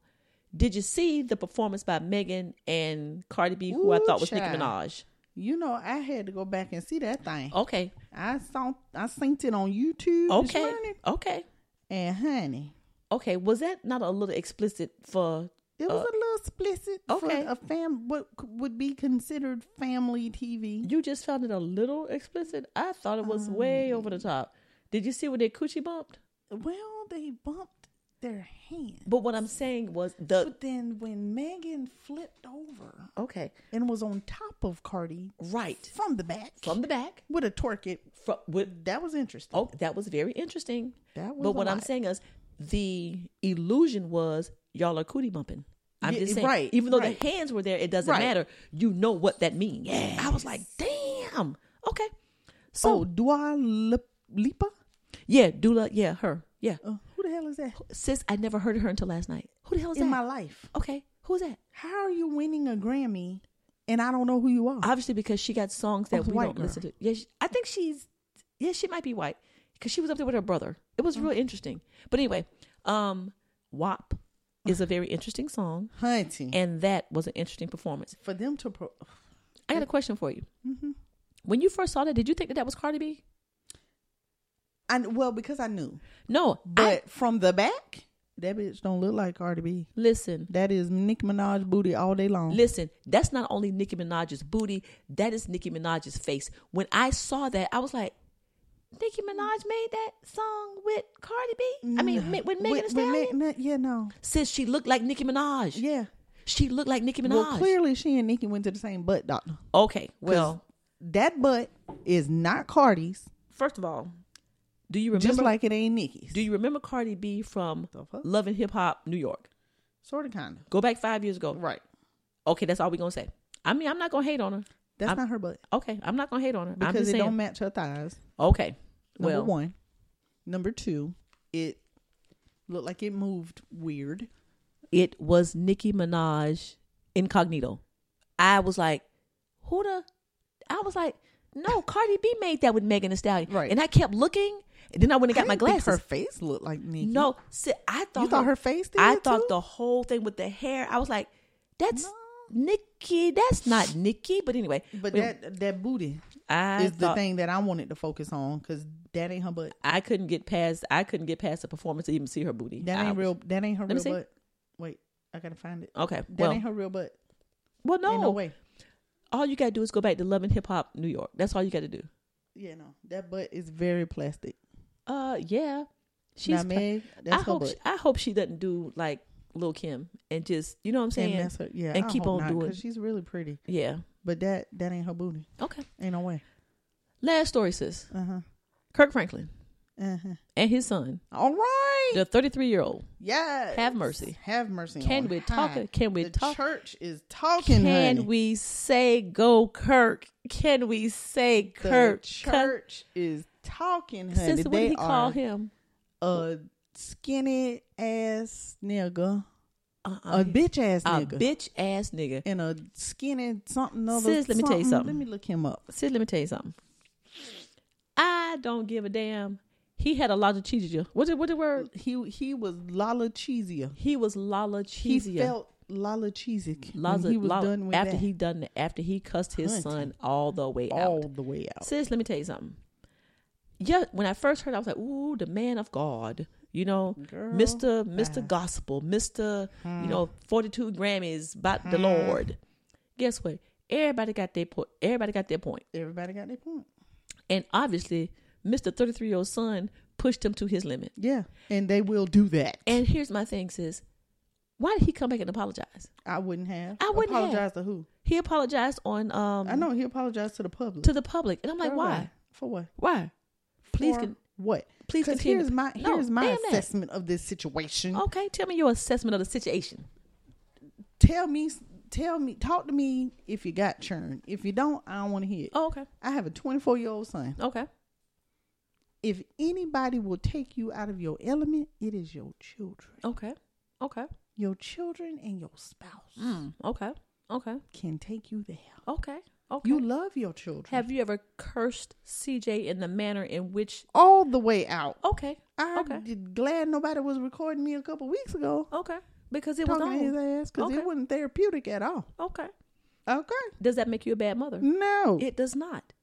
Speaker 4: did you see the performance by Megan and Cardi B, who I
Speaker 3: Ooh,
Speaker 4: thought was Nicki
Speaker 3: child.
Speaker 4: Minaj?
Speaker 3: You know, I had to go back and see that thing.
Speaker 4: Okay.
Speaker 3: I saw, I synced it on YouTube. this
Speaker 4: Okay.
Speaker 3: morning,
Speaker 4: Okay.
Speaker 3: and honey,
Speaker 4: Okay. Was that not a little explicit for?
Speaker 3: it was
Speaker 4: Uh,
Speaker 3: a little explicit
Speaker 4: okay.
Speaker 3: for a fam. What c- would be considered family TV?
Speaker 4: You just found it a little explicit. I thought it was way over the top. Did you see where they coochie bumped?
Speaker 3: Well, they bumped their hand,
Speaker 4: But what I'm saying was the
Speaker 3: but then when Megan flipped over
Speaker 4: okay,
Speaker 3: and was on top of Cardi
Speaker 4: right
Speaker 3: from the back,
Speaker 4: from the back
Speaker 3: with a torque it,
Speaker 4: from with
Speaker 3: that was interesting.
Speaker 4: Oh, that was very interesting.
Speaker 3: That was
Speaker 4: but
Speaker 3: a
Speaker 4: what I'm
Speaker 3: lot.
Speaker 4: saying is the illusion was y'all are cootie bumping. I'm
Speaker 3: Yeah,
Speaker 4: just saying,
Speaker 3: right,
Speaker 4: even though
Speaker 3: right.
Speaker 4: the hands were there, it doesn't
Speaker 3: Right.
Speaker 4: matter. You know what that means. I was like, damn. Okay. So
Speaker 3: So Dua Lip- Lipa,
Speaker 4: yeah, Dula, yeah, her, yeah.
Speaker 3: uh, who the hell is that?
Speaker 4: Sis, I never heard of her until last night. Who the hell is
Speaker 3: In
Speaker 4: that?
Speaker 3: my life,
Speaker 4: okay, who's that?
Speaker 3: how are you winning a Grammy and I don't know who you are?
Speaker 4: Obviously, because she got songs
Speaker 3: Oh,
Speaker 4: that
Speaker 3: it's a
Speaker 4: we
Speaker 3: white
Speaker 4: don't
Speaker 3: girl.
Speaker 4: listen to. Yeah, she, I think she's. Yeah, she might be white because she was up there with her brother. It
Speaker 3: Oh.
Speaker 4: was real interesting. But anyway, um, WAP is a very interesting song,
Speaker 3: Hunting.
Speaker 4: and that was an interesting performance.
Speaker 3: for them to pro-
Speaker 4: I got a question for you.
Speaker 3: Mm-hmm.
Speaker 4: When you first saw that, did you think that that was Cardi B?
Speaker 3: I well because I knew,
Speaker 4: No, I,
Speaker 3: but from the back, that bitch don't look like Cardi B.
Speaker 4: listen,
Speaker 3: That is Nicki Minaj booty all day long.
Speaker 4: listen. That's not only Nicki Minaj's booty; that is Nicki Minaj's face. When I saw that, I was like, Nicki Minaj made that song with Cardi B. I mean, me- with Megan Thee
Speaker 3: With- with
Speaker 4: Stallion.
Speaker 3: Meg- yeah, no,
Speaker 4: Says she looked like Nicki Minaj.
Speaker 3: yeah.
Speaker 4: She looked like Nicki Minaj.
Speaker 3: Well, clearly she and Nicki went to the same butt doctor.
Speaker 4: okay. Well,
Speaker 3: That butt is not Cardi's,
Speaker 4: first of all, do you remember?
Speaker 3: just like it ain't Nicki's.
Speaker 4: do you remember Cardi B from
Speaker 3: The fuck?
Speaker 4: Love and Hip Hop, New York?
Speaker 3: Sort of, kind
Speaker 4: Go back five years ago.
Speaker 3: of. Right.
Speaker 4: Okay, that's all we gonna say. I mean, I'm not gonna hate on her.
Speaker 3: That's
Speaker 4: I'm-
Speaker 3: not her butt
Speaker 4: Okay, I'm not gonna hate on her. I'm
Speaker 3: because
Speaker 4: just
Speaker 3: it
Speaker 4: saying.
Speaker 3: don't match her thighs.
Speaker 4: okay.
Speaker 3: Number
Speaker 4: Well,
Speaker 3: one. Number two, it looked like it moved weird.
Speaker 4: it was Nicki Minaj incognito. I was like, who the? I was like, no, Cardi B made that with Megan Thee Stallion.
Speaker 3: Right.
Speaker 4: And I kept looking. And then I went and got
Speaker 3: I
Speaker 4: my
Speaker 3: didn't think
Speaker 4: glasses.
Speaker 3: her face looked like Nicki.
Speaker 4: No, see, I thought
Speaker 3: thought her face did
Speaker 4: I
Speaker 3: it
Speaker 4: thought
Speaker 3: too?
Speaker 4: the whole thing with the hair. I was like, that's Nikki. That's not Nikki. But anyway,
Speaker 3: but
Speaker 4: we-
Speaker 3: that that booty
Speaker 4: I
Speaker 3: is the
Speaker 4: thought-
Speaker 3: thing that I wanted to focus on because that ain't her butt.
Speaker 4: I couldn't get past. I couldn't get past the performance to even see her booty.
Speaker 3: That
Speaker 4: I
Speaker 3: ain't
Speaker 4: was-
Speaker 3: real. That ain't her
Speaker 4: Let me
Speaker 3: real
Speaker 4: see.
Speaker 3: butt. Wait, I gotta find it.
Speaker 4: Okay,
Speaker 3: that
Speaker 4: well-
Speaker 3: ain't her real butt.
Speaker 4: Well, no,
Speaker 3: Ain't no way.
Speaker 4: All you gotta do is go back to Love and Hip Hop New York. That's all you gotta do.
Speaker 3: Yeah, no, that butt is very plastic.
Speaker 4: Uh, yeah, she's.
Speaker 3: Now,
Speaker 4: pla-
Speaker 3: Meg, that's
Speaker 4: I
Speaker 3: her
Speaker 4: hope.
Speaker 3: butt.
Speaker 4: She, I hope she doesn't do like Lil Kim and just you know what I'm saying.
Speaker 3: and that's her. Yeah,
Speaker 4: and
Speaker 3: I
Speaker 4: keep
Speaker 3: hope
Speaker 4: on
Speaker 3: not,
Speaker 4: doing.
Speaker 3: 'cause She's really pretty,
Speaker 4: yeah.
Speaker 3: but that that ain't her booty.
Speaker 4: Okay.
Speaker 3: Ain't no way.
Speaker 4: Last story, sis.
Speaker 3: Uh huh.
Speaker 4: Kirk Franklin
Speaker 3: Uh huh.
Speaker 4: and his son,
Speaker 3: All right.
Speaker 4: the 33 year old.
Speaker 3: yes.
Speaker 4: Have mercy.
Speaker 3: Have mercy.
Speaker 4: Can
Speaker 3: on
Speaker 4: we
Speaker 3: her.
Speaker 4: talk- can we
Speaker 3: the
Speaker 4: talk-
Speaker 3: Church is talking.
Speaker 4: Can
Speaker 3: honey.
Speaker 4: we say go Kirk? Can we say
Speaker 3: The
Speaker 4: Kirk?
Speaker 3: church is talking. Honey.
Speaker 4: Since
Speaker 3: They
Speaker 4: when he
Speaker 3: are
Speaker 4: call him?
Speaker 3: a skinny ass nigga,
Speaker 4: Uh-uh.
Speaker 3: a bitch ass
Speaker 4: A
Speaker 3: nigga,
Speaker 4: bitch ass nigga.
Speaker 3: and a skinny something other.
Speaker 4: Sis, let me tell you something.
Speaker 3: Let me look him up.
Speaker 4: Sid, let me tell you something. I don't give a damn. He had a lot of cheesy. What's the, what the word?
Speaker 3: He he was Lala Cheesier.
Speaker 4: He was Lala
Speaker 3: He
Speaker 4: cheesy.
Speaker 3: felt Lala Cheesic
Speaker 4: Lala,
Speaker 3: when he was
Speaker 4: Lala-
Speaker 3: done with
Speaker 4: after
Speaker 3: that.
Speaker 4: he done that, after he cussed his
Speaker 3: Hunting.
Speaker 4: son all the way
Speaker 3: all
Speaker 4: out.
Speaker 3: the way out.
Speaker 4: Sis, let me tell you something. Yeah, when I first heard, it, I was like, "Ooh, the man of God," you know, Mister Mister Gospel, Mister, you
Speaker 3: Hmm.
Speaker 4: know, forty two Grammys about the Lord. Guess what? Everybody got their point. Everybody got their point,
Speaker 3: Everybody got their point.
Speaker 4: and obviously, Mister thirty three year old son pushed him to his limit.
Speaker 3: Yeah, and they will do that.
Speaker 4: And here's my thing, sis. Why did he come back and apologize?
Speaker 3: I wouldn't have.
Speaker 4: I wouldn't have.
Speaker 3: apologize to who.
Speaker 4: He apologized on um
Speaker 3: I know he apologized to the public.
Speaker 4: to the public, and I'm like,
Speaker 3: Girl,
Speaker 4: why?
Speaker 3: For what?
Speaker 4: Why? Please,
Speaker 3: For
Speaker 4: con-
Speaker 3: what?
Speaker 4: please
Speaker 3: 'Cause
Speaker 4: continue.
Speaker 3: Here's my
Speaker 4: No,
Speaker 3: here's my
Speaker 4: damn Oh. that.
Speaker 3: assessment of this situation.
Speaker 4: okay, tell me your assessment of the situation.
Speaker 3: tell me tell me talk to me if you got churn if you don't i don't want to hear it
Speaker 4: Oh, okay,
Speaker 3: i have a 24 year old son
Speaker 4: okay.
Speaker 3: if anybody will take you out of your element it is your children
Speaker 4: Okay. Okay.
Speaker 3: your children and your spouse
Speaker 4: Okay. Okay.
Speaker 3: can take you there
Speaker 4: Okay. Okay.
Speaker 3: you love your children
Speaker 4: Have you ever cursed CJ in the manner in which?
Speaker 3: all the way out
Speaker 4: Okay.
Speaker 3: i'm
Speaker 4: Oh, okay.
Speaker 3: d- glad nobody was recording me a couple weeks ago
Speaker 4: Okay. Because it was
Speaker 3: talking
Speaker 4: on
Speaker 3: to his ass because
Speaker 4: Okay.
Speaker 3: it wasn't therapeutic at all
Speaker 4: Okay.
Speaker 3: Okay.
Speaker 4: Does that make you a bad mother?
Speaker 3: No.
Speaker 4: It does not.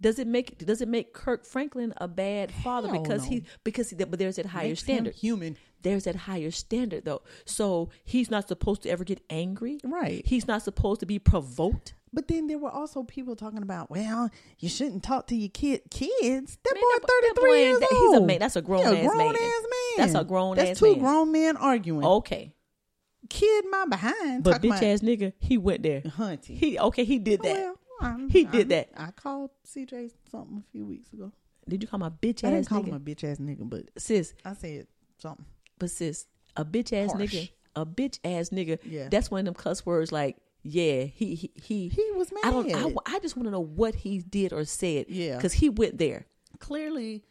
Speaker 4: Does it make does it make Kirk Franklin a bad father
Speaker 3: Hell
Speaker 4: because
Speaker 3: no.
Speaker 4: he because he, but there's that higher
Speaker 3: Makes him
Speaker 4: standard.
Speaker 3: human.
Speaker 4: There's that higher standard though. So he's not supposed to ever get angry.
Speaker 3: Right.
Speaker 4: He's not supposed to be provoked.
Speaker 3: But then there were also people talking about, well, you shouldn't talk to your kid kids. That boy,
Speaker 4: Man, that boy- that
Speaker 3: thirty three
Speaker 4: boy ain't
Speaker 3: years
Speaker 4: that-
Speaker 3: old.
Speaker 4: he's a man- that's a grown-ass man.
Speaker 3: grown ass man.
Speaker 4: That's a grown-ass
Speaker 3: That's two
Speaker 4: man.
Speaker 3: grown men arguing. Oh,
Speaker 4: Okay.
Speaker 3: kid, my behind.
Speaker 4: But
Speaker 3: talking
Speaker 4: bitch ass nigga, he went there.
Speaker 3: about hunting.
Speaker 4: He okay, he did
Speaker 3: Oh,
Speaker 4: that.
Speaker 3: well, I'm-
Speaker 4: He did
Speaker 3: I'm-
Speaker 4: that.
Speaker 3: I called CJ something a few weeks ago.
Speaker 4: Did you call my bitch
Speaker 3: I
Speaker 4: ass
Speaker 3: didn't call
Speaker 4: nigga?
Speaker 3: him a bitch ass nigga, but
Speaker 4: sis,
Speaker 3: I said something.
Speaker 4: but sis, a bitch ass
Speaker 3: Harsh.
Speaker 4: nigga, a bitch ass nigga.
Speaker 3: Yeah.
Speaker 4: That's one of them cuss words like, yeah, he he he,
Speaker 3: He was
Speaker 4: I don't I,
Speaker 3: mad.
Speaker 4: wa- I just want to know what he did or said.
Speaker 3: Yeah.
Speaker 4: Cuz he went there.
Speaker 3: Clearly,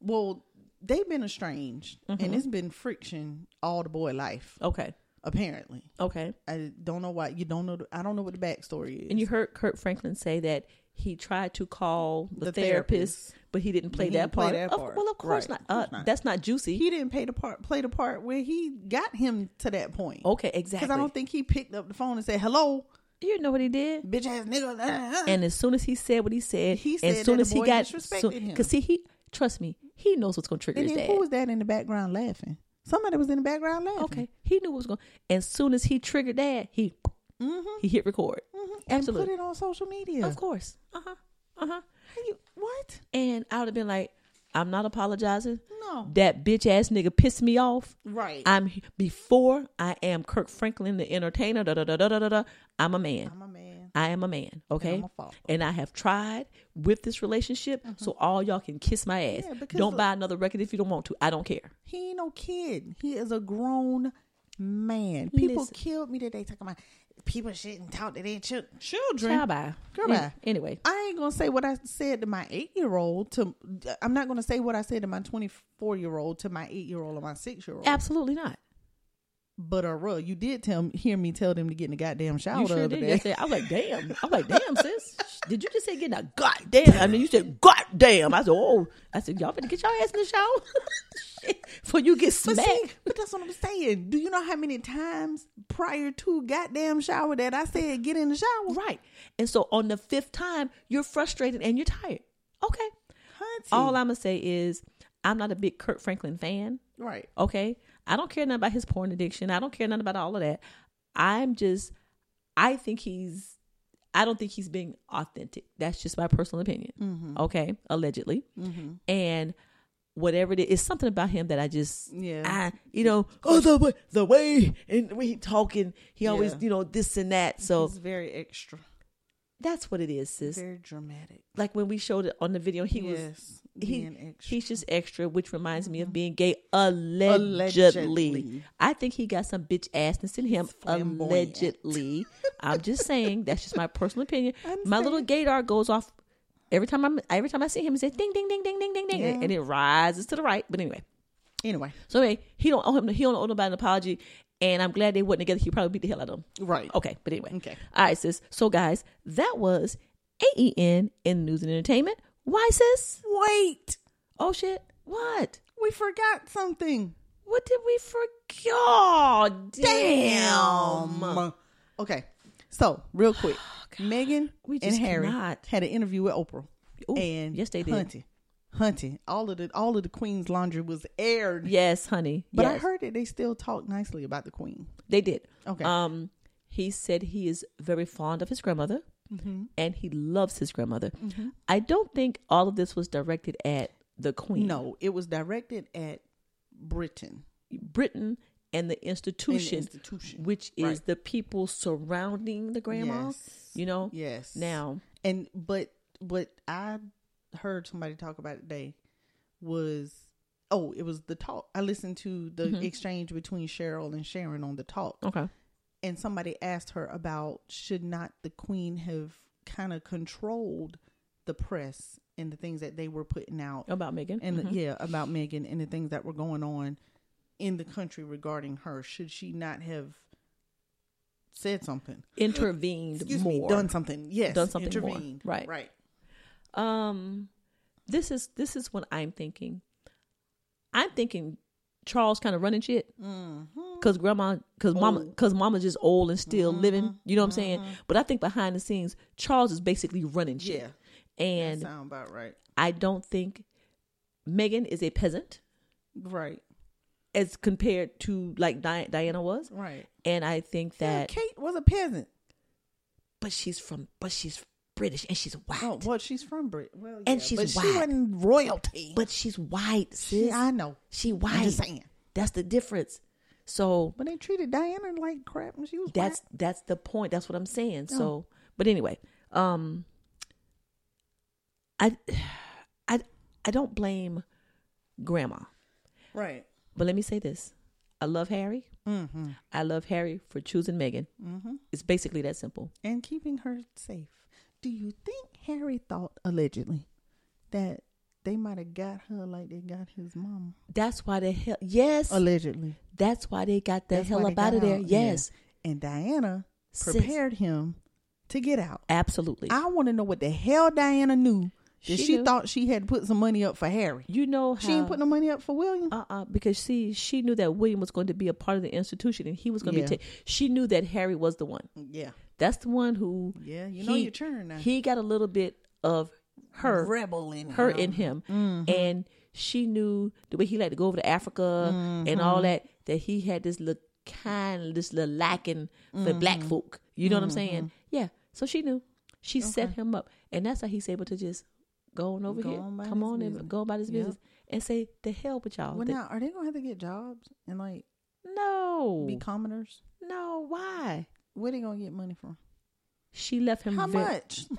Speaker 3: well, they've been estranged,
Speaker 4: Mm-hmm.
Speaker 3: and it's been friction all the boy life.
Speaker 4: Okay.
Speaker 3: Apparently,
Speaker 4: Okay.
Speaker 3: I don't know why. You don't know. The, I don't know what the backstory is.
Speaker 4: And you heard Kurt Franklin say that he tried to call the,
Speaker 3: The
Speaker 4: therapist,
Speaker 3: therapist.
Speaker 4: but he didn't play,
Speaker 3: he
Speaker 4: that,
Speaker 3: didn't play
Speaker 4: part.
Speaker 3: that
Speaker 4: Of-
Speaker 3: part.
Speaker 4: well, of course
Speaker 3: Right.
Speaker 4: not. Uh,
Speaker 3: Of course not.
Speaker 4: That's not juicy.
Speaker 3: he didn't pay the part play the part where he got him to that point.
Speaker 4: okay,
Speaker 3: Because
Speaker 4: Oh, exactly.
Speaker 3: I don't think he picked up the phone and said, "Hello,
Speaker 4: you know what he did.
Speaker 3: bitch ass nigga." uh, uh."
Speaker 4: And as soon as he said what he said,
Speaker 3: He
Speaker 4: as
Speaker 3: said
Speaker 4: soon
Speaker 3: that
Speaker 4: as
Speaker 3: the
Speaker 4: he
Speaker 3: boy
Speaker 4: got,
Speaker 3: disrespected him.
Speaker 4: because see, he trust me, he knows what's going to trigger
Speaker 3: and
Speaker 4: his
Speaker 3: then
Speaker 4: dad.
Speaker 3: who was that in the background laughing? Somebody was in the background laughing.
Speaker 4: okay, he knew what was going. As soon as he triggered dad, he
Speaker 3: Mm-hmm.
Speaker 4: he hit record.
Speaker 3: and
Speaker 4: Absolutely,
Speaker 3: put it on social media.
Speaker 4: of course. Uh huh. Uh huh.
Speaker 3: How you- what?
Speaker 4: And I would have been like, I'm not apologizing.
Speaker 3: No.
Speaker 4: That bitch ass nigga pissed me off.
Speaker 3: Right.
Speaker 4: I'm before I am Kirk Franklin, the entertainer. Da da da da da da. da I'm a man.
Speaker 3: I'm a man.
Speaker 4: I am a man, okay?
Speaker 3: I'm a father. Mm-hmm.
Speaker 4: And I have tried with this relationship, so all y'all can kiss my ass.
Speaker 3: Yeah, because
Speaker 4: don't
Speaker 3: look-
Speaker 4: buy another record if you don't want to. I don't care.
Speaker 3: He ain't no kid. He is a grown man. People
Speaker 4: Listen.
Speaker 3: killed me today talking about people shouldn't talk to their chil-
Speaker 4: Child
Speaker 3: children.
Speaker 4: bye.
Speaker 3: Girl,
Speaker 4: Any-
Speaker 3: bye.
Speaker 4: Anyway,
Speaker 3: I ain't gonna say what I said to my eight year old. To I'm not gonna say what I said to my 24 year old to my eight year old or my six year old.
Speaker 4: absolutely not.
Speaker 3: But uh, Ruh, you did tell me, hear me tell them to get in the goddamn shower
Speaker 4: You
Speaker 3: the
Speaker 4: sure
Speaker 3: other
Speaker 4: did
Speaker 3: day.
Speaker 4: yesterday. I was like, damn. I was like, damn, sis. Did you just say getting a goddamn? I mean, you said goddamn. I said, oh. I said, y'all better get your ass in the shower Shit, before you get
Speaker 3: But see,
Speaker 4: smacked.
Speaker 3: but that's what I'm saying. Do you know how many times prior to goddamn shower that I said get in the shower?
Speaker 4: Right. And so on the fifth time, you're frustrated and you're tired. Okay.
Speaker 3: Hunty.
Speaker 4: All I'm going to say is I'm not a big Kirk Franklin fan.
Speaker 3: right.
Speaker 4: Okay. I don't care nothing about his porn addiction. I don't care nothing about all of that. I'm just, I think he's, I don't think he's being authentic. That's just my personal opinion.
Speaker 3: Mm-hmm.
Speaker 4: Okay. Allegedly. And whatever it is, it's something about him that I just,
Speaker 3: Yeah.
Speaker 4: I, you know, oh, the, way- the way and the way he talking, he always,
Speaker 3: Yeah.
Speaker 4: you know, this and that. So
Speaker 3: It's very extra,
Speaker 4: that's what it is, sis
Speaker 3: very dramatic.
Speaker 4: like when we showed it on the video, he was
Speaker 3: yes,
Speaker 4: he
Speaker 3: being extra. Mm-hmm.
Speaker 4: he's just extra, which reminds me of being gay allegedly.
Speaker 3: Allegedly.
Speaker 4: I think he got some bitch assness in him
Speaker 3: Flamboyant.
Speaker 4: allegedly. I'm just saying that's just my personal opinion.
Speaker 3: I'm
Speaker 4: my little
Speaker 3: saying-
Speaker 4: gaydar goes off every time I'm every time I see him. He says ding ding ding ding ding ding ding,
Speaker 3: Yeah.
Speaker 4: and it rises to the right. But anyway,
Speaker 3: anyway,
Speaker 4: so anyway, he don't owe him. He don't owe nobody an apology. And I'm glad they wasn't together. He probably beat the hell out of him.
Speaker 3: right?
Speaker 4: Okay, but anyway.
Speaker 3: Okay.
Speaker 4: All right, sis. So, guys, that was AEN in news and entertainment. Why, sis?
Speaker 3: Wait,
Speaker 4: Oh, shit. What?
Speaker 3: we forgot something.
Speaker 4: What did we forget? Oh, damn. Oh,
Speaker 3: Okay, so real quick, Megan
Speaker 4: We
Speaker 3: and
Speaker 4: just
Speaker 3: Harry
Speaker 4: cannot.
Speaker 3: had an interview with Oprah.
Speaker 4: Ooh,
Speaker 3: and
Speaker 4: yes, they did.
Speaker 3: Hunty, Hunty, all of the all of the Queen's laundry was aired.
Speaker 4: Yes, honey.
Speaker 3: But I
Speaker 4: Yes.
Speaker 3: heard that they still talk nicely about the Queen.
Speaker 4: they did.
Speaker 3: Okay.
Speaker 4: Um, he said he is very fond of his grandmother, and he loves his grandmother.
Speaker 3: Mm-hmm.
Speaker 4: I don't think all of this was directed at the queen.
Speaker 3: No, it was directed at Britain.
Speaker 4: Britain and the institution,
Speaker 3: institution,
Speaker 4: which is
Speaker 3: right.
Speaker 4: the people surrounding the grandma.
Speaker 3: Yes.
Speaker 4: You know,
Speaker 3: Yes.
Speaker 4: Now,
Speaker 3: And but what I heard somebody talk about today was oh, it was the talk. I listened to the exchange between Cheryl and Sharon on the talk.
Speaker 4: Mm-hmm. okay,
Speaker 3: and somebody asked her about should not the queen have kind of controlled the press and the things that they were putting out
Speaker 4: about Mm-hmm. Megan.
Speaker 3: and the- yeah about Megan and the things that were going on in the country regarding her should she not have said something
Speaker 4: intervened
Speaker 3: excuse
Speaker 4: more.
Speaker 3: me done something yes
Speaker 4: Done something more.
Speaker 3: intervened
Speaker 4: Right.
Speaker 3: right
Speaker 4: Um, this is this is what I'm thinking. I'm thinking Charles kind of running shit.
Speaker 3: Mm-hmm.
Speaker 4: because grandma, because mama,
Speaker 3: Oh.
Speaker 4: because mama's just old and still living. You know what I'm saying?
Speaker 3: Mm-hmm.
Speaker 4: But I think behind the scenes, Charles is basically running shit.
Speaker 3: Yeah.
Speaker 4: And
Speaker 3: Sound about right.
Speaker 4: I don't think Megan is a peasant
Speaker 3: Right.
Speaker 4: as compared to like Di- Diana was.
Speaker 3: Right.
Speaker 4: And I think that,
Speaker 3: Kate was a peasant.
Speaker 4: but she's from, but she's British and she's white.
Speaker 3: Oh, well, she's from Brit. Well, yeah,
Speaker 4: And she's
Speaker 3: but she
Speaker 4: white.
Speaker 3: wasn't royalty.
Speaker 4: But she's white, sis.
Speaker 3: she, I know.
Speaker 4: She white.
Speaker 3: I'm just saying.
Speaker 4: That's the difference. So
Speaker 3: But they treated Diana like crap when she was
Speaker 4: that's that's the point. That's what I'm saying. So, but anyway, um, I, I, I don't blame Grandma.
Speaker 3: white. right. Mm-hmm.
Speaker 4: But let me say this: I love Harry. I love Harry for choosing Megan. It's basically that simple.
Speaker 3: and keeping her safe. Do you think Harry thought allegedly that they might have got her like they got his mom?
Speaker 4: That's why the hell. Yes,
Speaker 3: Allegedly,
Speaker 4: that's why they got the
Speaker 3: That's why
Speaker 4: hell
Speaker 3: they
Speaker 4: up out of
Speaker 3: got
Speaker 4: there.
Speaker 3: out, yeah.
Speaker 4: Yes,
Speaker 3: And Diana
Speaker 4: Sis.
Speaker 3: prepared him to get out.
Speaker 4: absolutely.
Speaker 3: I want to know what the hell Diana knew that she,
Speaker 4: She knew.
Speaker 3: thought she had put some money up for Harry.
Speaker 4: you know how
Speaker 3: She ain't put no money up for William.
Speaker 4: uh-uh because see she knew that william was going to be a part of the institution and he was going to
Speaker 3: Yeah.
Speaker 4: be ta- she knew that harry was the one
Speaker 3: yeah,
Speaker 4: that's the one who
Speaker 3: Yeah, you know
Speaker 4: he-
Speaker 3: your turn now.
Speaker 4: he got a little bit of her
Speaker 3: rebel in
Speaker 4: her in him
Speaker 3: Mm-hmm.
Speaker 4: and she knew the way he liked to go over to africa and
Speaker 3: Mm-hmm.
Speaker 4: all that that he had this little kind this little lacking for black
Speaker 3: Mm-hmm.
Speaker 4: folk you know what i'm saying yeah so she knew she set him up and that's how he's able to just go on over
Speaker 3: Go
Speaker 4: here
Speaker 3: on about
Speaker 4: come
Speaker 3: his
Speaker 4: on
Speaker 3: business.
Speaker 4: and go about his
Speaker 3: Yep.
Speaker 4: business and say the hell with y'all
Speaker 3: Well,
Speaker 4: The-
Speaker 3: now are they gonna have to get jobs and like
Speaker 4: no
Speaker 3: be commoners?
Speaker 4: No, why?
Speaker 3: Where they gonna get money from?
Speaker 4: She left him.
Speaker 3: How
Speaker 4: ve-
Speaker 3: much?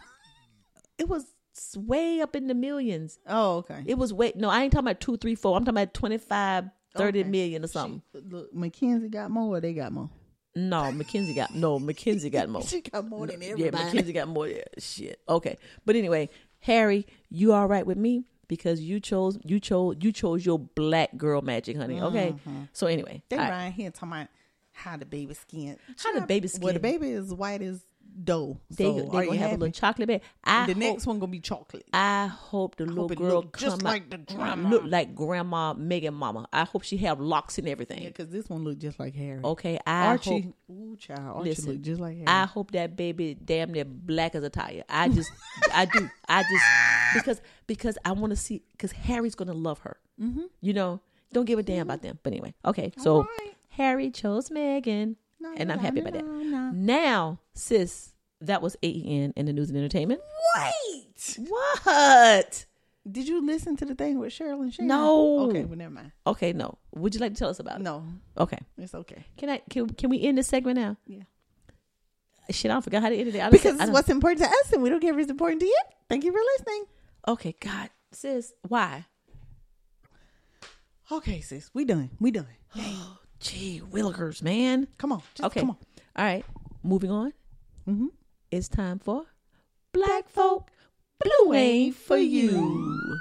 Speaker 4: It was s- way up in the millions.
Speaker 3: Oh, okay.
Speaker 4: It was way. No, I ain't talking about two, three, four. I'm talking about 25, 30
Speaker 3: Okay.
Speaker 4: million or something.
Speaker 3: Look, Mackenzie got more. Or they got more.
Speaker 4: no, McKenzie got no. McKenzie got more.
Speaker 3: She got more than
Speaker 4: yeah,
Speaker 3: everybody.
Speaker 4: McKenzie got more. Yeah, shit. Okay, but anyway, Harry, you all right with me because you chose you chose you chose your black girl magic, honey. Okay. So anyway,
Speaker 3: Mm-hmm. They
Speaker 4: all right.
Speaker 3: around here talking about how the baby skin.
Speaker 4: How the baby
Speaker 3: Well, the
Speaker 4: skin.
Speaker 3: baby is white as dough.
Speaker 4: they
Speaker 3: so
Speaker 4: they
Speaker 3: are
Speaker 4: gonna
Speaker 3: you
Speaker 4: have a
Speaker 3: happy?
Speaker 4: little chocolate bag. I
Speaker 3: the
Speaker 4: hope-
Speaker 3: next one gonna be chocolate.
Speaker 4: I hope the little
Speaker 3: it
Speaker 4: girl
Speaker 3: look just
Speaker 4: come out-
Speaker 3: like the grandma.
Speaker 4: look like grandma Megan Mama. I hope she have locks and everything.
Speaker 3: Yeah, because this one looked just like Harry.
Speaker 4: okay, I
Speaker 3: Archie.
Speaker 4: hope.
Speaker 3: Ooh, child. Archie
Speaker 4: Listen,
Speaker 3: looked just like Harry.
Speaker 4: I hope that baby damn near black as a tire. I just, I do, I just because because I want to see because Harry's gonna love her. Mm-hmm. You know, don't give a damn about them. But anyway, okay. So
Speaker 3: right.
Speaker 4: Harry chose Megan,
Speaker 3: No,
Speaker 4: and
Speaker 3: no,
Speaker 4: I'm
Speaker 3: no,
Speaker 4: happy
Speaker 3: no,
Speaker 4: about that.
Speaker 3: no, no.
Speaker 4: Now, sis, that was AEN in the news and entertainment.
Speaker 3: Wait.
Speaker 4: What?
Speaker 3: Did you listen to the thing with Cheryl and Sharon?
Speaker 4: No. Uh,
Speaker 3: Okay, well, never mind.
Speaker 4: Okay, no. Would you like to tell us about it?
Speaker 3: No,
Speaker 4: Okay.
Speaker 3: it's okay.
Speaker 4: Can I? Can, can we end this segment now?
Speaker 3: Yeah.
Speaker 4: Shit, I forgot how to end it. I don't-
Speaker 3: Because
Speaker 4: I
Speaker 3: it's
Speaker 4: don't-
Speaker 3: what's important to us, and we don't care if it's important to you. Thank you for listening.
Speaker 4: okay, God, sis, why?
Speaker 3: Okay, sis, we done. We done.
Speaker 4: Gee, Willikers, man.
Speaker 3: Come on. Just
Speaker 4: okay,
Speaker 3: Come on.
Speaker 4: All right, moving on. Mm-hmm. It's time for Black folk. Blue ain't for you.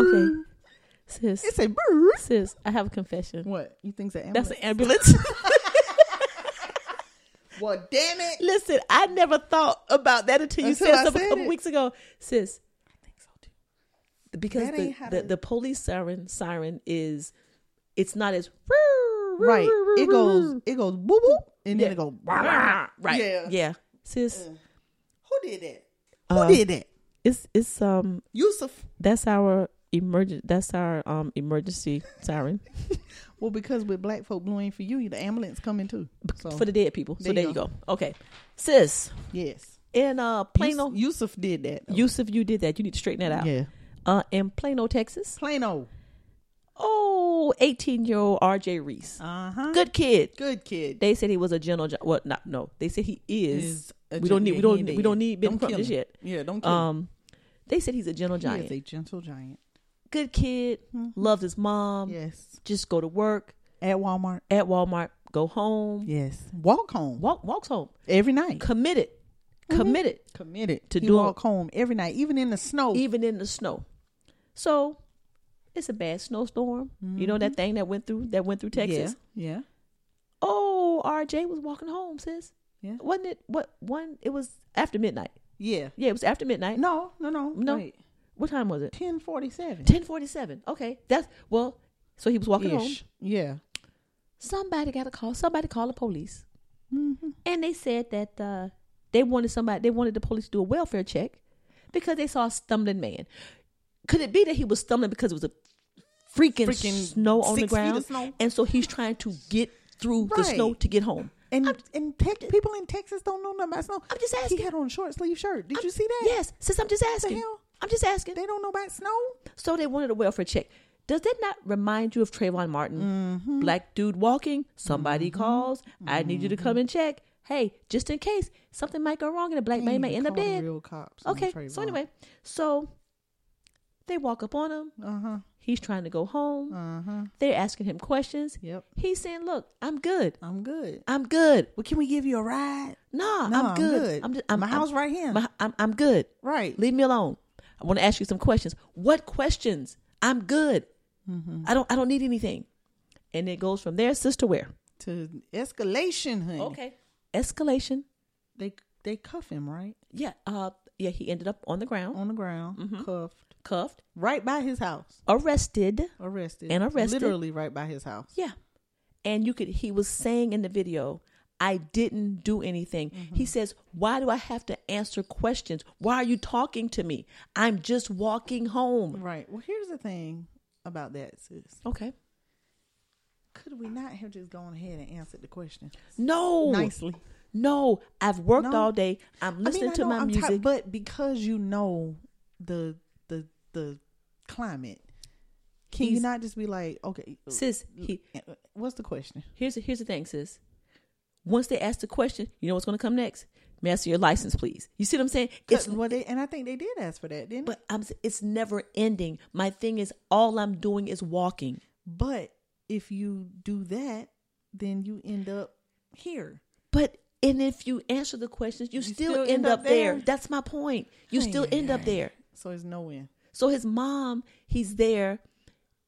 Speaker 4: Okay, sis.
Speaker 3: It's a bird.
Speaker 4: Sis, I have a confession.
Speaker 3: What you think's an
Speaker 4: That's
Speaker 3: ambulance?
Speaker 4: an ambulance.
Speaker 3: well, damn it.
Speaker 4: Listen, I never thought about that until you
Speaker 3: Until
Speaker 4: said
Speaker 3: I
Speaker 4: something
Speaker 3: said
Speaker 4: a couple
Speaker 3: it.
Speaker 4: weeks ago, sis. Because
Speaker 3: That
Speaker 4: the,
Speaker 3: ain't how
Speaker 4: the,
Speaker 3: to-
Speaker 4: the police siren siren is, it's not as
Speaker 3: Right. It goes. It goes. Whoop whoop, and then
Speaker 4: Yeah.
Speaker 3: it goes.
Speaker 4: Ah, right
Speaker 3: Yeah.
Speaker 4: yeah, sis.
Speaker 3: Who did that?
Speaker 4: uh,
Speaker 3: Who did that?
Speaker 4: It's it's um
Speaker 3: Yusuf.
Speaker 4: that's our emergent that's our um emergency siren
Speaker 3: Well, because with black folk blue ain't for you, the ambulance coming too. So
Speaker 4: for the dead people. So
Speaker 3: There you
Speaker 4: there you go. Okay, sis.
Speaker 3: yes,
Speaker 4: In uh Plano,
Speaker 3: Yus- Yusuf did that. though.
Speaker 4: Yusuf, you did that. You need to straighten that out.
Speaker 3: Yeah.
Speaker 4: Uh, in Plano, Texas.
Speaker 3: Plano.
Speaker 4: Oh, 18 year old RJ Reese.
Speaker 3: Uh huh.
Speaker 4: Good kid.
Speaker 3: Good kid.
Speaker 4: They said he was a general. Jo- well, not no. They said he is.
Speaker 3: Is a
Speaker 4: we don't need.
Speaker 3: gen-
Speaker 4: We
Speaker 3: yeah,
Speaker 4: don't.
Speaker 3: he
Speaker 4: We don't
Speaker 3: is.
Speaker 4: need Ben
Speaker 3: Don't kill
Speaker 4: Crump just
Speaker 3: him.
Speaker 4: yet.
Speaker 3: Yeah, don't kill him.
Speaker 4: Um, they said he's a general
Speaker 3: He is
Speaker 4: giant.
Speaker 3: a Mm-hmm. gentle giant.
Speaker 4: Good kid. Loves his mom.
Speaker 3: Yes.
Speaker 4: Just go to work
Speaker 3: At Walmart.
Speaker 4: at Walmart. Go home.
Speaker 3: Yes. Walk home.
Speaker 4: Walk. Walks home.
Speaker 3: every night.
Speaker 4: Committed. Committed.
Speaker 3: Committed
Speaker 4: To
Speaker 3: he
Speaker 4: do-
Speaker 3: walk home every night, even in the snow.
Speaker 4: Even in the snow. So, Mm-hmm. it's a bad snowstorm. You know that thing that went through that went through Texas.
Speaker 3: Yeah. Yeah.
Speaker 4: Oh, old RJ was walking home, sis.
Speaker 3: Yeah.
Speaker 4: Wasn't it what one it was after midnight.
Speaker 3: Yeah.
Speaker 4: Yeah, it was after midnight.
Speaker 3: No, no, no.
Speaker 4: No.
Speaker 3: Wait.
Speaker 4: What time was it?
Speaker 3: 1047.
Speaker 4: Ten forty seven. Okay. That's well, so he was walking home.
Speaker 3: Ish. Yeah.
Speaker 4: Somebody got a call. Somebody called the police.
Speaker 3: Mm-hmm.
Speaker 4: And they said that uh, they wanted somebody they wanted the police to do a welfare check because they saw a stumbling man. Could it be that he was stumbling because it was a freaking,
Speaker 3: Freaking
Speaker 4: snow on the
Speaker 3: six feet of
Speaker 4: ground?
Speaker 3: snow.
Speaker 4: And so he's trying to get through the
Speaker 3: Right.
Speaker 4: snow to get home.
Speaker 3: And and tec- people in Texas don't know nothing about snow.
Speaker 4: I'm just
Speaker 3: He
Speaker 4: asking.
Speaker 3: had on a short sleeve shirt. Did
Speaker 4: I'm-
Speaker 3: you see that?
Speaker 4: Yes. Since I'm just asking.
Speaker 3: hell?
Speaker 4: I'm just asking.
Speaker 3: They don't know about snow.
Speaker 4: So they wanted a welfare check. Does that not remind you of Trayvon Martin?
Speaker 3: Mm-hmm.
Speaker 4: Black dude walking, somebody calls, I need
Speaker 3: Mm-hmm.
Speaker 4: you to come and check. Hey, just in case something might go wrong and a black man may end up
Speaker 3: Call the
Speaker 4: dead.
Speaker 3: Real cops. on
Speaker 4: Okay,
Speaker 3: Trayvon.
Speaker 4: so anyway, so they walk up on him.
Speaker 3: Uh-huh.
Speaker 4: He's trying to go home.
Speaker 3: Uh-huh.
Speaker 4: They're asking him questions.
Speaker 3: Yep.
Speaker 4: He's saying, Look, I'm good.
Speaker 3: I'm good.
Speaker 4: I'm good.
Speaker 3: Well, can we give you a ride?
Speaker 4: Nah,
Speaker 3: No,
Speaker 4: I'm
Speaker 3: I'm
Speaker 4: good.
Speaker 3: good.
Speaker 4: I'm just, I'm,
Speaker 3: My
Speaker 4: I'm-
Speaker 3: house right here.
Speaker 4: My, I'm, I'm good.
Speaker 3: Right.
Speaker 4: Leave me alone. I want to ask you some questions. What questions? I'm good.
Speaker 3: Mm-hmm.
Speaker 4: I don't. I don't need anything. And it goes from there, sister. Where?
Speaker 3: to escalation, honey.
Speaker 4: Escalation.
Speaker 3: They they cuff him right
Speaker 4: Yeah. Uh. Yeah. He ended up on the ground,
Speaker 3: on the ground,
Speaker 4: Mm-hmm.
Speaker 3: cuffed
Speaker 4: cuffed,
Speaker 3: right by his house,
Speaker 4: arrested.
Speaker 3: arrested
Speaker 4: And arrested.
Speaker 3: literally right by his house.
Speaker 4: Yeah. And you could. He was saying in the video, "I didn't do anything."
Speaker 3: Mm-hmm.
Speaker 4: He says, "Why do I have to answer questions? Why are you talking to me? I'm just walking home."
Speaker 3: Right. Well, here's the thing about that, sis.
Speaker 4: Okay.
Speaker 3: Could we not have just gone ahead and answered the question
Speaker 4: No.
Speaker 3: nicely?
Speaker 4: No, I've worked
Speaker 3: No.
Speaker 4: all day. I'm listening to
Speaker 3: know
Speaker 4: my
Speaker 3: I'm
Speaker 4: music.
Speaker 3: tired, but because you know the the the climate, can you
Speaker 4: He's-
Speaker 3: not just be like, okay,
Speaker 4: sis, he,
Speaker 3: what's the question?
Speaker 4: here's here's the thing, sis. Once they ask the question, you know what's going to come next? May I see your license, please? You see what I'm saying? It's
Speaker 3: It's, well, they, and I think they did ask for that, didn't they?
Speaker 4: but I'm s- it's never ending. My thing is all I'm doing is walking.
Speaker 3: But if you do that, then you end up here.
Speaker 4: But and if you answer the questions, you, still, end, up, there. That's my point. You still end up there.
Speaker 3: So it's no win.
Speaker 4: So his mom, he's there,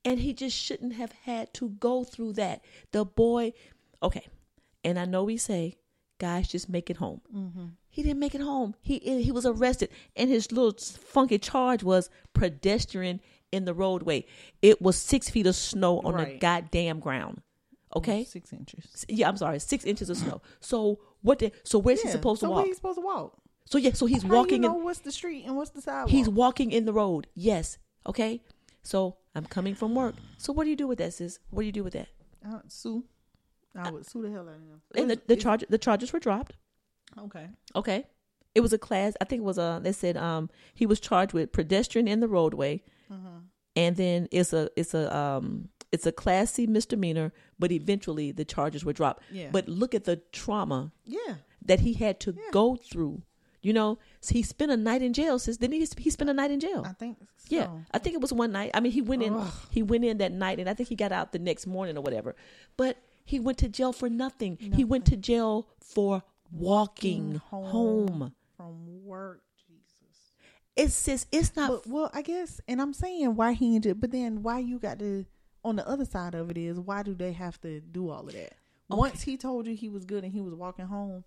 Speaker 4: and he just shouldn't have had to go through that. The boy, okay, and I know we say, guys, just make it home. He didn't make it home. He he was arrested, and his little funky charge was pedestrian in the roadway. It was six feet of snow on the
Speaker 3: Right.
Speaker 4: goddamn ground. Okay,
Speaker 3: Six inches.
Speaker 4: yeah, I'm sorry, six inches of snow. So what? The, so where's he
Speaker 3: Yeah,
Speaker 4: supposed to
Speaker 3: so
Speaker 4: walk?
Speaker 3: Where he's supposed to walk.
Speaker 4: So yeah, so he's
Speaker 3: How
Speaker 4: walking.
Speaker 3: You
Speaker 4: in,
Speaker 3: know what's the street and what's the sidewalk?
Speaker 4: He's walking in the road. Yes. Okay. So I'm coming from work. So what do you do with that, sis? What do you do with that?
Speaker 3: I would Uh, sue. I would sue the hell out of him.
Speaker 4: And the, the charge the charges were dropped.
Speaker 3: Okay.
Speaker 4: Okay. It was a class. I think it was a. They said um he was charged with pedestrian in the roadway,
Speaker 3: Mm-hmm.
Speaker 4: and then it's a it's a um it's a class C misdemeanor. But eventually the charges were dropped.
Speaker 3: Yeah.
Speaker 4: But look at the trauma
Speaker 3: Yeah.
Speaker 4: that he had to
Speaker 3: Yeah.
Speaker 4: go through. You know, so he spent a night in jail. Sis, didn't he? He spent a night in jail.
Speaker 3: I think. So.
Speaker 4: Oh. Yeah, I think it was one night. I mean, he went in.
Speaker 3: Ugh.
Speaker 4: He went in that night, and I think he got out the next morning or whatever. But he went to jail for nothing. He went to jail for walking home.
Speaker 3: From work, Jesus.
Speaker 4: It's sis. It's not.
Speaker 3: But, well, I guess, and I'm saying why he ended, but then why you got to, on the other side of it is, why do they have to do all of that? Once he told you he was good and he was walking home,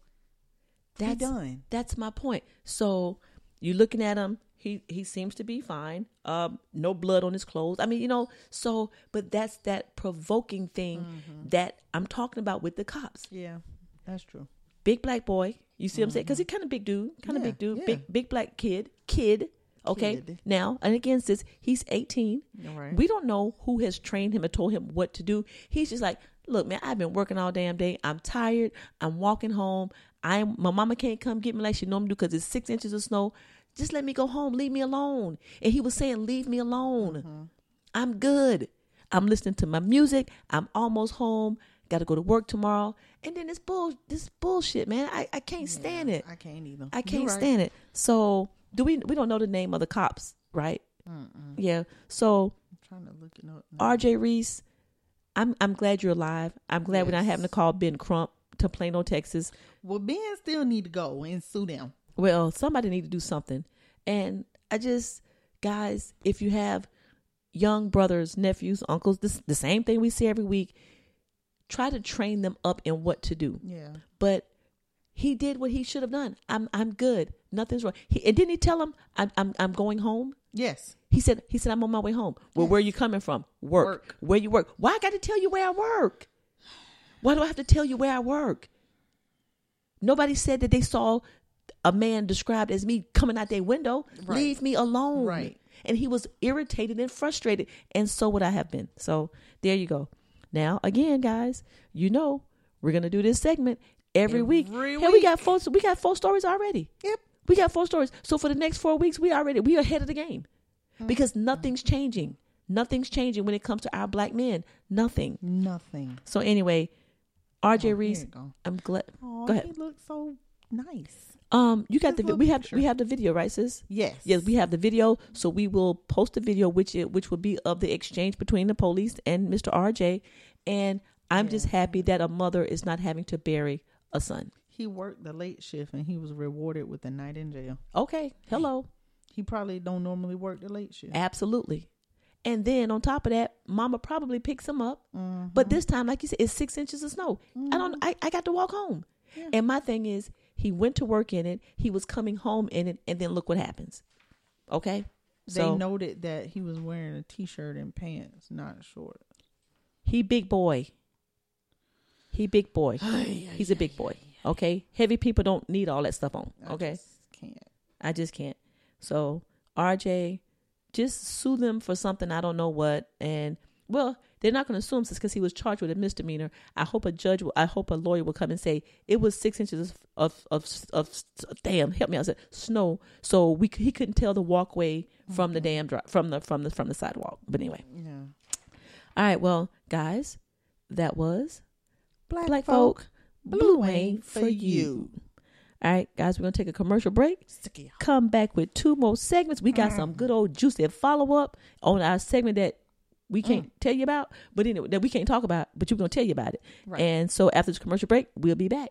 Speaker 3: he
Speaker 4: that's
Speaker 3: done.
Speaker 4: That's my point. So you looking at him. He he seems to be fine. Um, no blood on his clothes. I mean, you know. So, but that's that provoking thing
Speaker 3: Mm-hmm.
Speaker 4: that I'm talking about with the cops.
Speaker 3: yeah, that's true.
Speaker 4: big black boy. You see what I'm saying? Because he kind of big dude, kind of
Speaker 3: Mm-hmm. Yeah,
Speaker 4: big dude,
Speaker 3: yeah.
Speaker 4: big big black kid, kid. Okay,
Speaker 3: Kid.
Speaker 4: now and again, since he's 18,
Speaker 3: Right.
Speaker 4: we don't know who has trained him and told him what to do. He's just like, look, man, I've been working all damn day. I'm tired. I'm walking home. I'm my mama can't come get me like she normally do because it's six inches of snow. Just let me go home. Leave me alone. And he was saying, leave me alone.
Speaker 3: Mm-hmm.
Speaker 4: I'm good. I'm listening to my music. I'm almost home. Got to go to work tomorrow. And then this bull, this bullshit, man. I, I can't stand it.
Speaker 3: I can't either.
Speaker 4: I can't stand it. So do we? We don't know the name of the cops, right? Yeah. So
Speaker 3: I'm trying to look it up.
Speaker 4: R.J. Reese, I'm I'm glad you're alive. I'm glad we're not having to call Ben Crump to Plano, Texas.
Speaker 3: Well, Ben still need to go and sue them.
Speaker 4: Well, somebody need to do something. And I just, guys, if you have young brothers, nephews, uncles, this the same thing we see every week. try to train them up in what to do.
Speaker 3: Yeah.
Speaker 4: But he did what he should have done. I'm I'm good. Nothing's wrong. He, and didn't he tell him I'm I'm I'm going home?
Speaker 3: Yes.
Speaker 4: He said he said I'm on my way home. Well, where are you coming from? Work.
Speaker 3: Work.
Speaker 4: Where you work? Why I got to tell you where I work? Why do I have to tell you where I work? Nobody said that they saw a man described as me coming out their window.
Speaker 3: Right.
Speaker 4: Leave me alone.
Speaker 3: Right.
Speaker 4: And he was irritated and frustrated, and so would I have been. So there you go. Now again, guys, you know we're gonna do this segment every, week.
Speaker 3: Every
Speaker 4: Hey, we got
Speaker 3: week.
Speaker 4: four. We got four stories already.
Speaker 3: Yep.
Speaker 4: We got four stories. So for the next four weeks, we already we are ahead of the game
Speaker 3: Mm-hmm.
Speaker 4: because nothing's changing. Nothing's changing when it comes to our black men. Nothing.
Speaker 3: Nothing. Oh,
Speaker 4: So anyway, RJ
Speaker 3: here
Speaker 4: Reese,
Speaker 3: you go.
Speaker 4: I'm glad.
Speaker 3: Oh,
Speaker 4: go ahead.
Speaker 3: he looks so nice.
Speaker 4: Um, you got
Speaker 3: His
Speaker 4: the vi-
Speaker 3: little
Speaker 4: we have
Speaker 3: picture.
Speaker 4: we have the video, right, sis?
Speaker 3: Yes.
Speaker 4: Yes, we have the video. So we will post the video, which it, which will be of the exchange between the police and Mr. RJ. And I'm just happy that a mother is not having to bury a son.
Speaker 3: He worked the late shift and he was rewarded with a night in jail.
Speaker 4: Okay, hello,
Speaker 3: He probably don't normally work the late shift.
Speaker 4: absolutely. And then on top of that, Mama probably picks him up, but this time, like you said, it's six inches of snow. I don't. I, I got to walk home. And my thing is, he went to work in it. He was coming home in it, and then look what happens. Okay,
Speaker 3: They noted that he was wearing a t-shirt and pants, not shorts.
Speaker 4: He big boy. He big boy. He's a big boy. Okay. Heavy people don't need all that stuff on. Okay.
Speaker 3: Just can't.
Speaker 4: I just can't. So RJ, just sue them for something I don't know what. And well, they're not going to sue him because he was charged with a misdemeanor. I hope a judge, will, I hope a lawyer will come and say it was six inches of of of, damn. Help me, I said snow. So we c- he couldn't tell the walkway from the damn dri- from the from the from the sidewalk. But anyway,
Speaker 3: Yeah.
Speaker 4: all right, well, guys, that was
Speaker 3: Black,
Speaker 4: Black Folk, Blue Wayne for you. All right, guys, we're going to take a commercial break.
Speaker 3: Sticky.
Speaker 4: Come back with two more segments. We got some good old juicy follow up on our segment that we can't tell you about, but anyway, that we can't talk about, but you're going to tell you about it.
Speaker 3: Right.
Speaker 4: And so after this commercial break, we'll be back.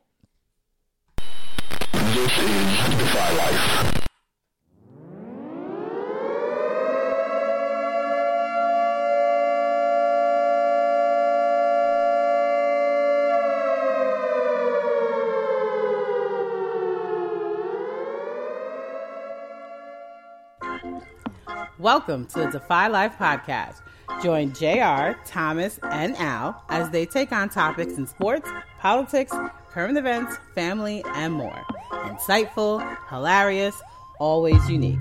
Speaker 8: Welcome to Defy Life Podcast. Join JR, Thomas, and Al as they take on topics in sports, politics, current events, family, and more. Insightful, hilarious, always unique.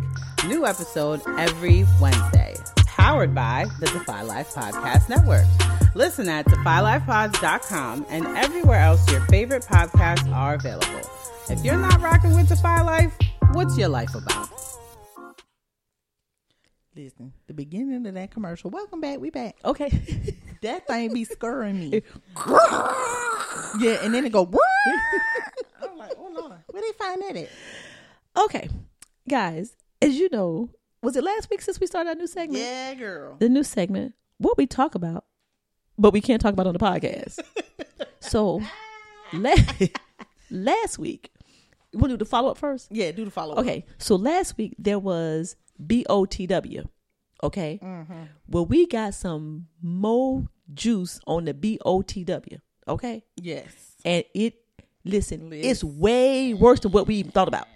Speaker 8: New episode every Wednesday. Powered by the Defy Life Podcast Network. Listen at defylifepods.com and everywhere else your favorite podcasts are available. If you're not rocking with Defy Life, what's your life about?
Speaker 3: Listen, the beginning of that commercial. Welcome back. We back.
Speaker 4: Okay.
Speaker 3: That thing be scurrying me. yeah, and then it go. "Wah!" I'm like, oh lord, where they find that at?
Speaker 4: okay, guys, as you know, was it last week since we started our new segment?
Speaker 3: Yeah, girl.
Speaker 4: the new segment, what we talk about, but we can't talk about on the podcast. so last, last week, we'll do the follow up first.
Speaker 3: Yeah, do the follow.
Speaker 4: Okay, so last week there was BOTW. Okay, well we got some mo juice on the BOTW. Okay,
Speaker 3: Yes.
Speaker 4: and it listen, it's way worse than what we even thought about.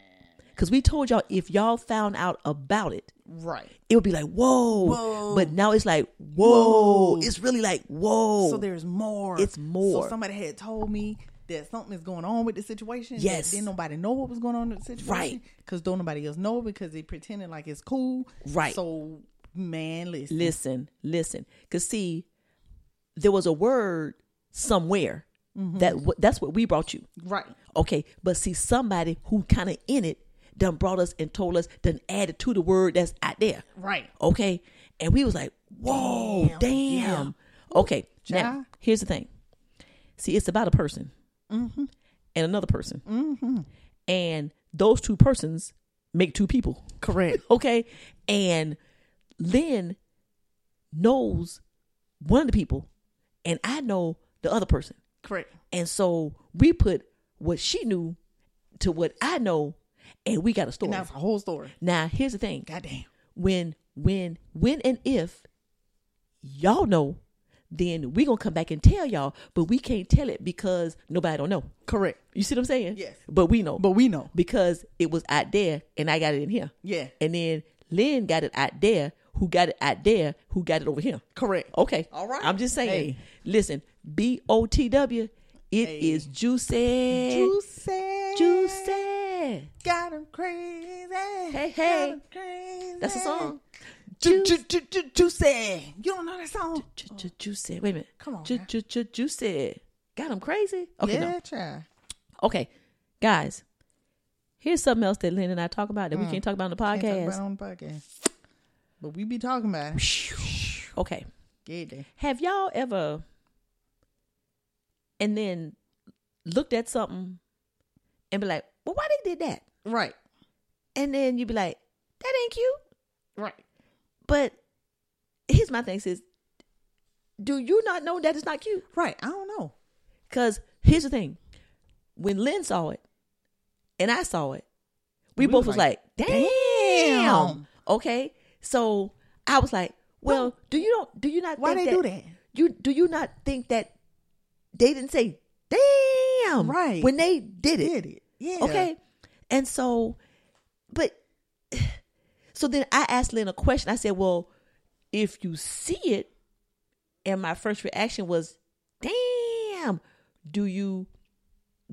Speaker 4: Cause we told y'all if y'all found out about it,
Speaker 3: Right.
Speaker 4: it would be like whoa, but now it's like whoa. It's really like whoa.
Speaker 3: So there's Oh. more.
Speaker 4: It's more.
Speaker 3: So somebody had told me that something is going on with the situation. that
Speaker 4: Yes.
Speaker 3: Didn't nobody know what was going on with the situation.
Speaker 4: Right.
Speaker 3: Because don't nobody else know because they pretending like it's cool.
Speaker 4: Right.
Speaker 3: So man, listen.
Speaker 4: listen, listen. Cause see, there was a word somewhere that w- that's what we brought you.
Speaker 3: Right.
Speaker 4: Okay, but see, somebody who kind of in it done brought us and told us done added to the word that's out there.
Speaker 3: Right.
Speaker 4: Okay, and we was like, whoa, damn. Okay, now
Speaker 3: child.
Speaker 4: here's the thing. See, it's about a person Mm-hmm. and another person, Mm-hmm. and those two persons make two people.
Speaker 3: Correct.
Speaker 4: Okay, and Lynn knows one of the people, and I know the other person.
Speaker 3: Correct.
Speaker 4: And so we put what she knew to what I know, and we got a story.
Speaker 3: And that's
Speaker 4: Now,
Speaker 3: the whole story.
Speaker 4: here's the thing:
Speaker 3: Goddamn.
Speaker 4: when, when, when, and if y'all know then we gonna come back and tell y'all, but we can't tell it because nobody don't know.
Speaker 3: Correct.
Speaker 4: You see what I'm saying?
Speaker 3: Yes.
Speaker 4: But we know.
Speaker 3: But we know.
Speaker 4: Because it was out there and I got it in here.
Speaker 3: Yeah.
Speaker 4: And then Lynn got it out there, who got it out there, who got it over here.
Speaker 3: Correct.
Speaker 4: Okay.
Speaker 3: All right.
Speaker 4: I'm just saying.
Speaker 3: Hey.
Speaker 4: Listen, B O T W, It is juicy.
Speaker 3: Juicy.
Speaker 4: Juicy.
Speaker 3: Got him crazy.
Speaker 4: Hey,
Speaker 3: Got
Speaker 4: hey.
Speaker 3: 'em crazy.
Speaker 4: That's a song.
Speaker 3: Ju- ju- ju- ju- Juicy. You don't know that song?
Speaker 4: Ju- ju- Juicy. Wait a minute.
Speaker 3: Oh. Come on,
Speaker 4: Ju-
Speaker 3: man.
Speaker 4: ju- ju- Juicy. Got him crazy. Okay.
Speaker 3: yeah,
Speaker 4: no.
Speaker 3: child.
Speaker 4: Okay, guys, here's something else that Lynn and I talk about that we can't talk about on the
Speaker 3: Mm. Can't talk about
Speaker 4: podcast.
Speaker 3: it on the podcast. But we be talking about it.
Speaker 4: okay,
Speaker 3: Get it.
Speaker 4: have y'all ever and then looked at something and be like, "Well, why they did that?"
Speaker 3: Right.
Speaker 4: And then you be like, "That ain't cute."
Speaker 3: Right.
Speaker 4: But here's my thing: is do you not know that it's not cute?
Speaker 3: Right. I don't know.
Speaker 4: Because here's the thing: when Lynn saw it and I saw it, we,
Speaker 3: We
Speaker 4: both
Speaker 3: were
Speaker 4: was like,
Speaker 3: like,
Speaker 4: "Damn!"
Speaker 3: "Damn."
Speaker 4: Okay, so I was like, "Well,
Speaker 3: Well,
Speaker 4: do you don't do you not
Speaker 3: why
Speaker 4: think
Speaker 3: they do that?
Speaker 4: You do you not think that they didn't say damn
Speaker 3: Right.
Speaker 4: when they did it?
Speaker 3: Did it. Yeah.
Speaker 4: Okay, and so, but so then I asked Lynn a question. I said, "Well, if you see it," and my first reaction was, "Damn, do you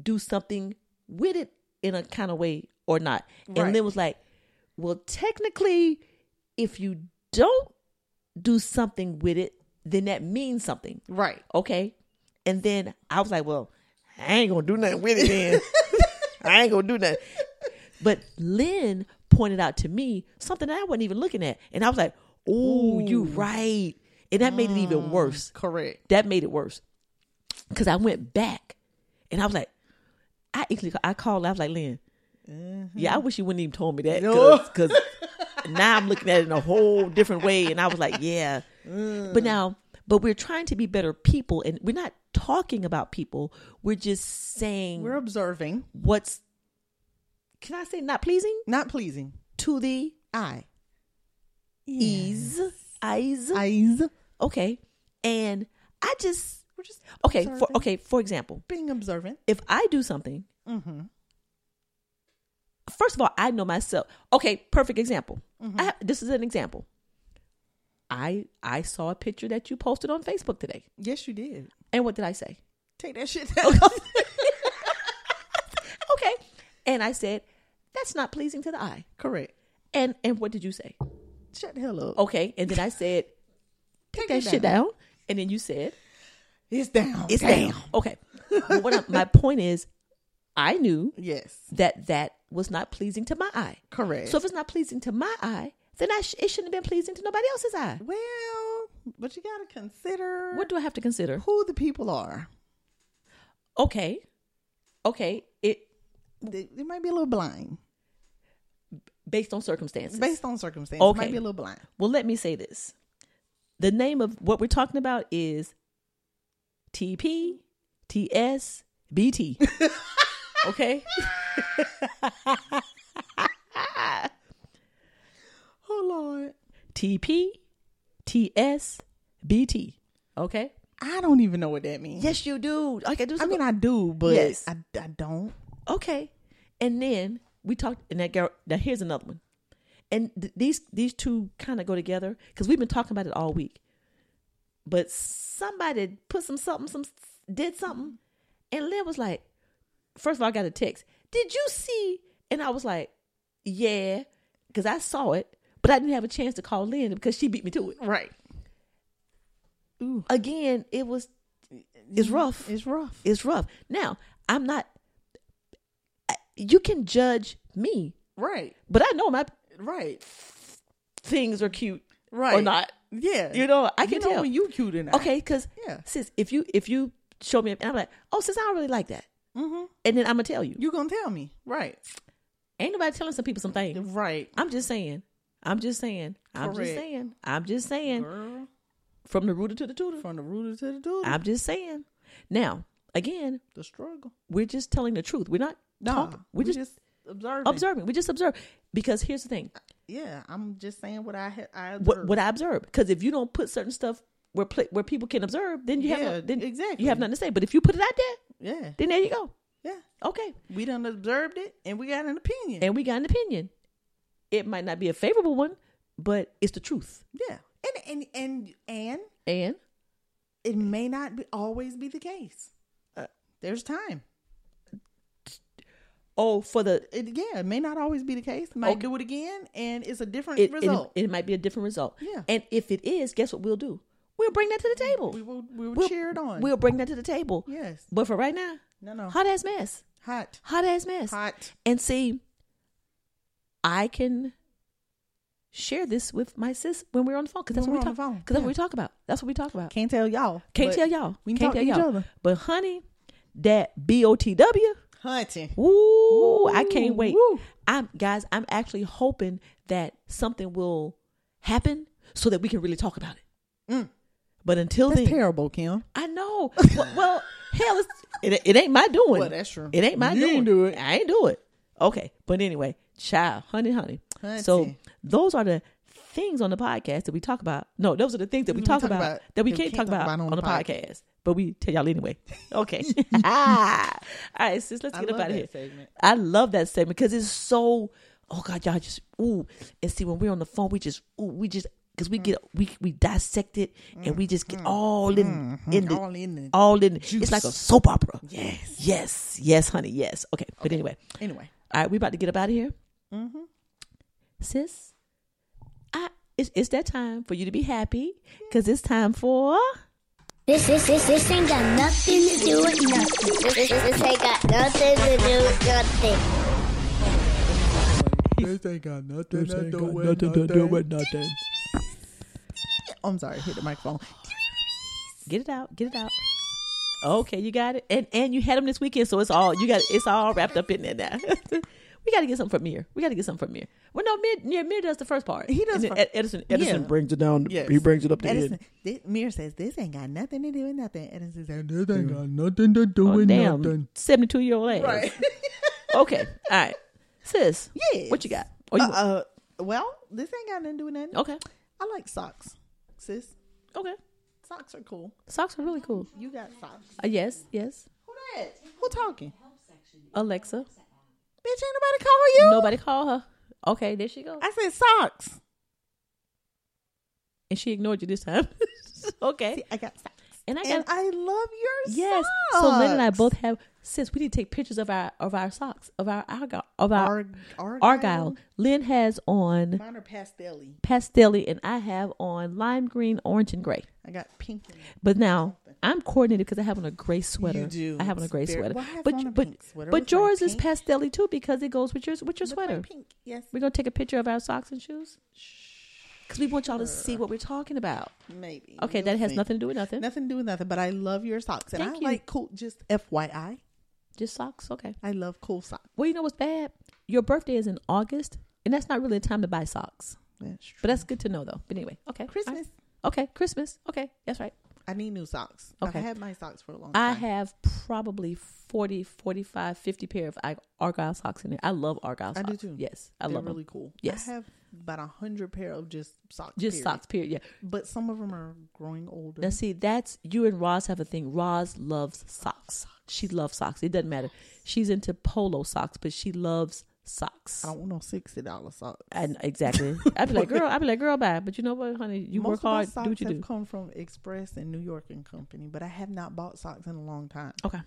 Speaker 4: do something with it in a kind of way or not?"
Speaker 3: Right.
Speaker 4: And Lynn was like, "Well, technically, if you don't do something with it, then that means something,
Speaker 3: Right.
Speaker 4: okay?" And then I was like, "Well, I ain't gonna do nothing with it then."
Speaker 5: I ain't gonna do that.
Speaker 4: But Lynn pointed out to me something that I wasn't even looking at. And I was like, oh, you right. And that made it even worse.
Speaker 3: Correct.
Speaker 4: That made it worse. Cause I went back and I was like, I actually I called, I was like, Lynn, yeah, I wish you wouldn't even told me that. Cause, 'cause now I'm looking at it in a whole different way. And I was like, yeah. But now, but we're trying to be better people and we're not talking about people. We're just saying
Speaker 3: We're observing.
Speaker 4: what's can I say not pleasing
Speaker 3: Not pleasing.
Speaker 4: to the
Speaker 3: I.
Speaker 4: ease eyes
Speaker 3: Eyes.
Speaker 4: okay and I just
Speaker 3: We're just
Speaker 4: okay for
Speaker 3: observing.
Speaker 4: okay for example
Speaker 3: Being observant.
Speaker 4: if I do something
Speaker 3: Mm-hmm.
Speaker 4: first of all I know myself okay perfect example
Speaker 3: Mm-hmm.
Speaker 4: I have, this is an example I I saw a picture that you posted on Facebook today
Speaker 3: Yes, you did.
Speaker 4: and what did I say
Speaker 3: Take that shit down.
Speaker 4: okay and I said that's not pleasing to the eye
Speaker 3: Correct.
Speaker 4: and and what did you say
Speaker 3: Shut the hell up.
Speaker 4: okay and then I said take that
Speaker 3: it
Speaker 4: shit down and then you said
Speaker 3: It's down.
Speaker 4: It's down. Okay. Well, what I- my point is, I knew
Speaker 3: Yes.
Speaker 4: that that was not pleasing to my eye.
Speaker 3: Correct.
Speaker 4: So if it's not pleasing to my eye, then I sh- it shouldn't have been pleasing to nobody else's eye.
Speaker 3: well, but you gotta consider
Speaker 4: What do I have to consider?
Speaker 3: who the people are.
Speaker 4: Okay. Okay. It
Speaker 3: They, they might be a little blind
Speaker 4: based on circumstances.
Speaker 3: based on circumstances.
Speaker 4: Okay.
Speaker 3: Might be a little blind.
Speaker 4: well, let me say this. The name of what we're talking about is TP TS BT. okay?
Speaker 3: Oh Lord,
Speaker 4: TP TS BT. Okay?
Speaker 3: I don't even know what that means.
Speaker 4: Yes, you do. Okay, do
Speaker 3: I
Speaker 4: some-
Speaker 3: mean I do, but
Speaker 4: Yes.
Speaker 3: I, I don't.
Speaker 4: okay. And then we talked, and that girl. Now here's another one, and th- these these two kind of go together because we've been talking about it all week. But somebody put some something, some did something, and Lynn was like, first of all, I got a text. Did you see?" And I was like, "Yeah," because I saw it, but I didn't have a chance to call Lynn because she beat me to it.
Speaker 3: Right. Ooh,
Speaker 4: Again, it was it's rough.
Speaker 3: it's rough.
Speaker 4: It's rough. Now, I'm not. I- You can judge me,
Speaker 3: right.
Speaker 4: but I know my
Speaker 3: Right.
Speaker 4: things are cute
Speaker 3: Right.
Speaker 4: or not.
Speaker 3: Yeah.
Speaker 4: You know, I
Speaker 3: You
Speaker 4: can
Speaker 3: know
Speaker 4: tell
Speaker 3: when you cute and
Speaker 4: Okay, because
Speaker 3: Yeah.
Speaker 4: sis, if you if you show me and I'm like, oh, sis, I don't really like that,
Speaker 3: Mm-hmm.
Speaker 4: and then I'm gonna tell you,
Speaker 3: You gonna tell me. Right.
Speaker 4: ain't nobody telling some people some things.
Speaker 3: Right.
Speaker 4: I'm just saying. I'm just saying. I'm just
Speaker 3: Correct.
Speaker 4: saying. I'm just saying.
Speaker 3: Girl.
Speaker 4: From the rooter to the tutor.
Speaker 3: From the rooter to the doodle.
Speaker 4: I'm just saying. Now, again,
Speaker 3: the struggle.
Speaker 4: we're just telling the truth. We're not
Speaker 3: No.
Speaker 4: talking. We're just,
Speaker 3: observing.
Speaker 4: observing. We just observe. Because here's the thing.
Speaker 3: Yeah, I'm just saying what I had. I
Speaker 4: what,
Speaker 3: observed.
Speaker 4: what I observe. Because if you don't put certain stuff where pla where people can observe, then you have
Speaker 3: Yeah,
Speaker 4: no- then
Speaker 3: exactly.
Speaker 4: you have nothing to say. But if you put it out there,
Speaker 3: Yeah.
Speaker 4: then there you go.
Speaker 3: Yeah.
Speaker 4: Okay,
Speaker 3: We done observed it and we got an opinion.
Speaker 4: and we got an opinion. It might not be a favorable one, but it's the truth.
Speaker 3: yeah. And and and and
Speaker 4: And
Speaker 3: it may not be, always be the case. Uh, There's time.
Speaker 4: oh, for the
Speaker 3: It, yeah, it may not always be the case. Might
Speaker 4: Okay.
Speaker 3: do it again, and it's a different
Speaker 4: it, it,
Speaker 3: result.
Speaker 4: it might be a different result.
Speaker 3: Yeah.
Speaker 4: And if it is, guess what we'll do? We'll bring that to the table.
Speaker 3: we will we will cheer it on.
Speaker 4: We'll bring that to the table.
Speaker 3: yes,
Speaker 4: But for right now,
Speaker 3: no, no,
Speaker 4: hot ass mess.
Speaker 3: hot,
Speaker 4: Hot ass mess.
Speaker 3: hot.
Speaker 4: And see, I can share this with my sis when we're on the phone because that's
Speaker 3: When
Speaker 4: what we
Speaker 3: we're
Speaker 4: talk
Speaker 3: on the
Speaker 4: about.
Speaker 3: phone,
Speaker 4: Because that's what
Speaker 3: yeah.
Speaker 4: we talk about. That's what we talk about.
Speaker 3: Can't
Speaker 4: Can't,
Speaker 3: tell y'all. but
Speaker 4: tell y'all.
Speaker 3: We can
Speaker 4: Can't
Speaker 3: talk
Speaker 4: tell
Speaker 3: to
Speaker 4: y'all.
Speaker 3: each other.
Speaker 4: But honey, that BOTW.
Speaker 3: Hunting.
Speaker 4: Ooh, I can't
Speaker 3: Ooh,
Speaker 4: wait.
Speaker 3: woo.
Speaker 4: I'm guys, I'm actually hoping that something will happen so that we can really talk about it. But until
Speaker 3: Mm. That's
Speaker 4: then,
Speaker 3: terrible, Kim.
Speaker 4: I know. well, well, hell, it's, it it ain't my doing.
Speaker 3: Well, that's true.
Speaker 4: It ain't my
Speaker 3: You
Speaker 4: doing.
Speaker 3: didn't do it.
Speaker 4: I ain't do it. Okay, but anyway, child, honey, honey. So
Speaker 3: Hunty.
Speaker 4: those are the things on the podcast that we talk about. No, those are the things that we, Mm-hmm. talk, about, that we can't, talk about, on, the podcast. But we tell y'all anyway. Okay. All right, sis, let's
Speaker 3: I
Speaker 4: get up
Speaker 3: love
Speaker 4: out
Speaker 3: that
Speaker 4: of here.
Speaker 3: segment.
Speaker 4: I love that segment because it's so. Oh God, y'all just ooh. And see, when we're on the phone, we just ooh, we just because we
Speaker 3: Mm.
Speaker 4: get we we dissect it and we just get all in in the,
Speaker 3: Mm-hmm. All in the
Speaker 4: all in.
Speaker 3: juice.
Speaker 4: It's like a soap opera.
Speaker 3: Yes.
Speaker 4: yes, yes, honey, yes. Okay, but anyway,
Speaker 3: Anyway,
Speaker 4: all right, we about to get up out of here,
Speaker 3: Mm-hmm.
Speaker 4: sis. I it's it's that time for you to be happy because it's time for.
Speaker 9: This, this, this, this ain't got nothing to do with nothing. This, this, this ain't got nothing to do with nothing.
Speaker 3: this ain't got nothing to do with nothing. I'm sorry, hit the microphone.
Speaker 4: Get it out. Get it out. Okay, you got it. And and you had them this weekend, so it's all you got. It's all wrapped up in there now. we got to get something from Mir. We got to get something from Mir. Well, no, Mir, yeah, Mir does the first part.
Speaker 3: He does
Speaker 4: And then
Speaker 3: fir-
Speaker 4: Ed- Edison. Edison.
Speaker 3: Yeah.
Speaker 5: brings it down.
Speaker 3: Yes.
Speaker 5: He brings it up to
Speaker 3: Edison,
Speaker 5: Edison.
Speaker 3: this, Mir says this ain't got nothing to do with nothing. Edison says this ain't got nothing to do
Speaker 4: Oh,
Speaker 3: with
Speaker 4: damn,
Speaker 3: nothing.
Speaker 4: seventy-two year old ass.
Speaker 3: Right.
Speaker 4: okay. All right, sis.
Speaker 3: Yes.
Speaker 4: What you got? Oh, you
Speaker 3: uh, uh, well, this ain't got nothing to do with nothing.
Speaker 4: okay?
Speaker 3: I like socks, sis.
Speaker 4: Okay.
Speaker 3: Socks are cool.
Speaker 4: Socks are really cool.
Speaker 3: You got socks.
Speaker 4: Uh, yes. Yes.
Speaker 3: Who that? Who talking?
Speaker 4: Alexa.
Speaker 3: Bitch, ain't nobody call you.
Speaker 4: Nobody call her. Okay, there she goes.
Speaker 3: I said socks.
Speaker 4: And she ignored you this time. okay.
Speaker 3: See, I got socks.
Speaker 4: And I
Speaker 3: and
Speaker 4: got-
Speaker 3: I love your
Speaker 4: Yes.
Speaker 3: socks.
Speaker 4: So Lynn and I both have since we need to take pictures of our of our socks of our argyle of our
Speaker 3: Arg- argyle?
Speaker 4: argyle. Lynn has on
Speaker 3: Mine are pastelly.
Speaker 4: pastelli and I have on lime green, orange, and gray.
Speaker 3: I got pink. and-
Speaker 4: But now I'm coordinated because I have on a gray sweater.
Speaker 3: do.
Speaker 4: I have on a
Speaker 3: It's
Speaker 4: gray
Speaker 3: very-
Speaker 4: sweater.
Speaker 3: well, I have
Speaker 4: but
Speaker 3: on a
Speaker 4: but
Speaker 3: pink sweater
Speaker 4: but
Speaker 3: with my
Speaker 4: yours is
Speaker 3: pink-
Speaker 4: pastelli too because it goes with your with your
Speaker 3: With my
Speaker 4: sweater.
Speaker 3: Pink. Yes.
Speaker 4: We're gonna take a picture of our socks and shoes because we want y'all to see what we're talking about.
Speaker 3: Maybe.
Speaker 4: Okay,
Speaker 3: We'll
Speaker 4: that has
Speaker 3: see.
Speaker 4: nothing to do with nothing.
Speaker 3: Nothing to do with nothing, but I love your socks. And
Speaker 4: Thank
Speaker 3: I
Speaker 4: you.
Speaker 3: like cool, just FYI,
Speaker 4: Just socks. Okay.
Speaker 3: I love cool socks.
Speaker 4: Well, you know what's bad? Your birthday is in August, and that's not really a time to buy socks.
Speaker 3: That's true.
Speaker 4: But that's good to know, though. But anyway, okay.
Speaker 3: Christmas.
Speaker 4: All right. Okay, Christmas. Okay, that's right.
Speaker 3: I need new socks.
Speaker 4: Okay.
Speaker 3: I've had my socks for a long
Speaker 4: I
Speaker 3: time.
Speaker 4: have probably 40, 45, 50 pair of Ar- Argyle socks in there. I love Argyle
Speaker 3: I
Speaker 4: socks.
Speaker 3: do too.
Speaker 4: Yes, I
Speaker 3: They're
Speaker 4: love
Speaker 3: really
Speaker 4: them.
Speaker 3: cool.
Speaker 4: Yes.
Speaker 3: I have about a hundred pair of just socks.
Speaker 4: Just
Speaker 3: period.
Speaker 4: socks, period. Yeah.
Speaker 3: But some of them are growing older.
Speaker 4: Now, see, that's you and Roz have a thing. Roz loves socks. She loves socks. It doesn't matter. She's into polo socks, but she loves socks.
Speaker 3: I don't want no sixty dollar socks.
Speaker 4: And exactly. I'd be like, girl, I'd be like, girl, bye. But you know what, honey? You
Speaker 3: Most
Speaker 4: work
Speaker 3: of my
Speaker 4: hard,
Speaker 3: Socks
Speaker 4: do what you
Speaker 3: have
Speaker 4: do.
Speaker 3: come from Express and New York and Company, but I have not bought socks in a long time.
Speaker 4: Okay.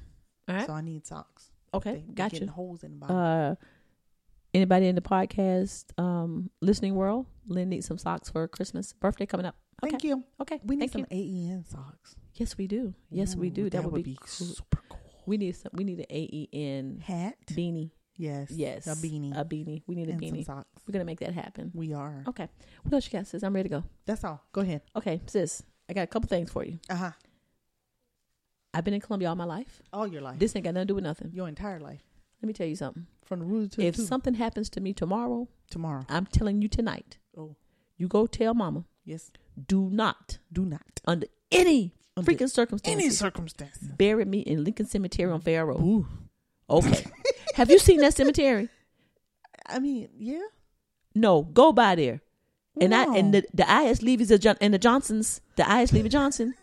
Speaker 4: All right.
Speaker 3: So I need socks.
Speaker 4: Okay,
Speaker 3: They- they
Speaker 4: gotcha.
Speaker 3: Getting holes in the bottom.
Speaker 4: uh anybody in the podcast um listening world lynn needs some socks for christmas birthday coming up okay.
Speaker 3: Thank you.
Speaker 4: okay
Speaker 3: We need
Speaker 4: thank
Speaker 3: some
Speaker 4: you.
Speaker 3: AEN socks.
Speaker 4: yes we do yes we
Speaker 3: Ooh,
Speaker 4: do that, would, be, cool.
Speaker 3: super cool.
Speaker 4: we need some we need an aen
Speaker 3: Hat.
Speaker 4: beanie
Speaker 3: Yes.
Speaker 4: yes
Speaker 3: A beanie.
Speaker 4: a beanie we need a
Speaker 3: and some
Speaker 4: beanie Oh.
Speaker 3: socks.
Speaker 4: we're gonna make that happen
Speaker 3: We are.
Speaker 4: okay what else you got sis i'm ready to go
Speaker 3: That's all. Go ahead.
Speaker 4: okay sis i got a couple things for you
Speaker 3: Uh huh.
Speaker 4: i've been in columbia all my life
Speaker 3: All your life.
Speaker 4: this ain't got nothing to do with nothing
Speaker 3: your entire life.
Speaker 4: let me tell you something
Speaker 3: From the root to
Speaker 4: if
Speaker 3: the tooth.
Speaker 4: something happens to me tomorrow
Speaker 3: tomorrow.
Speaker 4: i'm telling you tonight
Speaker 3: Oh,
Speaker 4: you go tell mama
Speaker 3: yes.
Speaker 4: do not
Speaker 3: Do not.
Speaker 4: under any
Speaker 3: Under
Speaker 4: freaking circumstances
Speaker 3: Any circumstance.
Speaker 4: bury me in Lincoln Cemetery on Fair Road.
Speaker 3: Ooh.
Speaker 4: Okay. Have you seen that cemetery?
Speaker 3: I mean, yeah.
Speaker 4: No, go by there. And I and the, the I.S. Levy's a John, and the Johnsons, the I.S. Levy Johnson.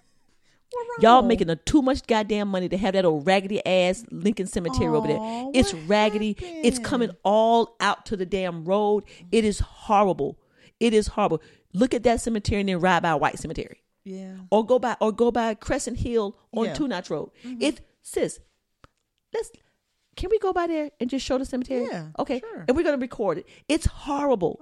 Speaker 4: Y'all making a too much goddamn money to have that old raggedy ass Lincoln Cemetery over there. It's raggedy. It's coming all out to the damn road. It is horrible. It is horrible. Look at that cemetery and then ride by White Cemetery,
Speaker 3: Yeah.
Speaker 4: or go by or go by Crescent Hill on
Speaker 3: Yeah. Mm-hmm.
Speaker 4: Two Notch Road. It sis, let's can we go by there and just show the cemetery?
Speaker 3: Yeah,
Speaker 4: Okay.
Speaker 3: sure.
Speaker 4: And we're gonna record it. It's horrible.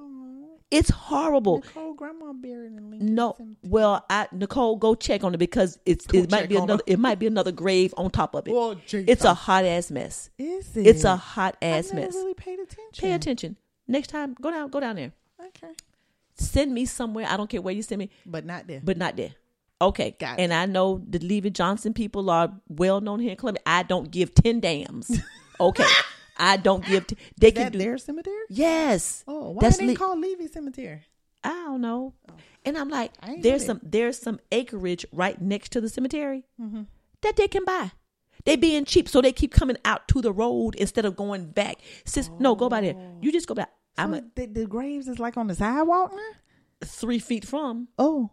Speaker 4: It's horrible.
Speaker 3: Nicole grandma buried in Lincoln.
Speaker 4: No, well, I Nicole, go check on it because it's
Speaker 3: Go
Speaker 4: it might
Speaker 3: check
Speaker 4: be
Speaker 3: on
Speaker 4: another it might be another grave on top of it.
Speaker 3: Well,
Speaker 4: it's a
Speaker 3: Jesus.
Speaker 4: hot ass mess.
Speaker 3: Is it?
Speaker 4: It's a hot
Speaker 3: I
Speaker 4: ass
Speaker 3: never
Speaker 4: mess.
Speaker 3: really paid attention.
Speaker 4: Pay attention. Next time, go down, go down there.
Speaker 3: Okay.
Speaker 4: Send me somewhere. I don't care where you send me,
Speaker 3: But not there.
Speaker 4: but not there. Okay,
Speaker 3: Got
Speaker 4: and I know the Levy Johnson people are well known here in Columbia. I don't give ten dams. Okay, I don't give. T- they can
Speaker 3: that
Speaker 4: do
Speaker 3: their cemetery?
Speaker 4: Yes.
Speaker 3: Oh, why
Speaker 4: That's
Speaker 3: they
Speaker 4: Le-
Speaker 3: call Levy Cemetery?
Speaker 4: I don't know. And I'm like,
Speaker 3: I ain't
Speaker 4: there's
Speaker 3: know
Speaker 4: some there's some acreage right next to the cemetery
Speaker 3: Mhm.
Speaker 4: that they can buy. They being cheap, so they keep coming out to the road instead of going back. Sis, no, go by there. You just go back. I'm
Speaker 3: Oh. So the,
Speaker 4: a,
Speaker 3: the graves is like on the sidewalk now.
Speaker 4: three feet from
Speaker 3: Oh,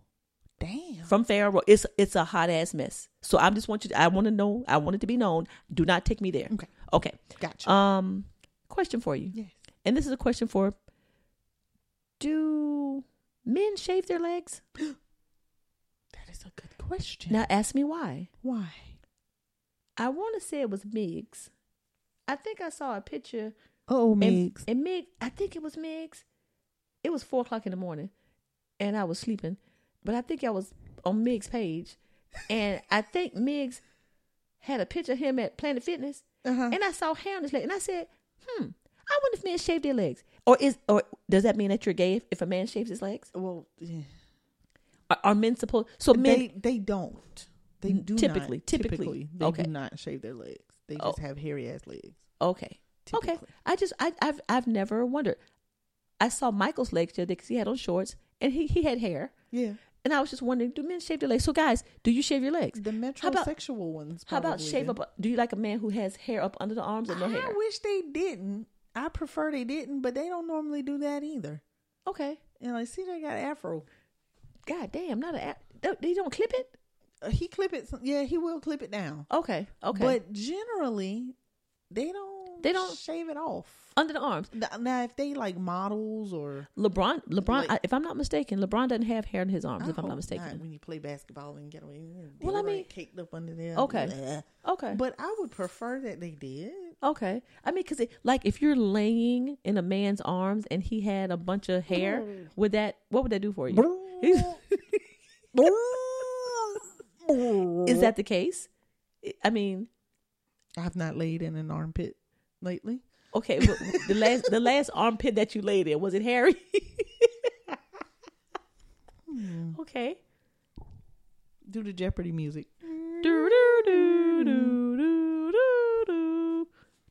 Speaker 3: damn.
Speaker 4: from Farrell. Road. It's it's a hot ass mess. So I just want you. To, I want to know. I want it to be known. Do not take me there.
Speaker 3: Okay.
Speaker 4: Okay.
Speaker 3: Gotcha.
Speaker 4: Um, question for you.
Speaker 3: Yes.
Speaker 4: And this is a question for. Do men shave their legs?
Speaker 3: That is a good question.
Speaker 4: Now ask me why.
Speaker 3: Why?
Speaker 4: I want to say it was Miggs. I think I saw a picture.
Speaker 3: Oh,
Speaker 4: and-
Speaker 3: Migs.
Speaker 4: And, Mig, I think it was Miggs. It was four o'clock in the morning, and I was sleeping, but I think I was on Miggs' page, and I think Miggs had a picture of him at Planet Fitness,
Speaker 3: Uh-huh.
Speaker 4: and I saw hair on his leg, and I said, "Hmm, I wonder if men shave their legs, or is or does that mean that you're gay if, if a man shaves his legs?
Speaker 3: Well, yeah.
Speaker 4: Are, are men supposed? So men,
Speaker 3: they they don't. They do not-
Speaker 4: Mm, Typically, typically.
Speaker 3: they
Speaker 4: Okay.
Speaker 3: do not shave their legs. They
Speaker 4: Oh.
Speaker 3: just have hairy ass legs.
Speaker 4: Okay. Okay.
Speaker 3: Typically.
Speaker 4: I just I, I've I've never wondered. I saw Michael's legs the other because he had on shorts and he he had hair,
Speaker 3: Yeah,
Speaker 4: and I was just wondering, do men shave their legs? So guys, do you shave your legs?
Speaker 3: the
Speaker 4: How about-
Speaker 3: metrosexual ones.
Speaker 4: How about
Speaker 3: probably
Speaker 4: shave
Speaker 3: do.
Speaker 4: up? Do you like a man who has hair up under the arms and no
Speaker 3: I
Speaker 4: hair?
Speaker 3: wish they didn't. I prefer they didn't, but they don't normally do that either.
Speaker 4: Okay.
Speaker 3: And I see they got afro.
Speaker 4: God damn, not a. don't- They don't clip it.
Speaker 3: Uh, He clip it. some- Yeah, he will clip it down.
Speaker 4: Okay. Okay.
Speaker 3: But generally, they don't.
Speaker 4: They don't-
Speaker 3: shave it off.
Speaker 4: under the arms,
Speaker 3: Now- Now, if they like models or
Speaker 4: LeBron. LeBron.
Speaker 3: Like-
Speaker 4: I, if I'm not mistaken, LeBron doesn't have hair in his arms.
Speaker 3: I
Speaker 4: Um, if I'm
Speaker 3: hope
Speaker 4: not mistaken.
Speaker 3: oh, when you play basketball and get away, you
Speaker 4: Well, I
Speaker 3: deodorant
Speaker 4: mean-
Speaker 3: caked up under there.
Speaker 4: Okay.
Speaker 3: Bleh.
Speaker 4: okay.
Speaker 3: But I would prefer that they did.
Speaker 4: Okay. I mean, because like if you're laying in a man's arms and he had a bunch of hair, would that what would that do for you? Is that the case? I mean,
Speaker 3: I've not laid in an armpit lately.
Speaker 4: okay. But the last the last armpit that you laid in was it hairy? Okay.
Speaker 3: Do the Jeopardy music.
Speaker 4: Do do do do do do do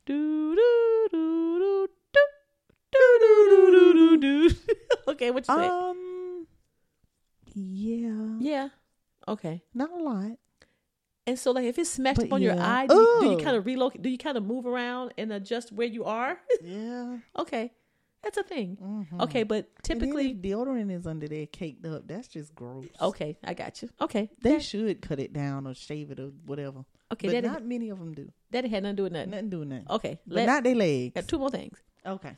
Speaker 4: do do do do do do do Uh, do. Okay, what you say?
Speaker 3: Um. Yeah.
Speaker 4: yeah. Okay.
Speaker 3: Not a lot.
Speaker 4: And so, like, if it's smashed
Speaker 3: But
Speaker 4: up on your
Speaker 3: yeah.
Speaker 4: eye, do you, do you
Speaker 3: Ugh.
Speaker 4: kind of relocate? Do you kind of move around and adjust where you are?
Speaker 3: Yeah.
Speaker 4: okay, that's a thing. Okay, but typically,
Speaker 3: and then if deodorant is under there caked up. That's just gross.
Speaker 4: okay, I got you. Okay,
Speaker 3: They
Speaker 4: that,
Speaker 3: should cut it down or shave it or whatever.
Speaker 4: Okay,
Speaker 3: but
Speaker 4: that-
Speaker 3: not many of them do.
Speaker 4: that had nothing to do with nothing.
Speaker 3: Nothing doing nothing.
Speaker 4: Okay,
Speaker 3: but
Speaker 4: let-
Speaker 3: not their legs.
Speaker 4: got two more things.
Speaker 3: Okay,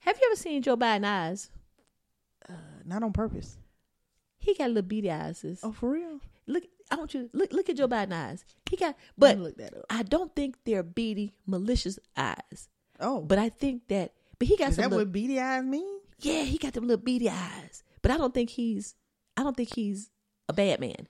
Speaker 4: Have you ever seen Joe Biden eyes?
Speaker 3: Uh, not on purpose.
Speaker 4: He got little beady eyes. sis.
Speaker 3: Oh, for real?
Speaker 4: Look, I want you look look at Joe Biden eyes. He got, but
Speaker 3: me look that up.
Speaker 4: I don't think they're beady, malicious eyes.
Speaker 3: Oh,
Speaker 4: But I think that, but he got
Speaker 3: is
Speaker 4: some.
Speaker 3: that
Speaker 4: little-
Speaker 3: what beady eyes mean?
Speaker 4: Yeah, he got them little beady eyes. But I don't think he's I don't think he's a bad man.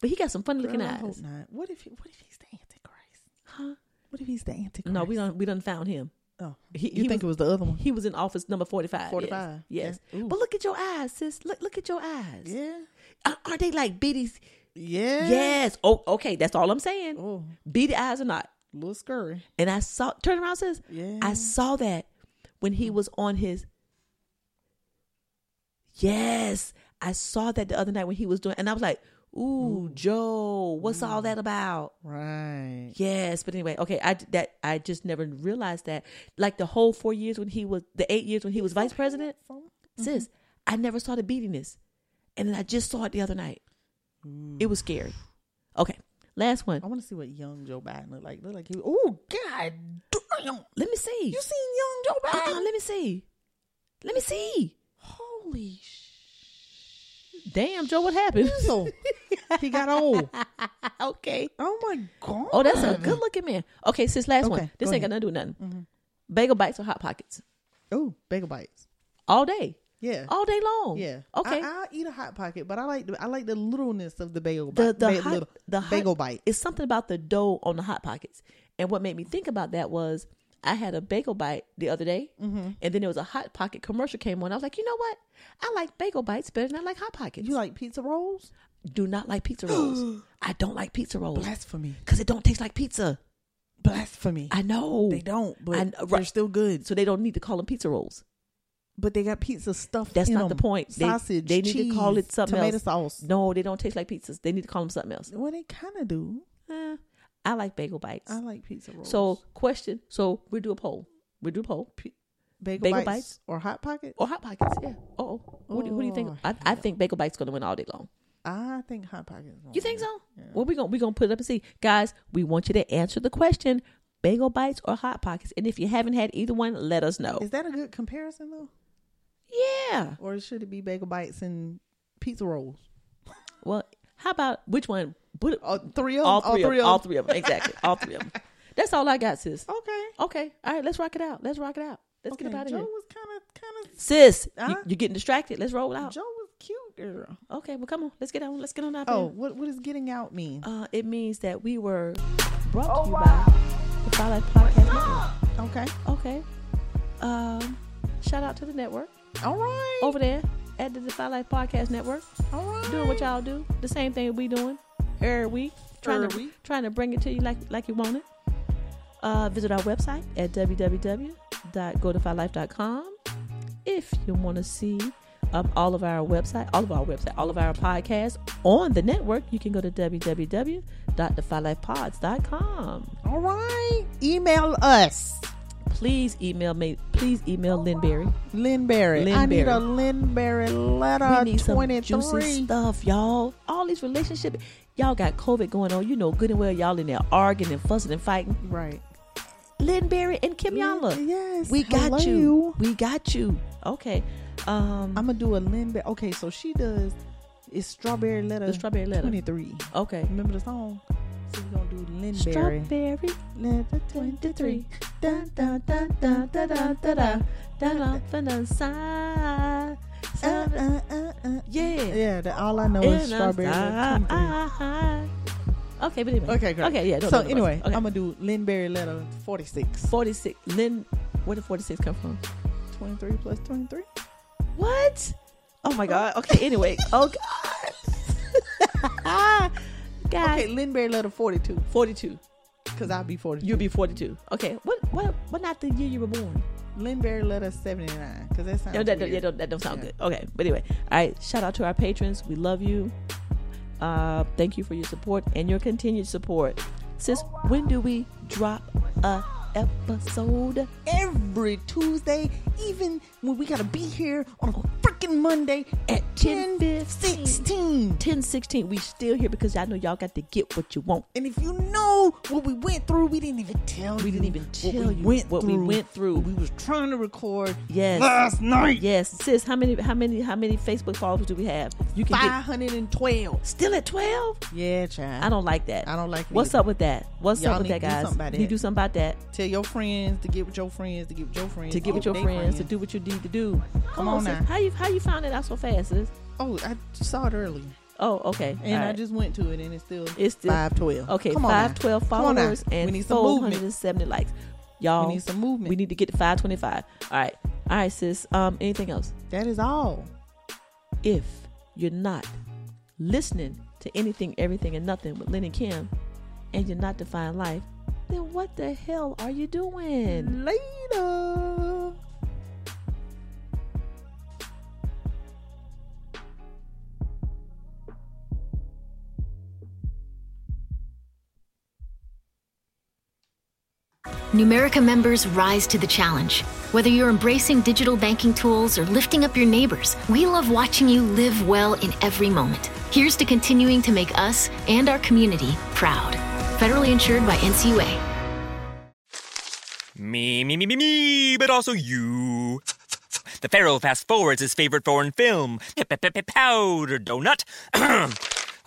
Speaker 4: But he got some funny looking
Speaker 3: Girl, I hope
Speaker 4: eyes.
Speaker 3: not. What if he, what if he's the Antichrist?
Speaker 4: Huh?
Speaker 3: What if he's the Antichrist?
Speaker 4: No, we don't we done found him.
Speaker 3: Oh,
Speaker 4: He-
Speaker 3: you
Speaker 4: he
Speaker 3: think
Speaker 4: was-
Speaker 3: it was the other one?
Speaker 4: He was in office number forty five.
Speaker 3: 45,
Speaker 4: Yes.
Speaker 3: yeah. Ooh.
Speaker 4: But look at your eyes, sis. Look look at your eyes.
Speaker 3: Yeah,
Speaker 4: Are- Aren't they like biddies?
Speaker 3: yeah,
Speaker 4: Yes. Oh, okay. That's all I'm saying.
Speaker 3: Oh,
Speaker 4: Beady eyes or not.
Speaker 3: little scurry.
Speaker 4: And I saw turn around says,
Speaker 3: Yeah.
Speaker 4: I saw that when he was on his Yes. I saw that the other night when he was doing and I was like, Ooh, Joe, what's all
Speaker 3: Mm.
Speaker 4: that about?
Speaker 3: Right.
Speaker 4: Yes, but anyway, okay, I that I just never realized that. Like the whole four years when he was the eight years when he was vice president, sis,
Speaker 3: Mm-hmm.
Speaker 4: I never saw the beadiness, and then I just saw it the other night.
Speaker 3: Mm.
Speaker 4: It was scary. Okay, last one.
Speaker 3: I want to see what young Joe Biden looked like. Look like he. Oh God, damn.
Speaker 4: Let me see.
Speaker 3: You seen young Joe Biden?
Speaker 4: Uh-uh, let me see. Let me see.
Speaker 3: Holy
Speaker 4: Damn, Joe, what happened?
Speaker 3: shizzle! he got old.
Speaker 4: Oh, okay.
Speaker 3: Oh my God.
Speaker 4: Oh, that's a good looking man. Okay, since last
Speaker 3: Okay,
Speaker 4: one, this
Speaker 3: go
Speaker 4: ain't got
Speaker 3: ahead. Mm-hmm.
Speaker 4: nothing to do with nothing. Bagel bites or hot pockets
Speaker 3: Oh, bagel bites.
Speaker 4: all day,
Speaker 3: Yeah.
Speaker 4: all day long.
Speaker 3: Yeah.
Speaker 4: Oh,
Speaker 3: I,
Speaker 4: Okay.
Speaker 3: will eat a hot pocket, but I like the, I like the littleness of the bagel
Speaker 4: the
Speaker 3: bite.
Speaker 4: the
Speaker 3: ba-
Speaker 4: hot,
Speaker 3: little-
Speaker 4: the hot-
Speaker 3: bagel bite.
Speaker 4: It's something about the dough on the hot pockets, and what made me think about that was I had a bagel bite the other day,
Speaker 3: Mm-hmm.
Speaker 4: and then there was a hot pocket commercial came on. I was like, you know what? I like bagel bites better than I like hot pockets.
Speaker 3: You like pizza rolls?
Speaker 4: Do not like pizza rolls. I don't like pizza rolls
Speaker 3: Blasphemy!
Speaker 4: because it don't taste like pizza.
Speaker 3: Blasphemy!
Speaker 4: I know
Speaker 3: They don't, but
Speaker 4: I-
Speaker 3: they're still good.
Speaker 4: so they don't need to call them pizza rolls.
Speaker 3: But they got pizza stuffed.
Speaker 4: That's
Speaker 3: in
Speaker 4: not the
Speaker 3: 'em.
Speaker 4: point. They-
Speaker 3: Sausage.
Speaker 4: They, need
Speaker 3: cheese,
Speaker 4: to call it something
Speaker 3: tomato
Speaker 4: else.
Speaker 3: sauce.
Speaker 4: No, they don't taste like pizzas. They need to call them something else.
Speaker 3: Well, they kind of do.
Speaker 4: Eh, I like bagel bites.
Speaker 3: I like pizza rolls.
Speaker 4: So question. So we do a poll. We do a poll.
Speaker 3: bagel,
Speaker 4: bagel
Speaker 3: bites,
Speaker 4: bites?
Speaker 3: or hot pocket.
Speaker 4: Or hot pockets. Yeah. Oh, who, do- who do you think?
Speaker 3: Oh,
Speaker 4: I, I think bagel bites gonna win all day long.
Speaker 3: I think hot pockets.
Speaker 4: You think so? Well, we gonna we gonna put it up and see, guys. We want you to answer the question: bagel bites or hot pockets. And if you haven't had either one, let us know.
Speaker 3: Is that a good comparison though,
Speaker 4: yeah.
Speaker 3: or should it be bagel bites and pizza rolls?
Speaker 4: Well, how about which one? Put
Speaker 3: All Uh, three of 'em?
Speaker 4: all
Speaker 3: All
Speaker 4: three of
Speaker 3: three of 'em?
Speaker 4: all three of them. Exactly. All three of them. That's all I got, sis.
Speaker 3: Okay.
Speaker 4: Okay. All right. Let's rock it out. Let's rock it out. Let's
Speaker 3: okay.
Speaker 4: get up out of
Speaker 3: Joe
Speaker 4: here.
Speaker 3: was kind of
Speaker 4: Sis,
Speaker 3: Huh?
Speaker 4: you, are getting distracted. Let's roll
Speaker 3: kind of.
Speaker 4: out.
Speaker 3: Joe was cute, girl.
Speaker 4: Okay, well, come on. Let's get on. Let's get on out. of
Speaker 3: Oh,
Speaker 4: here.
Speaker 3: what what does getting out mean?
Speaker 4: Uh, it means that we were brought to you by the Twilight Podcast Network.
Speaker 3: Okay.
Speaker 4: Okay. Um, shout out to the network
Speaker 3: All right.
Speaker 4: over there at the Defy Life Podcast Network.
Speaker 3: All right.
Speaker 4: Doing what y'all do. The same thing we doing every week. Trying
Speaker 3: Every
Speaker 4: to
Speaker 3: week.
Speaker 4: trying to bring it to you like like you want it. Uh, visit our website at www.godifylife.com if you want to see um, all of our website, all of our website, all of our podcasts on the network, you can go to www.defylifepods.com.
Speaker 3: All right. Email us.
Speaker 4: Please email me. Please email Lynn Berry.
Speaker 3: Lynn Berry. I need a
Speaker 4: Lynn
Speaker 3: Lynn Berry letter
Speaker 4: we need some
Speaker 3: 23.
Speaker 4: juicy stuff, y'all. All these relationship, y'all got COVID going on. You know good and well, y'all in there arguing and fussing and fighting.
Speaker 3: Right.
Speaker 4: Lynn Berry and Kim Yala.
Speaker 3: Yes.
Speaker 4: we got
Speaker 3: hello.
Speaker 4: you. We got you. Okay. Um.
Speaker 3: I'm gonna do a Lynn Berry. Okay, so she does it's strawberry letter.
Speaker 4: The strawberry letter.
Speaker 3: 23.
Speaker 4: okay.
Speaker 3: Remember the song? So we're gonna do Lynn Berry.
Speaker 4: Strawberry
Speaker 3: Letter
Speaker 4: 23.
Speaker 3: 23. Dun, dun, dun, dun, dun, dun, dun,
Speaker 4: Da-da,
Speaker 3: dun.
Speaker 4: down off on the side.
Speaker 3: Uh, uh, uh, uh.
Speaker 4: Yeah.
Speaker 3: Yeah, the, all I know is
Speaker 4: And
Speaker 3: strawberry letter
Speaker 4: I'm
Speaker 3: 23.
Speaker 4: sorry. ah, Okay, but anyway.
Speaker 3: Okay, great.
Speaker 4: Okay, yeah. don't
Speaker 3: so
Speaker 4: do the rest.
Speaker 3: anyway,
Speaker 4: okay.
Speaker 3: I'm gonna do Lynn Berry letter 46.
Speaker 4: 46. Lynn, where did 46 come from?
Speaker 3: 23 plus 23.
Speaker 4: What? Oh my God. Okay, anyway. Oh God. Guys,
Speaker 3: Okay, Lynn Berry letter 42.
Speaker 4: 42.
Speaker 3: Cause I'll be 42.
Speaker 4: You'll be 42. Okay, what, what, what not the year you were born?
Speaker 3: Lynn Berry letter 79. Cause that sounds
Speaker 4: No, that, don't-
Speaker 3: weird.
Speaker 4: yeah, don't, that don't sound good. Okay, but anyway. All right, shout out to our patrons. We love you. Uh, thank you for your support and your continued support. Sis, when do we drop a episode?
Speaker 3: Every Tuesday, even when we gotta be here on a freaking Monday at 10, 16.
Speaker 4: 1016. We still here because I know y'all got to get what you want.
Speaker 3: And if you know what we went through, we didn't even tell you.
Speaker 4: We didn't even tell
Speaker 3: what we
Speaker 4: you
Speaker 3: went
Speaker 4: what we
Speaker 3: through.
Speaker 4: went through.
Speaker 3: what We was trying to record
Speaker 4: Yes.
Speaker 3: last night.
Speaker 4: Yes, sis. How many? How many? How many Facebook followers do we have? You can
Speaker 3: Five
Speaker 4: get
Speaker 3: hundred and twelve.
Speaker 4: still at twelve.
Speaker 3: Yeah, child.
Speaker 4: I don't like that.
Speaker 3: I don't like it
Speaker 4: What's
Speaker 3: either.
Speaker 4: up with that? What's
Speaker 3: Y'all
Speaker 4: up with
Speaker 3: need
Speaker 4: that,
Speaker 3: to do
Speaker 4: guys?
Speaker 3: something about
Speaker 4: You need
Speaker 3: that.
Speaker 4: to do something about that.
Speaker 3: tell your friends to get with your friends to get with your friends
Speaker 4: To get with your
Speaker 3: they
Speaker 4: friends, to do what you need to do.
Speaker 3: Come on
Speaker 4: sis.
Speaker 3: now.
Speaker 4: How you how you found it out so fast, sis?
Speaker 3: Oh, I saw it early,
Speaker 4: Oh, okay.
Speaker 3: and
Speaker 4: All
Speaker 3: I
Speaker 4: right.
Speaker 3: just went to it, and it's still
Speaker 4: It's still-
Speaker 3: five twelve.
Speaker 4: okay.
Speaker 3: Come on now.
Speaker 4: Five twelve
Speaker 3: Come on now.
Speaker 4: followers and
Speaker 3: we need some
Speaker 4: four hundred
Speaker 3: movement.
Speaker 4: and seventy likes. Y'all,
Speaker 3: We need some movement.
Speaker 4: We need to get to five twenty five. All right, all right, sis. Um, anything else?
Speaker 3: That is all.
Speaker 4: if you're not listening to anything, everything, and nothing with Lynn and Kim, and you're not defying life, then what the hell are you doing?
Speaker 3: Later.
Speaker 6: Numerica members rise to the challenge. Whether you're embracing digital banking tools or lifting up your neighbors, we love watching you live well in every moment. Here's to continuing to make us and our community proud. Federally insured by NCUA.
Speaker 10: Me, me, me, me, me, but also you. The Pharaoh fast forwards his favorite foreign film, Powder Donut.